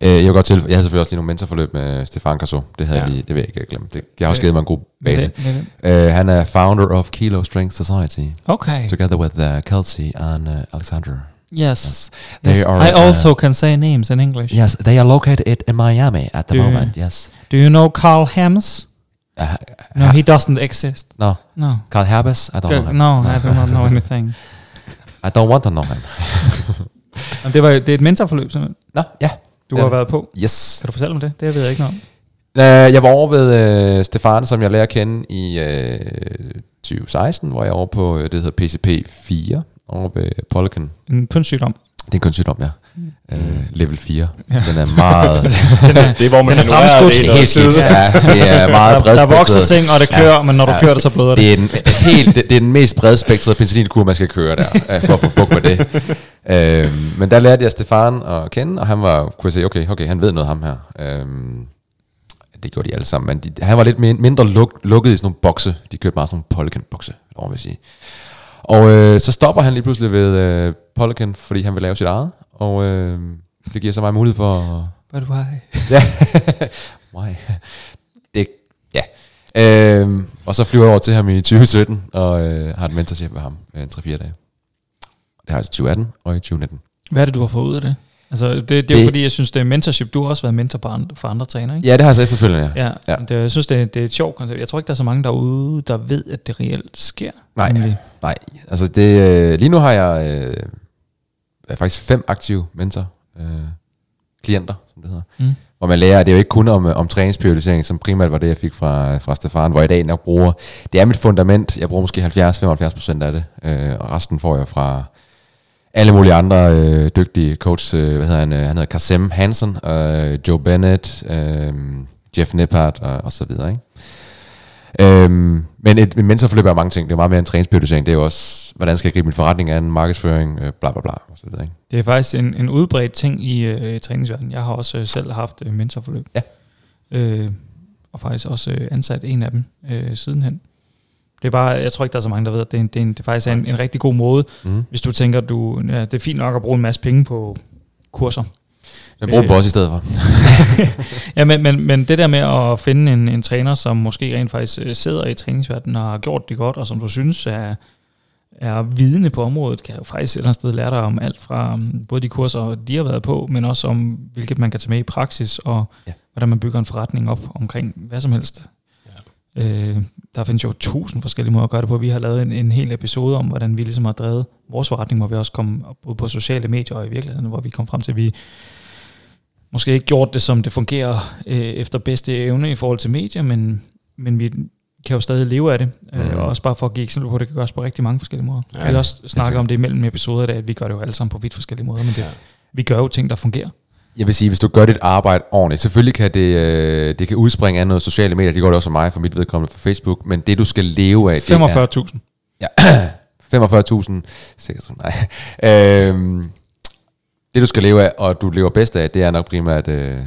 Speaker 3: øh, jeg vil godt til. Jeg havde selvfølgelig også lige nogle mentorforløb med Stefan Casso. Det havde ja.
Speaker 2: Ja.
Speaker 3: jeg lige, det vil jeg ikke glemme. Det, det har også
Speaker 1: Okay.
Speaker 3: givet mig en god base.
Speaker 1: Med det- med det.
Speaker 3: Øh, han er founder of Kilo Strength Society,
Speaker 1: Okay.
Speaker 3: together with uh, Kelsey and uh, Alexander.
Speaker 1: Yes.
Speaker 3: They
Speaker 1: yes.
Speaker 3: are,
Speaker 1: I
Speaker 3: uh,
Speaker 1: also can say names in English.
Speaker 3: Yes, they are located in Miami at the
Speaker 1: Do-
Speaker 3: moment. Yes.
Speaker 1: Do you know Carl Hams?
Speaker 3: Uh,
Speaker 1: No, he doesn't exist.
Speaker 3: no,
Speaker 1: No.
Speaker 3: Carl Herbes. I don't know
Speaker 1: G-
Speaker 3: him.
Speaker 1: No, I do not know anything.
Speaker 3: I don't want to know him.
Speaker 1: Jamen, det, var, jo- det er et mentorforløb, simpelthen,
Speaker 3: Nå, ja.
Speaker 1: du
Speaker 3: Ja.
Speaker 1: har været på.
Speaker 3: Yes.
Speaker 1: Kan du fortælle om det? Det ved jeg ikke noget om.
Speaker 3: Øh, Jeg var over ved øh, Stefan, som jeg lærer at kende i øh, 2016, hvor jeg er over på øh, det, der hedder PCP4, over ved Polken.
Speaker 1: En kønssygdom.
Speaker 3: Det er en kønssygdom, ja.
Speaker 1: Mm.
Speaker 3: Øh, level 4. Ja. Den er meget...
Speaker 2: Det er, hvor man
Speaker 1: Den er
Speaker 2: ignorerer
Speaker 1: fremskudt.
Speaker 2: det,
Speaker 3: det
Speaker 2: der
Speaker 3: er helt skidt. Ja, det er meget
Speaker 1: Der, der vokser
Speaker 3: bredspektret.
Speaker 1: ting, og det klør, ja. men når du
Speaker 3: Ja.
Speaker 1: kører det, så bløder det.
Speaker 3: Det er, den, øh, helt, det, det er den mest bredspektrede penicillinkur, man skal køre der, øh, for at få bukt med det. Øhm, men der lærte jeg Stefan at kende, og han var, kunne jeg sige, okay, okay, han ved noget ham her. Øhm, det gjorde de alle sammen, men de, han var lidt min- mindre luk, lukket i sådan nogle bokse. De kørte bare sådan nogle Polken-bokse, over vil jeg sige. Og øh, så stopper han lige pludselig ved øh, Polken, fordi han vil lave sit eget, og øh, det giver så mig mulighed for at
Speaker 1: But why?
Speaker 3: Ja. Why? Det, ja. Øhm, og så flyver jeg over til ham i 2017, og øh, har et mentorship med ham øh, en 3-4 dage. Det har jeg altså 2018 og i 2019.
Speaker 1: Hvad er det, du har fået ud af det? Altså, det, det er jo
Speaker 3: Det-
Speaker 1: fordi, jeg synes, det er mentorship. Du har også været mentor for andre, for andre trænere, ikke?
Speaker 3: Ja, det har jeg så efterfølgende, ja.
Speaker 1: Ja, ja.
Speaker 3: Ja.
Speaker 1: Det, jeg synes, det er, det er et sjovt koncept. Jeg tror ikke, der er så mange derude, der ved, at det reelt sker.
Speaker 3: Nej.
Speaker 1: Nemlig.
Speaker 3: Nej, altså det, øh, lige nu har jeg øh, er faktisk fem aktive mentor øh, klienter, som det hedder.
Speaker 1: Mm.
Speaker 3: Hvor man lærer, det er jo ikke kun om, øh, om træningsprioritering, som primært var det, jeg fik fra, fra Stefan, hvor jeg i dag nok bruger, det er mit fundament, jeg bruger måske 70-75 procent af det, øh, og resten får jeg fra alle mulige andre øh, dygtige coach, øh, hvad hedder han, øh, han hedder Kasem Hansen, øh, Joe Bennett, øh, Jeff Nippert og, og så videre, ikke? Øhm, men et, et mentorforløb er mange ting. Det er meget mere en træningsprioritering. Det er jo også, hvordan skal jeg gribe min forretning an, markedsføring, øh, bla bla bla, og så videre. Ikke?
Speaker 1: Det er faktisk en, en udbredt ting i øh, træningsverdenen. Jeg har også øh, selv haft øh, mentorforløb.
Speaker 3: Ja.
Speaker 1: Øh, og faktisk også øh, ansat en af dem øh, sidenhen. Det er bare, jeg tror ikke, der er så mange, der ved, at det, er en, det, er en, det faktisk er en, en rigtig god måde,
Speaker 3: Mm.
Speaker 1: hvis du tænker, du, ja, det er fint nok at bruge en masse penge på kurser.
Speaker 3: Men brug
Speaker 1: Øh,
Speaker 3: dem på os i stedet for.
Speaker 1: Ja, men, men, men det der med at finde en, en træner, som måske rent faktisk øh, sidder i træningsverdenen og har gjort det godt, og som du synes er, er vidende på området, kan jo faktisk et eller andet sted lære dig om alt fra mm, både de kurser, de har været på, men også om, hvilket man kan tage med i praksis, og ja.
Speaker 3: Ja.
Speaker 1: hvordan man bygger en forretning op omkring hvad som helst. Ja. Øh, der findes jo tusind forskellige måder at gøre det på. Vi har lavet en, en hel episode om, hvordan vi ligesom har drevet vores forretning, hvor vi også kom op- både på sociale medier og i virkeligheden, hvor vi kom frem til, at vi måske ikke gjort det, som det fungerer øh, efter bedste evne i forhold til medier, men, men vi kan jo stadig leve af det. Øh,
Speaker 3: Mhm.
Speaker 1: og også bare for at give eksempel på, at det kan gøres på rigtig mange forskellige måder.
Speaker 2: Ja,
Speaker 1: Ja, vi kan også snakke
Speaker 3: altså-
Speaker 1: om det imellem episoder, i dag, at vi gør det jo alle sammen på vidt forskellige måder, men det,
Speaker 2: Ja.
Speaker 1: ja. vi gør jo ting, der fungerer.
Speaker 3: Jeg vil sige, hvis du gør dit arbejde ordentligt, selvfølgelig kan det, øh, det kan udspringe af noget sociale medier, det går det også for mig, for mit vedkommende for Facebook, men det du skal leve af, det er
Speaker 1: 45.000.
Speaker 3: 45.000, 600, nej. Øhm, det du skal leve af, og du lever bedst af, det er nok primært øh,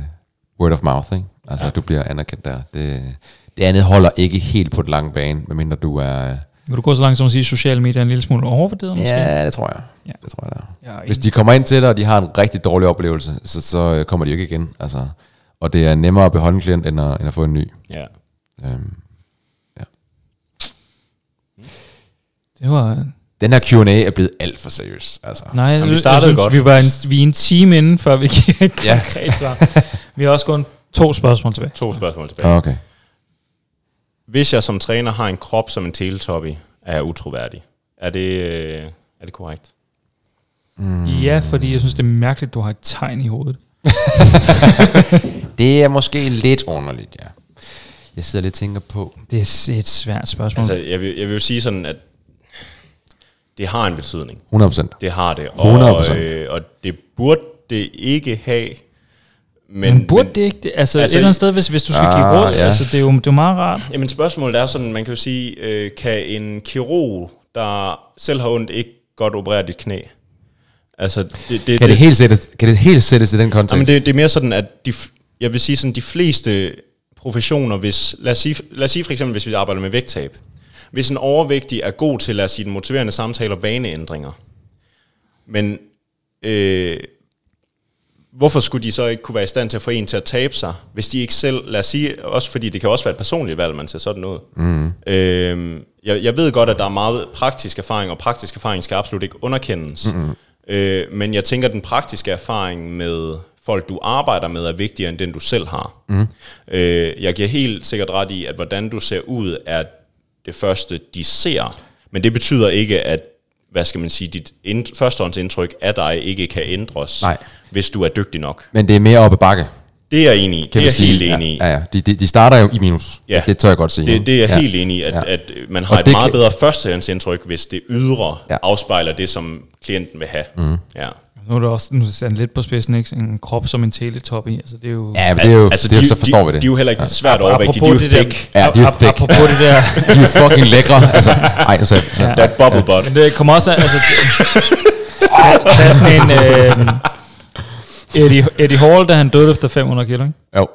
Speaker 3: word of mouth, ikke? Altså, ja. du bliver anerkendt der. Det, det andet holder ikke helt på den lange bane, medmindre du er...
Speaker 1: Vil du gå så langt som at sige, at sociale medier er en lille smule overvurderet måske?
Speaker 3: Ja, det tror jeg.
Speaker 1: Ja.
Speaker 3: Det tror jeg, det er.
Speaker 1: Jeg er
Speaker 3: Hvis
Speaker 1: enig.
Speaker 3: de kommer ind til dig, og de har en rigtig dårlig oplevelse, så, så øh, kommer de jo ikke igen. Altså. Og det er nemmere at beholde en klient, end at, end at få en ny.
Speaker 2: Ja.
Speaker 3: Øhm.
Speaker 1: Det var,
Speaker 3: Den her Q&A er blevet alt for seriøs. Altså.
Speaker 1: Nej,
Speaker 2: vi
Speaker 1: jeg
Speaker 2: startede
Speaker 1: synes,
Speaker 2: godt.
Speaker 1: Vi, var en, vi er en time inden, før vi giver et
Speaker 3: Ja.
Speaker 1: konkret svar. Vi har også kun to spørgsmål tilbage.
Speaker 2: To spørgsmål tilbage.
Speaker 3: Ah, Okay.
Speaker 2: Hvis jeg som træner har en krop som en teletoppe, er jeg utroværdig. Er det, øh, er det korrekt?
Speaker 1: Mm. Ja, fordi jeg synes, det er mærkeligt, du har et tegn i hovedet.
Speaker 3: Det er måske lidt underligt, ja. Jeg sidder lidt og tænker på...
Speaker 1: Det er s- et svært spørgsmål.
Speaker 2: Altså,
Speaker 1: Altså,
Speaker 2: jeg vil, jeg vil jo sige sådan, at det har en betydning.
Speaker 3: 100%.
Speaker 2: Det har det.
Speaker 3: 100%.
Speaker 2: Og, øh, og det burde det ikke have. Men,
Speaker 1: men, men burde det ikke? det- Altså, altså
Speaker 2: altså-
Speaker 1: et eller andet sted, hvis, hvis du skal ah, give
Speaker 3: Ah,
Speaker 1: råd,
Speaker 3: ja.
Speaker 1: ja. altså, det er jo det er jo meget rart.
Speaker 2: Jamen spørgsmålet er sådan, man kan jo sige, øh, kan en kirurg, der selv har ondt, ikke godt operere dit knæ? Altså, det, det,
Speaker 3: Kan det, helt sættes, kan det helt sættes i den kontekst?
Speaker 2: Jamen, det, det er mere sådan, at de, f- jeg vil sige sådan, de fleste professioner, hvis, lad, os sige, lad os sige for eksempel, hvis vi arbejder med vægttab, hvis en overvægtig er god til, lad os sige, den motiverende samtale og vaneændringer, men øh, hvorfor skulle de så ikke kunne være i stand til at få en til at tabe sig, hvis de ikke selv, lad os sige, også fordi det kan også være et personligt valg, man ser sådan ud. Mm. Øh, jeg, jeg ved godt, at der er meget praktisk erfaring, og praktisk erfaring skal absolut ikke underkendes. Mm. Øh, men jeg tænker, at den praktiske erfaring med folk, du arbejder med, er vigtigere end den, du selv har. Mm. Øh, jeg giver helt sikkert ret i, at hvordan du ser ud, er det første, de ser. Men det betyder ikke, at hvad skal man sige, dit ind, førstehåndsindtryk af dig ikke kan ændres,
Speaker 3: Nej.
Speaker 2: hvis du er dygtig nok.
Speaker 3: Men det er mere oppe bakke,
Speaker 2: Det er jeg enig i.
Speaker 3: kan
Speaker 2: det er
Speaker 3: vi
Speaker 2: jeg
Speaker 3: sige.
Speaker 2: helt enig i.
Speaker 3: ja, ja, ja. De, de, de starter jo i minus.
Speaker 2: Ja.
Speaker 3: Det tør jeg godt sige.
Speaker 2: Det, det er jeg
Speaker 3: ja.
Speaker 2: ja. helt enig i, at, ja. at øh, man har
Speaker 3: Og
Speaker 2: et
Speaker 3: det
Speaker 2: meget
Speaker 3: kan-
Speaker 2: bedre førstehåndsindtryk, hvis det ydre
Speaker 3: Ja.
Speaker 2: ja. afspejler det, som klienten vil have. Mm. Ja.
Speaker 1: Nu er det også nu sat lidt på spidsen, ikke? En krop som en teletop i. Altså, det er jo...
Speaker 3: Ja, men det er jo, altså, det er, jo-
Speaker 2: de,
Speaker 3: så forstår
Speaker 2: de,
Speaker 3: vi det.
Speaker 2: De er jo heller ikke ja. svært overvægtige, de er
Speaker 1: Apropos
Speaker 2: jo
Speaker 1: det der-
Speaker 2: fake.
Speaker 3: Ja, de er jo
Speaker 1: ap-
Speaker 3: thick.
Speaker 1: Apropos det der...
Speaker 3: de er fucking lækre. Altså, ej, nu sagde jeg- så,
Speaker 1: Ja.
Speaker 2: Der er bubble butt.
Speaker 1: Men det kommer også af- altså, t- tag, tag sådan en... Øh, Eddie, Eddie Hall, da han døde efter 500 kilo, ikke?
Speaker 3: Jo.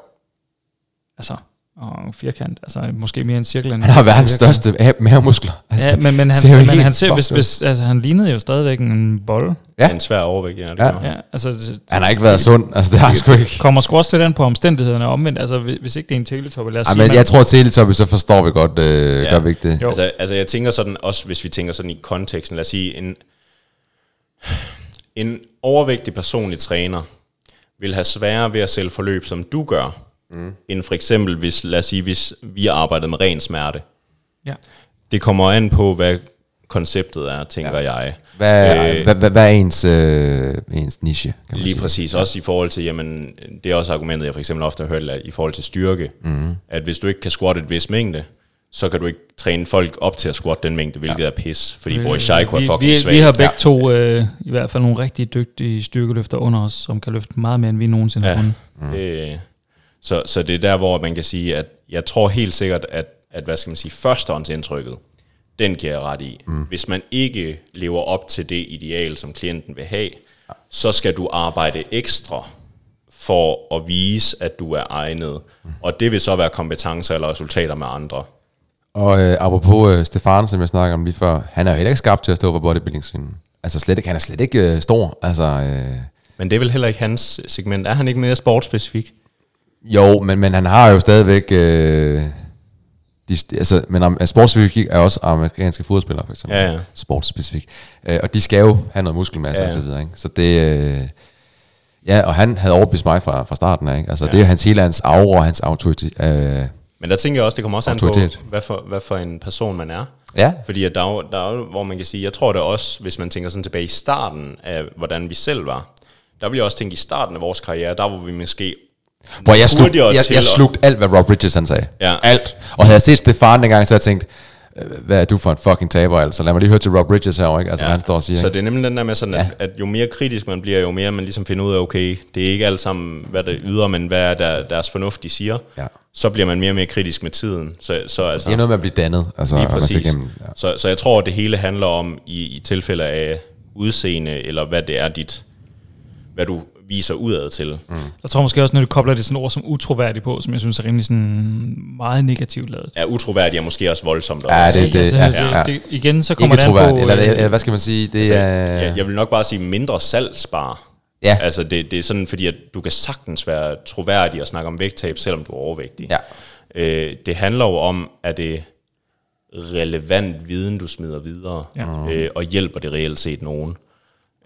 Speaker 1: altså, og en firkant, altså måske mere en cirkel end
Speaker 3: Han har verdens største ma- mavemuskler. Altså,
Speaker 1: Ja, men, men han,
Speaker 3: ser jo
Speaker 1: ser, men
Speaker 3: helt
Speaker 1: han ser,
Speaker 3: fucked
Speaker 1: hvis,
Speaker 3: ud.
Speaker 1: hvis, altså, han lignede jo stadigvæk en bold.
Speaker 3: Ja.
Speaker 2: Ja. En svær overvægt, ja. Det
Speaker 3: Ja.
Speaker 2: ja.
Speaker 1: Ja, altså, det
Speaker 3: Han har ikke været sund. Altså, det har han sgu ikke.
Speaker 1: kommer sgu også lidt an på omstændighederne og omvendt. Altså, hvis hvis ikke det er en teletop, lad os
Speaker 3: Ej,
Speaker 1: sige,
Speaker 3: men
Speaker 1: man-
Speaker 3: jeg tror, at Teletubbies, så forstår vi godt, øh,
Speaker 2: Ja.
Speaker 3: gør vi ikke det?
Speaker 1: Jo.
Speaker 2: Altså, altså jeg tænker sådan, også hvis vi tænker sådan i konteksten, lad os sige, en, en overvægtig personlig træner vil have sværere ved at sælge forløb, som du gør, mm. end for eksempel, hvis, lad os sige, hvis vi arbejdede med ren smerte.
Speaker 1: Ja.
Speaker 2: Det kommer an på, hvad konceptet er, tænker ja. jeg.
Speaker 3: Hvad, øh,
Speaker 2: Øh,
Speaker 3: hvad, hvad, hvad er ens, øh, ens niche? Kan man
Speaker 2: Lige
Speaker 3: sige?
Speaker 2: præcis. Også i forhold til, jamen, det er også argumentet, jeg for eksempel ofte har hørt at i forhold til styrke, mm. at hvis du ikke kan squatte et vis mængde, så kan du ikke træne folk op til at squatte den mængde, hvilket ja. er pis, fordi
Speaker 1: Øh,
Speaker 2: Boris Shaiko er
Speaker 1: vi-
Speaker 2: fucking
Speaker 1: vi,
Speaker 2: svag.
Speaker 1: Vi har begge to øh, i hvert fald nogle rigtig dygtige styrkeløfter under os, som kan løfte meget mere, end vi nogensinde har
Speaker 2: Ja.
Speaker 1: kunnet.
Speaker 2: Mm. Øh, så, så det er der, hvor man kan sige, at jeg tror helt sikkert, at, at hvad skal man sige, førstehåndsindtrykket, den giver jeg ret i. Mm. Hvis man ikke lever op til det ideal, som klienten vil have, så skal du arbejde ekstra for at vise, at du er egnet. Mm. Og det vil så være kompetencer eller resultater med andre.
Speaker 3: Og øh, apropos øh, Stefan, som jeg snakker om lige før, han er jo heller ikke skarp til at stå på bodybuilding-scenen. Altså slet ikke, han er slet ikke øh, stor. Altså, øh,
Speaker 2: Men det er vel heller ikke hans segment. Er han ikke mere sportsspecifik?
Speaker 3: jo, men, men han har jo stadigvæk... Øh, de, altså, men am- sportsspecifik er også amerikanske fodspillere, for eksempel.
Speaker 2: Ja, ja.
Speaker 3: Sportsspecifik. Øh, og de skal jo have noget muskelmasse
Speaker 2: Ja,
Speaker 3: ja,
Speaker 2: ja.
Speaker 3: og så videre. Ikke? Så det... Øh, ja, og han havde overbevist mig fra, fra starten af. Ikke? Altså, ja. det er hans hele hans aura og hans autoritet. Øh,
Speaker 2: Men der tænker jeg også, det kommer også an på,
Speaker 3: Autoritet.
Speaker 2: hvad for, hvad for en person man er.
Speaker 3: ja,
Speaker 2: Fordi at der, er jo- der er jo, hvor man kan sige, jeg tror det også, hvis man tænker sådan tilbage i starten af, hvordan vi selv var, der vil jeg også tænke, i starten af vores karriere, der var vi måske
Speaker 3: Hvor jeg, slug,
Speaker 2: hurtigere
Speaker 3: jeg,
Speaker 2: til
Speaker 3: jeg
Speaker 2: at-
Speaker 3: slugte alt, hvad Rob Bridges han sagde.
Speaker 2: Ja.
Speaker 3: Alt. Og havde jeg set Stefan dengang, så havde jeg tænkt, øh, hvad er du for en fucking taber, altså lad mig lige høre til Rob Bridges herovre, ikke? Altså ja. han står og siger,
Speaker 2: Så
Speaker 3: ikke?
Speaker 2: det er nemlig den der med sådan, ja. at, at jo mere kritisk man bliver, jo mere man ligesom finder ud af, okay, det er ikke alt sammen, hvad der yder, men hvad er der, deres fornuft, de siger.
Speaker 3: Ja.
Speaker 2: Så bliver man mere og mere kritisk med tiden. Så, så altså,
Speaker 3: det er noget med at blive dannet. Altså,
Speaker 2: Lige
Speaker 3: og man skal
Speaker 2: præcis.
Speaker 3: igennem- ja.
Speaker 2: så, så jeg tror, at det hele handler om, i, i tilfælde af udseende, eller hvad det er dit, hvad du viser udad til. Mm.
Speaker 1: Jeg tror måske også, når du kobler det sådan ord som utroværdig på, som jeg synes er rimelig sådan meget negativt lavet.
Speaker 2: Er utroværdig og måske også voldsomt.
Speaker 3: Ja,
Speaker 2: også.
Speaker 3: det-
Speaker 1: Ikke?
Speaker 3: ja,
Speaker 1: det,
Speaker 3: ja.
Speaker 1: Det, igen, så kommer
Speaker 3: Ikke
Speaker 1: det an på...
Speaker 3: troværdigt, eller,
Speaker 1: øh, altså,
Speaker 3: eller, eller, hvad skal man sige, det
Speaker 2: Så,
Speaker 3: er...
Speaker 2: jeg, jeg vil nok bare sige mindre salgsbar.
Speaker 3: Ja.
Speaker 2: Altså det, det er sådan, fordi at du kan sagtens være troværdig og snakke om vægttab, selvom du er overvægtig.
Speaker 3: Ja.
Speaker 2: Øh, det handler jo om, at det relevant viden, du smider videre, ja. øh, og hjælper det reelt set nogen.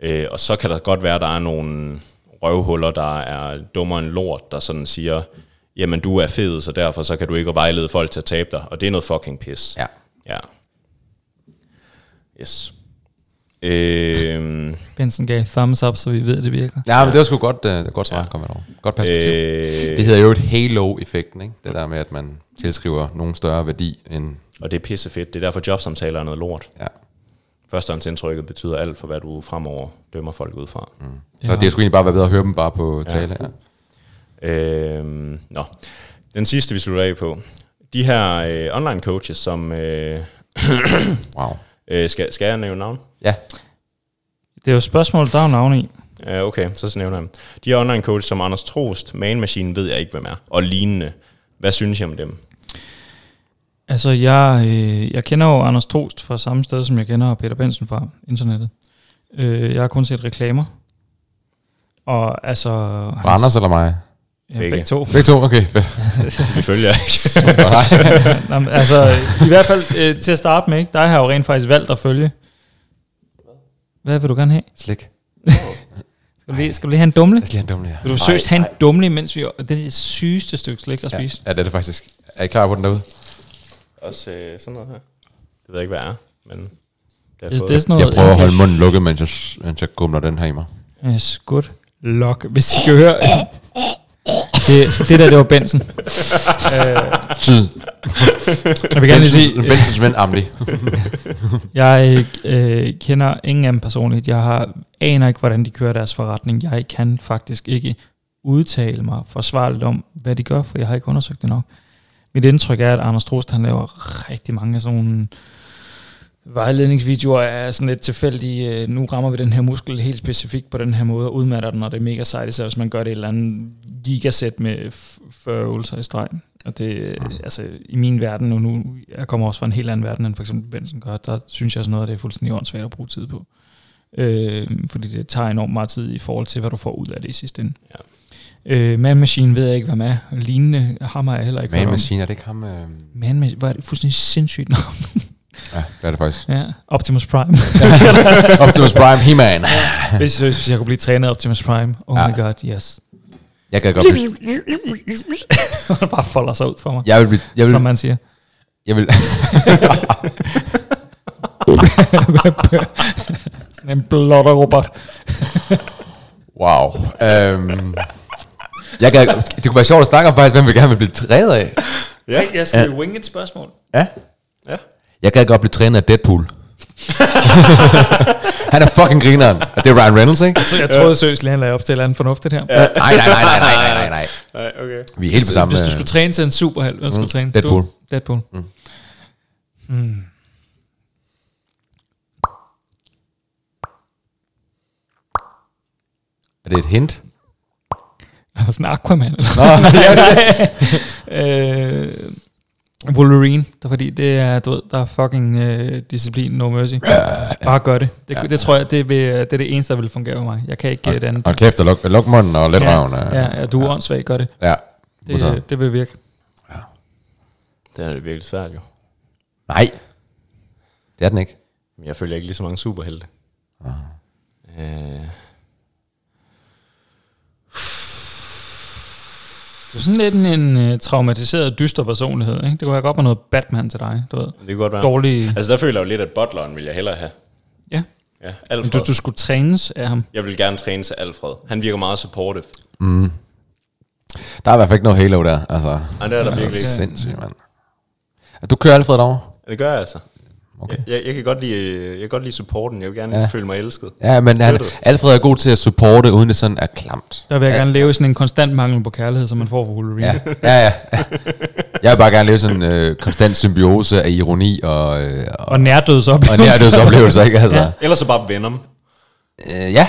Speaker 2: Øh, og så kan der godt være, at der er nogle røvhuller, der er dummere end lort, der sådan siger, jamen du er fed, så derfor så kan du ikke vejlede folk til at tabe dig. Og det er noget fucking pis.
Speaker 3: Ja.
Speaker 2: Ja. Yes. Øhm,
Speaker 1: Benson gav thumbs up, så vi ved, at det virker.
Speaker 3: Ja, men det var sgu godt, øh, det var godt svar, ja. kom over. Godt perspektiv.
Speaker 2: øh,
Speaker 3: Det hedder jo et halo-effekten, ikke? Det der med, at man tilskriver nogen større værdi end...
Speaker 2: og det er pissefedt. Det er derfor jobsamtaler er noget lort.
Speaker 3: Ja.
Speaker 2: Førstehåndsindtrykket betyder alt for, hvad du fremover dømmer folk ud fra. Mm.
Speaker 3: Så det er sgu egentlig bare været bedre at høre dem bare på tale. Ja.
Speaker 2: Øhm, nå. Den sidste, vi slutter af på. De her øh, online coaches, som... Øh,
Speaker 3: Wow.
Speaker 2: øh, skal, skal jeg nævne navn?
Speaker 3: Ja.
Speaker 1: Det er jo et spørgsmål, der er jo navn i.
Speaker 2: Uh, okay, så nævner jeg ham. De her online coaches som Anders Trost, Man Machine ved jeg ikke, hvem er, og lignende. Hvad synes jeg om dem?
Speaker 1: Altså, jeg, øh, jeg kender jo Anders Tost fra samme sted, som jeg kender Peter Benson fra internettet. Øh, jeg har kun set reklamer. Og altså...
Speaker 3: Og Anders eller mig?
Speaker 1: Ja,
Speaker 2: Begge.
Speaker 1: begge to.
Speaker 3: Begge to? Okay, fedt.
Speaker 2: Vi følger ikke.
Speaker 1: Nå, men altså, i hvert fald øh, til at starte med, ikke? dig har jeg jo rent faktisk valgt at følge. Hvad vil du gerne have?
Speaker 3: Slik.
Speaker 1: Skal du lige, skal du lige have en dumle?
Speaker 3: Jeg skal lige have en dumle her.
Speaker 1: Vil du seriøst have en dumle, mens vi... Det er det sygeste stykke slik at
Speaker 3: Ja.
Speaker 1: spise.
Speaker 3: ja, det er det faktisk. Er I klar på den derude?
Speaker 2: Også øh, sådan noget her. Det ved jeg ikke, hvad er, men det har
Speaker 1: Hvis
Speaker 2: jeg
Speaker 1: det er
Speaker 2: fået.
Speaker 1: sådan noget, øh,
Speaker 3: Jeg prøver at holde
Speaker 1: English-
Speaker 3: munden lukket, mens jeg, mens jeg gumler den her i mig.
Speaker 1: Yes, good luck. Hvis I kan høre... Det, det der, det var Benson. Øh,
Speaker 3: Tid.
Speaker 1: Jeg vil gerne lige sige,
Speaker 3: Bensens ven Amli.
Speaker 1: jeg øh, kender ingen af dem personligt. Jeg har, aner ikke, hvordan de kører deres forretning. Jeg kan faktisk ikke udtale mig forsvarligt om, hvad de gør, for jeg har ikke undersøgt det nok. Mit indtryk er, at Anders Trost, han laver rigtig mange af sådan nogle vejledningsvideoer af sådan lidt tilfældige, øh, nu rammer vi den her muskel helt specifikt på den her måde, og udmatter den, og det er mega sejt, især hvis man gør det et eller andet gigasæt med f- 40 øvelser i streg. Og det, øh, altså i min verden, og nu, jeg kommer også fra en helt anden verden, end for eksempel Benson gør, der synes jeg sådan noget, af det er fuldstændig åndssvagt at bruge tid på. Øh, fordi det tager enormt meget tid i forhold til, hvad du får ud af det i sidste ende.
Speaker 2: Ja.
Speaker 1: Øh, Man Machine ved jeg ikke, hvad man er. Lignende ham har jeg heller ikke
Speaker 3: Man
Speaker 1: hørt om.
Speaker 3: Machine, er det ikke ham? Øh...
Speaker 1: Man Machine. Hvor er det fuldstændig sindssygt navn.
Speaker 3: Ja, det er det faktisk.
Speaker 1: ja, Optimus Prime.
Speaker 3: Optimus Prime, He-Man.
Speaker 1: hvis, hvis jeg kunne blive trænet af Optimus Prime. Oh ja. my god, yes.
Speaker 3: Jeg kan godt... blive-
Speaker 1: Han bare folder sig ud for mig,
Speaker 3: Jeg vil blive... Jeg
Speaker 1: ja,
Speaker 3: vil,
Speaker 1: som man siger.
Speaker 3: jeg vil,
Speaker 1: Sådan en blotter robot.
Speaker 3: Wow. Øhm, jeg kan, det kunne være sjovt at snakke om faktisk, hvem vi gerne vil blive trænet af.
Speaker 2: Ja,
Speaker 1: Jeg skal ja. winge et spørgsmål.
Speaker 3: Ja.
Speaker 2: ja.
Speaker 3: Jeg kan godt blive trænet af Deadpool. han er fucking grineren. Og det er Ryan Reynolds, ikke? Øh,
Speaker 1: Jeg troede seriøst lige, han lagde op til et eller andet fornuftigt her. Ja.
Speaker 3: Nej, nej, nej, nej, nej, nej, nej, nej.
Speaker 2: Nej, okay.
Speaker 3: Vi er helt på samme...
Speaker 1: Hvis du
Speaker 3: øh, mm,
Speaker 1: skulle træne til en superheld, hvad skulle du træne? til?
Speaker 3: Deadpool.
Speaker 1: Du? Deadpool. Mm. Mm.
Speaker 3: Er det et hint?
Speaker 1: Eller sådan en Aquaman. Eller?
Speaker 3: Nå, ja, det er det.
Speaker 1: øh, Wolverine, der, fordi det er, du ved, der er fucking øh, disciplin, no mercy. Bare gør det. Det, det tror jeg, det, vil, det er det eneste, der vil fungere for mig. Jeg kan ikke give et andet.
Speaker 3: Hold kæft, og luk, luk munden og let ja, røven. øh.
Speaker 1: ja, ja, ja, du er åndssvag, gør det.
Speaker 3: ja.
Speaker 1: Det,
Speaker 3: modtaget.
Speaker 1: det vil virke.
Speaker 2: Det er det virkelig svært jo.
Speaker 3: Nej. Det er den ikke.
Speaker 2: Men jeg følger ikke lige så mange superhelte. Øh,
Speaker 1: Du er sådan lidt en, en øh, traumatiseret, dyster personlighed. Ikke? Det kunne være godt med noget Batman til dig. Du ved.
Speaker 2: det kan godt være.
Speaker 1: Dårlig...
Speaker 2: Altså der føler jeg jo lidt, at butleren vil jeg hellere have.
Speaker 1: Ja.
Speaker 2: Ja,
Speaker 1: Men
Speaker 2: Alfred.
Speaker 1: Du, du skulle trænes af ham.
Speaker 2: Jeg vil gerne træne til Alfred. Han virker meget supportive.
Speaker 3: Der er i hvert fald ikke noget Halo der. Altså,
Speaker 2: Nej, det er der
Speaker 3: det er
Speaker 2: virkelig ikke.
Speaker 3: sindssygt, mand. Du kører Alfred derovre?
Speaker 2: Det gør jeg altså.
Speaker 3: Okay.
Speaker 2: Okay. Jeg, jeg, jeg, kan godt lide, øh, jeg kan godt lide supporten. Jeg vil gerne
Speaker 3: Ja.
Speaker 2: ja. føle mig elsket.
Speaker 3: Ja, men han,
Speaker 2: Støttet.
Speaker 3: Alfred er god til at supporte, uden det sådan er klamt.
Speaker 1: Der vil jeg
Speaker 3: Ja.
Speaker 1: gerne leve i sådan en konstant mangel på kærlighed, som man får fra Wolverine.
Speaker 3: Ja, ja, ja. Jeg vil bare gerne leve sådan en øh, konstant symbiose af ironi og, øh, og,
Speaker 1: Og nærdødsoplevelser.
Speaker 3: og nærdødsoplevelser, ikke? Altså, ja.
Speaker 2: Ellers så bare Venom.
Speaker 3: Øh, ja.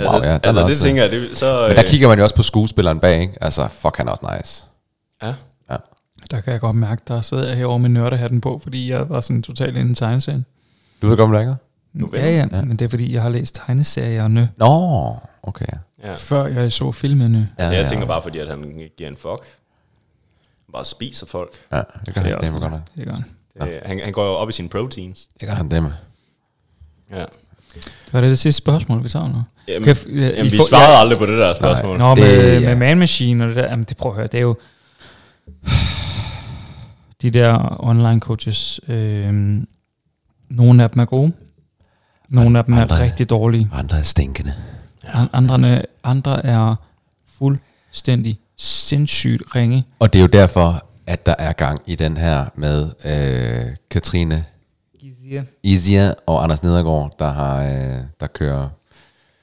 Speaker 3: Wow, ja.
Speaker 2: altså, det
Speaker 3: også, øh,
Speaker 2: tænker jeg, det, så... øh,
Speaker 3: Men der kigger man jo også på skuespilleren bag, ikke? Altså, fuck, han er også nice.
Speaker 2: ja.
Speaker 3: Ja.
Speaker 1: Der kan jeg godt mærke, der sidder jeg herovre med nørdehatten på, fordi jeg var sådan totalt inde i tegneserien.
Speaker 3: Du ved godt, hvad der
Speaker 2: Nu ved
Speaker 1: Ja, ja, ja, men det er fordi, jeg har læst tegneserierne,
Speaker 3: Nå, okay. Ja,
Speaker 2: ja.
Speaker 1: før jeg så filmene.
Speaker 2: Så Altså, jeg tænker bare, fordi at han ikke giver en fuck. Han bare spiser folk.
Speaker 3: Ja, det
Speaker 1: Det
Speaker 3: gør han
Speaker 1: er også
Speaker 3: dæmme godt nok.
Speaker 1: Det er godt.
Speaker 2: Det, han, han går jo op i sine proteins.
Speaker 3: Det gør han dæmme.
Speaker 2: Ja.
Speaker 1: Det var det, det sidste spørgsmål, vi tager nu.
Speaker 2: Jamen,
Speaker 1: Kan jeg f- øh, I
Speaker 2: jamen, vi
Speaker 1: får-
Speaker 2: svarede aldrig på det der spørgsmål.
Speaker 1: Nå,
Speaker 3: Det-
Speaker 1: med,
Speaker 3: ja.
Speaker 1: med Man Machine og det der. Jamen, det prøv at høre, det er jo... De der online coaches, øh, nogle af dem er gode, nogle af dem er
Speaker 3: Andre-
Speaker 1: rigtig dårlige,
Speaker 3: Andre er stinkende.
Speaker 1: An- andre, andre er fuldstændig sindssygt ringe.
Speaker 3: Og det er jo derfor, at der er gang i den her med øh, Katrine Isia og Anders Nedergaard, der, har, øh, der kører...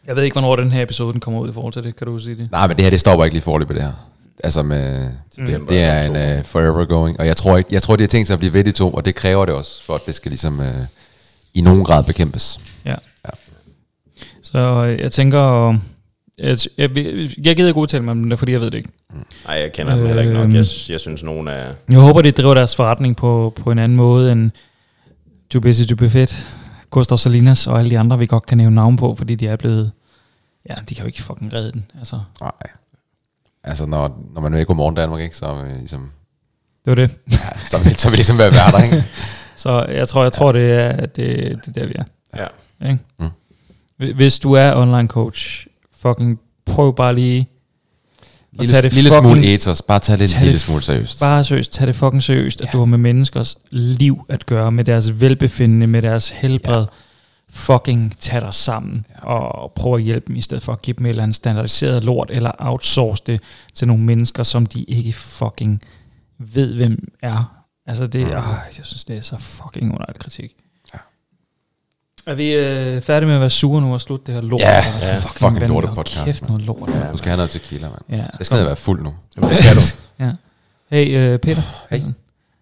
Speaker 1: Jeg ved ikke, hvornår den her episode den kommer ud i forhold til det, kan du sige det?
Speaker 3: Nej, men det her, det stopper ikke lige forløbet, det her. Altså med, det, det er en uh, forever going, og jeg tror, ikke, jeg tror, de har tænkt sig at blive ved de to, og det kræver det også, for at det skal ligesom uh, i nogen grad bekæmpes.
Speaker 1: Ja.
Speaker 3: Ja.
Speaker 1: ja. Så øh, jeg tænker... Jeg, jeg, jeg gider ikke udtale mig om det, fordi jeg ved det ikke.
Speaker 2: Nej, jeg kender ham heller ikke nok.
Speaker 1: Øhm.
Speaker 2: Jeg, sy- jeg synes, nogen er...
Speaker 1: Jeg håber, de driver deres forretning på, på en anden måde end Too Busy Too Buffet, Gustav Salinas og alle de andre, vi godt kan nævne navn på, fordi de er blevet... Ja, de kan jo ikke fucking redde den. Altså,
Speaker 3: Nej. Altså, når, når man er ikke morgen Danmark, ikke, så, er vi ligesom,
Speaker 1: det var det.
Speaker 3: ja, så, er vi, så er vi ligesom ved at være der, ikke?
Speaker 1: Så jeg tror, jeg tror det, er, det, det er der, vi er.
Speaker 2: Ja.
Speaker 1: Ikke?
Speaker 3: Mm.
Speaker 1: Hvi- Hvis du er online coach, fucking prøv bare lige at tage
Speaker 3: Lille,
Speaker 1: det
Speaker 3: lille
Speaker 1: fucking,
Speaker 3: smule ethos, bare tag det en
Speaker 1: tag det
Speaker 3: lille smule seriøst.
Speaker 1: bare seriøst, tag det fucking seriøst, ja. at du har med menneskers liv at gøre, med deres velbefindende, med deres helbred. Ja. Fucking tag dig sammen ja. og prøv at hjælpe dem, i stedet for at give dem et eller andet standardiseret lort, eller outsource det til nogle mennesker, som de ikke fucking ved, hvem er. Altså det, mm. øh, jeg synes, det er så fucking under alt kritik.
Speaker 3: Ja.
Speaker 1: Er vi øh, færdige med at være sure nu og slutte det her lort?
Speaker 3: Ja,
Speaker 1: Hvor der
Speaker 3: ja,
Speaker 1: er
Speaker 3: fucking
Speaker 1: vandet,
Speaker 3: lortet
Speaker 1: og
Speaker 3: podcast,
Speaker 1: Kæft
Speaker 3: mand.
Speaker 1: noget lort.
Speaker 3: Du skal have noget tequila, mand.
Speaker 1: Ja.
Speaker 3: Jeg skal ned og være fuld nu.
Speaker 2: Jamen, det skal du.
Speaker 1: Ja. Hey, øh, Peter.
Speaker 3: Hey.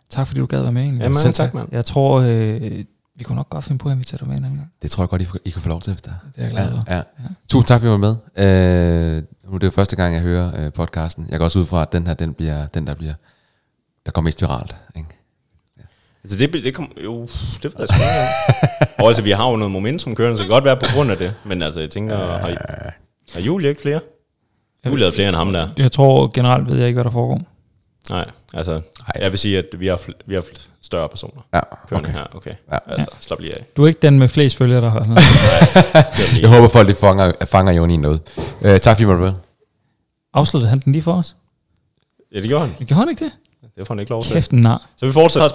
Speaker 1: Tak fordi du gad være med egentlig.
Speaker 2: Jamen,
Speaker 3: Selv tak.
Speaker 2: tak, mand.
Speaker 1: Jeg tror, øh, vi kunne nok godt finde på at invitere dig med en anden gang.
Speaker 3: Det tror jeg godt, I, får- I kan få lov til, hvis der
Speaker 1: Det er jeg glad for.
Speaker 3: ja, ja. Tusind tak, fordi I var med. Øh, nu er det jo første gang, jeg hører øh, podcasten. Jeg går også ud fra, at den her, den, bliver, den der bliver, der kommer mest viralt. Ikke?
Speaker 2: Altså, det, det kom... Jo, det ved jeg sgu ikke. Og altså, vi har jo noget momentum kørende, så det kan godt være på grund af det. Men altså, jeg tænker, har, I, har Julie ikke flere? Julie havde flere end ham der.
Speaker 1: Jeg tror generelt ved jeg ikke, hvad der foregår.
Speaker 2: Nej, altså,
Speaker 3: Nej.
Speaker 2: Nej. jeg vil sige, at vi har, fl- vi har fl- større personer
Speaker 3: Ja,
Speaker 2: kørende okay. her. Okay,
Speaker 3: Ja.
Speaker 2: ja. altså, slap lige af.
Speaker 1: Du er ikke den med flest følgere, der har sådan
Speaker 2: Kør lige.
Speaker 3: Jeg håber, folk de fanger, fanger ironien noget. Øh, tak, fordi I var med.
Speaker 1: Afsluttede han den lige for os?
Speaker 2: Ja, det gjorde han.
Speaker 1: Gjorde han ikke det?
Speaker 2: Det får han ikke lov til.
Speaker 1: Kæft en nar.
Speaker 2: Så vi fortsætter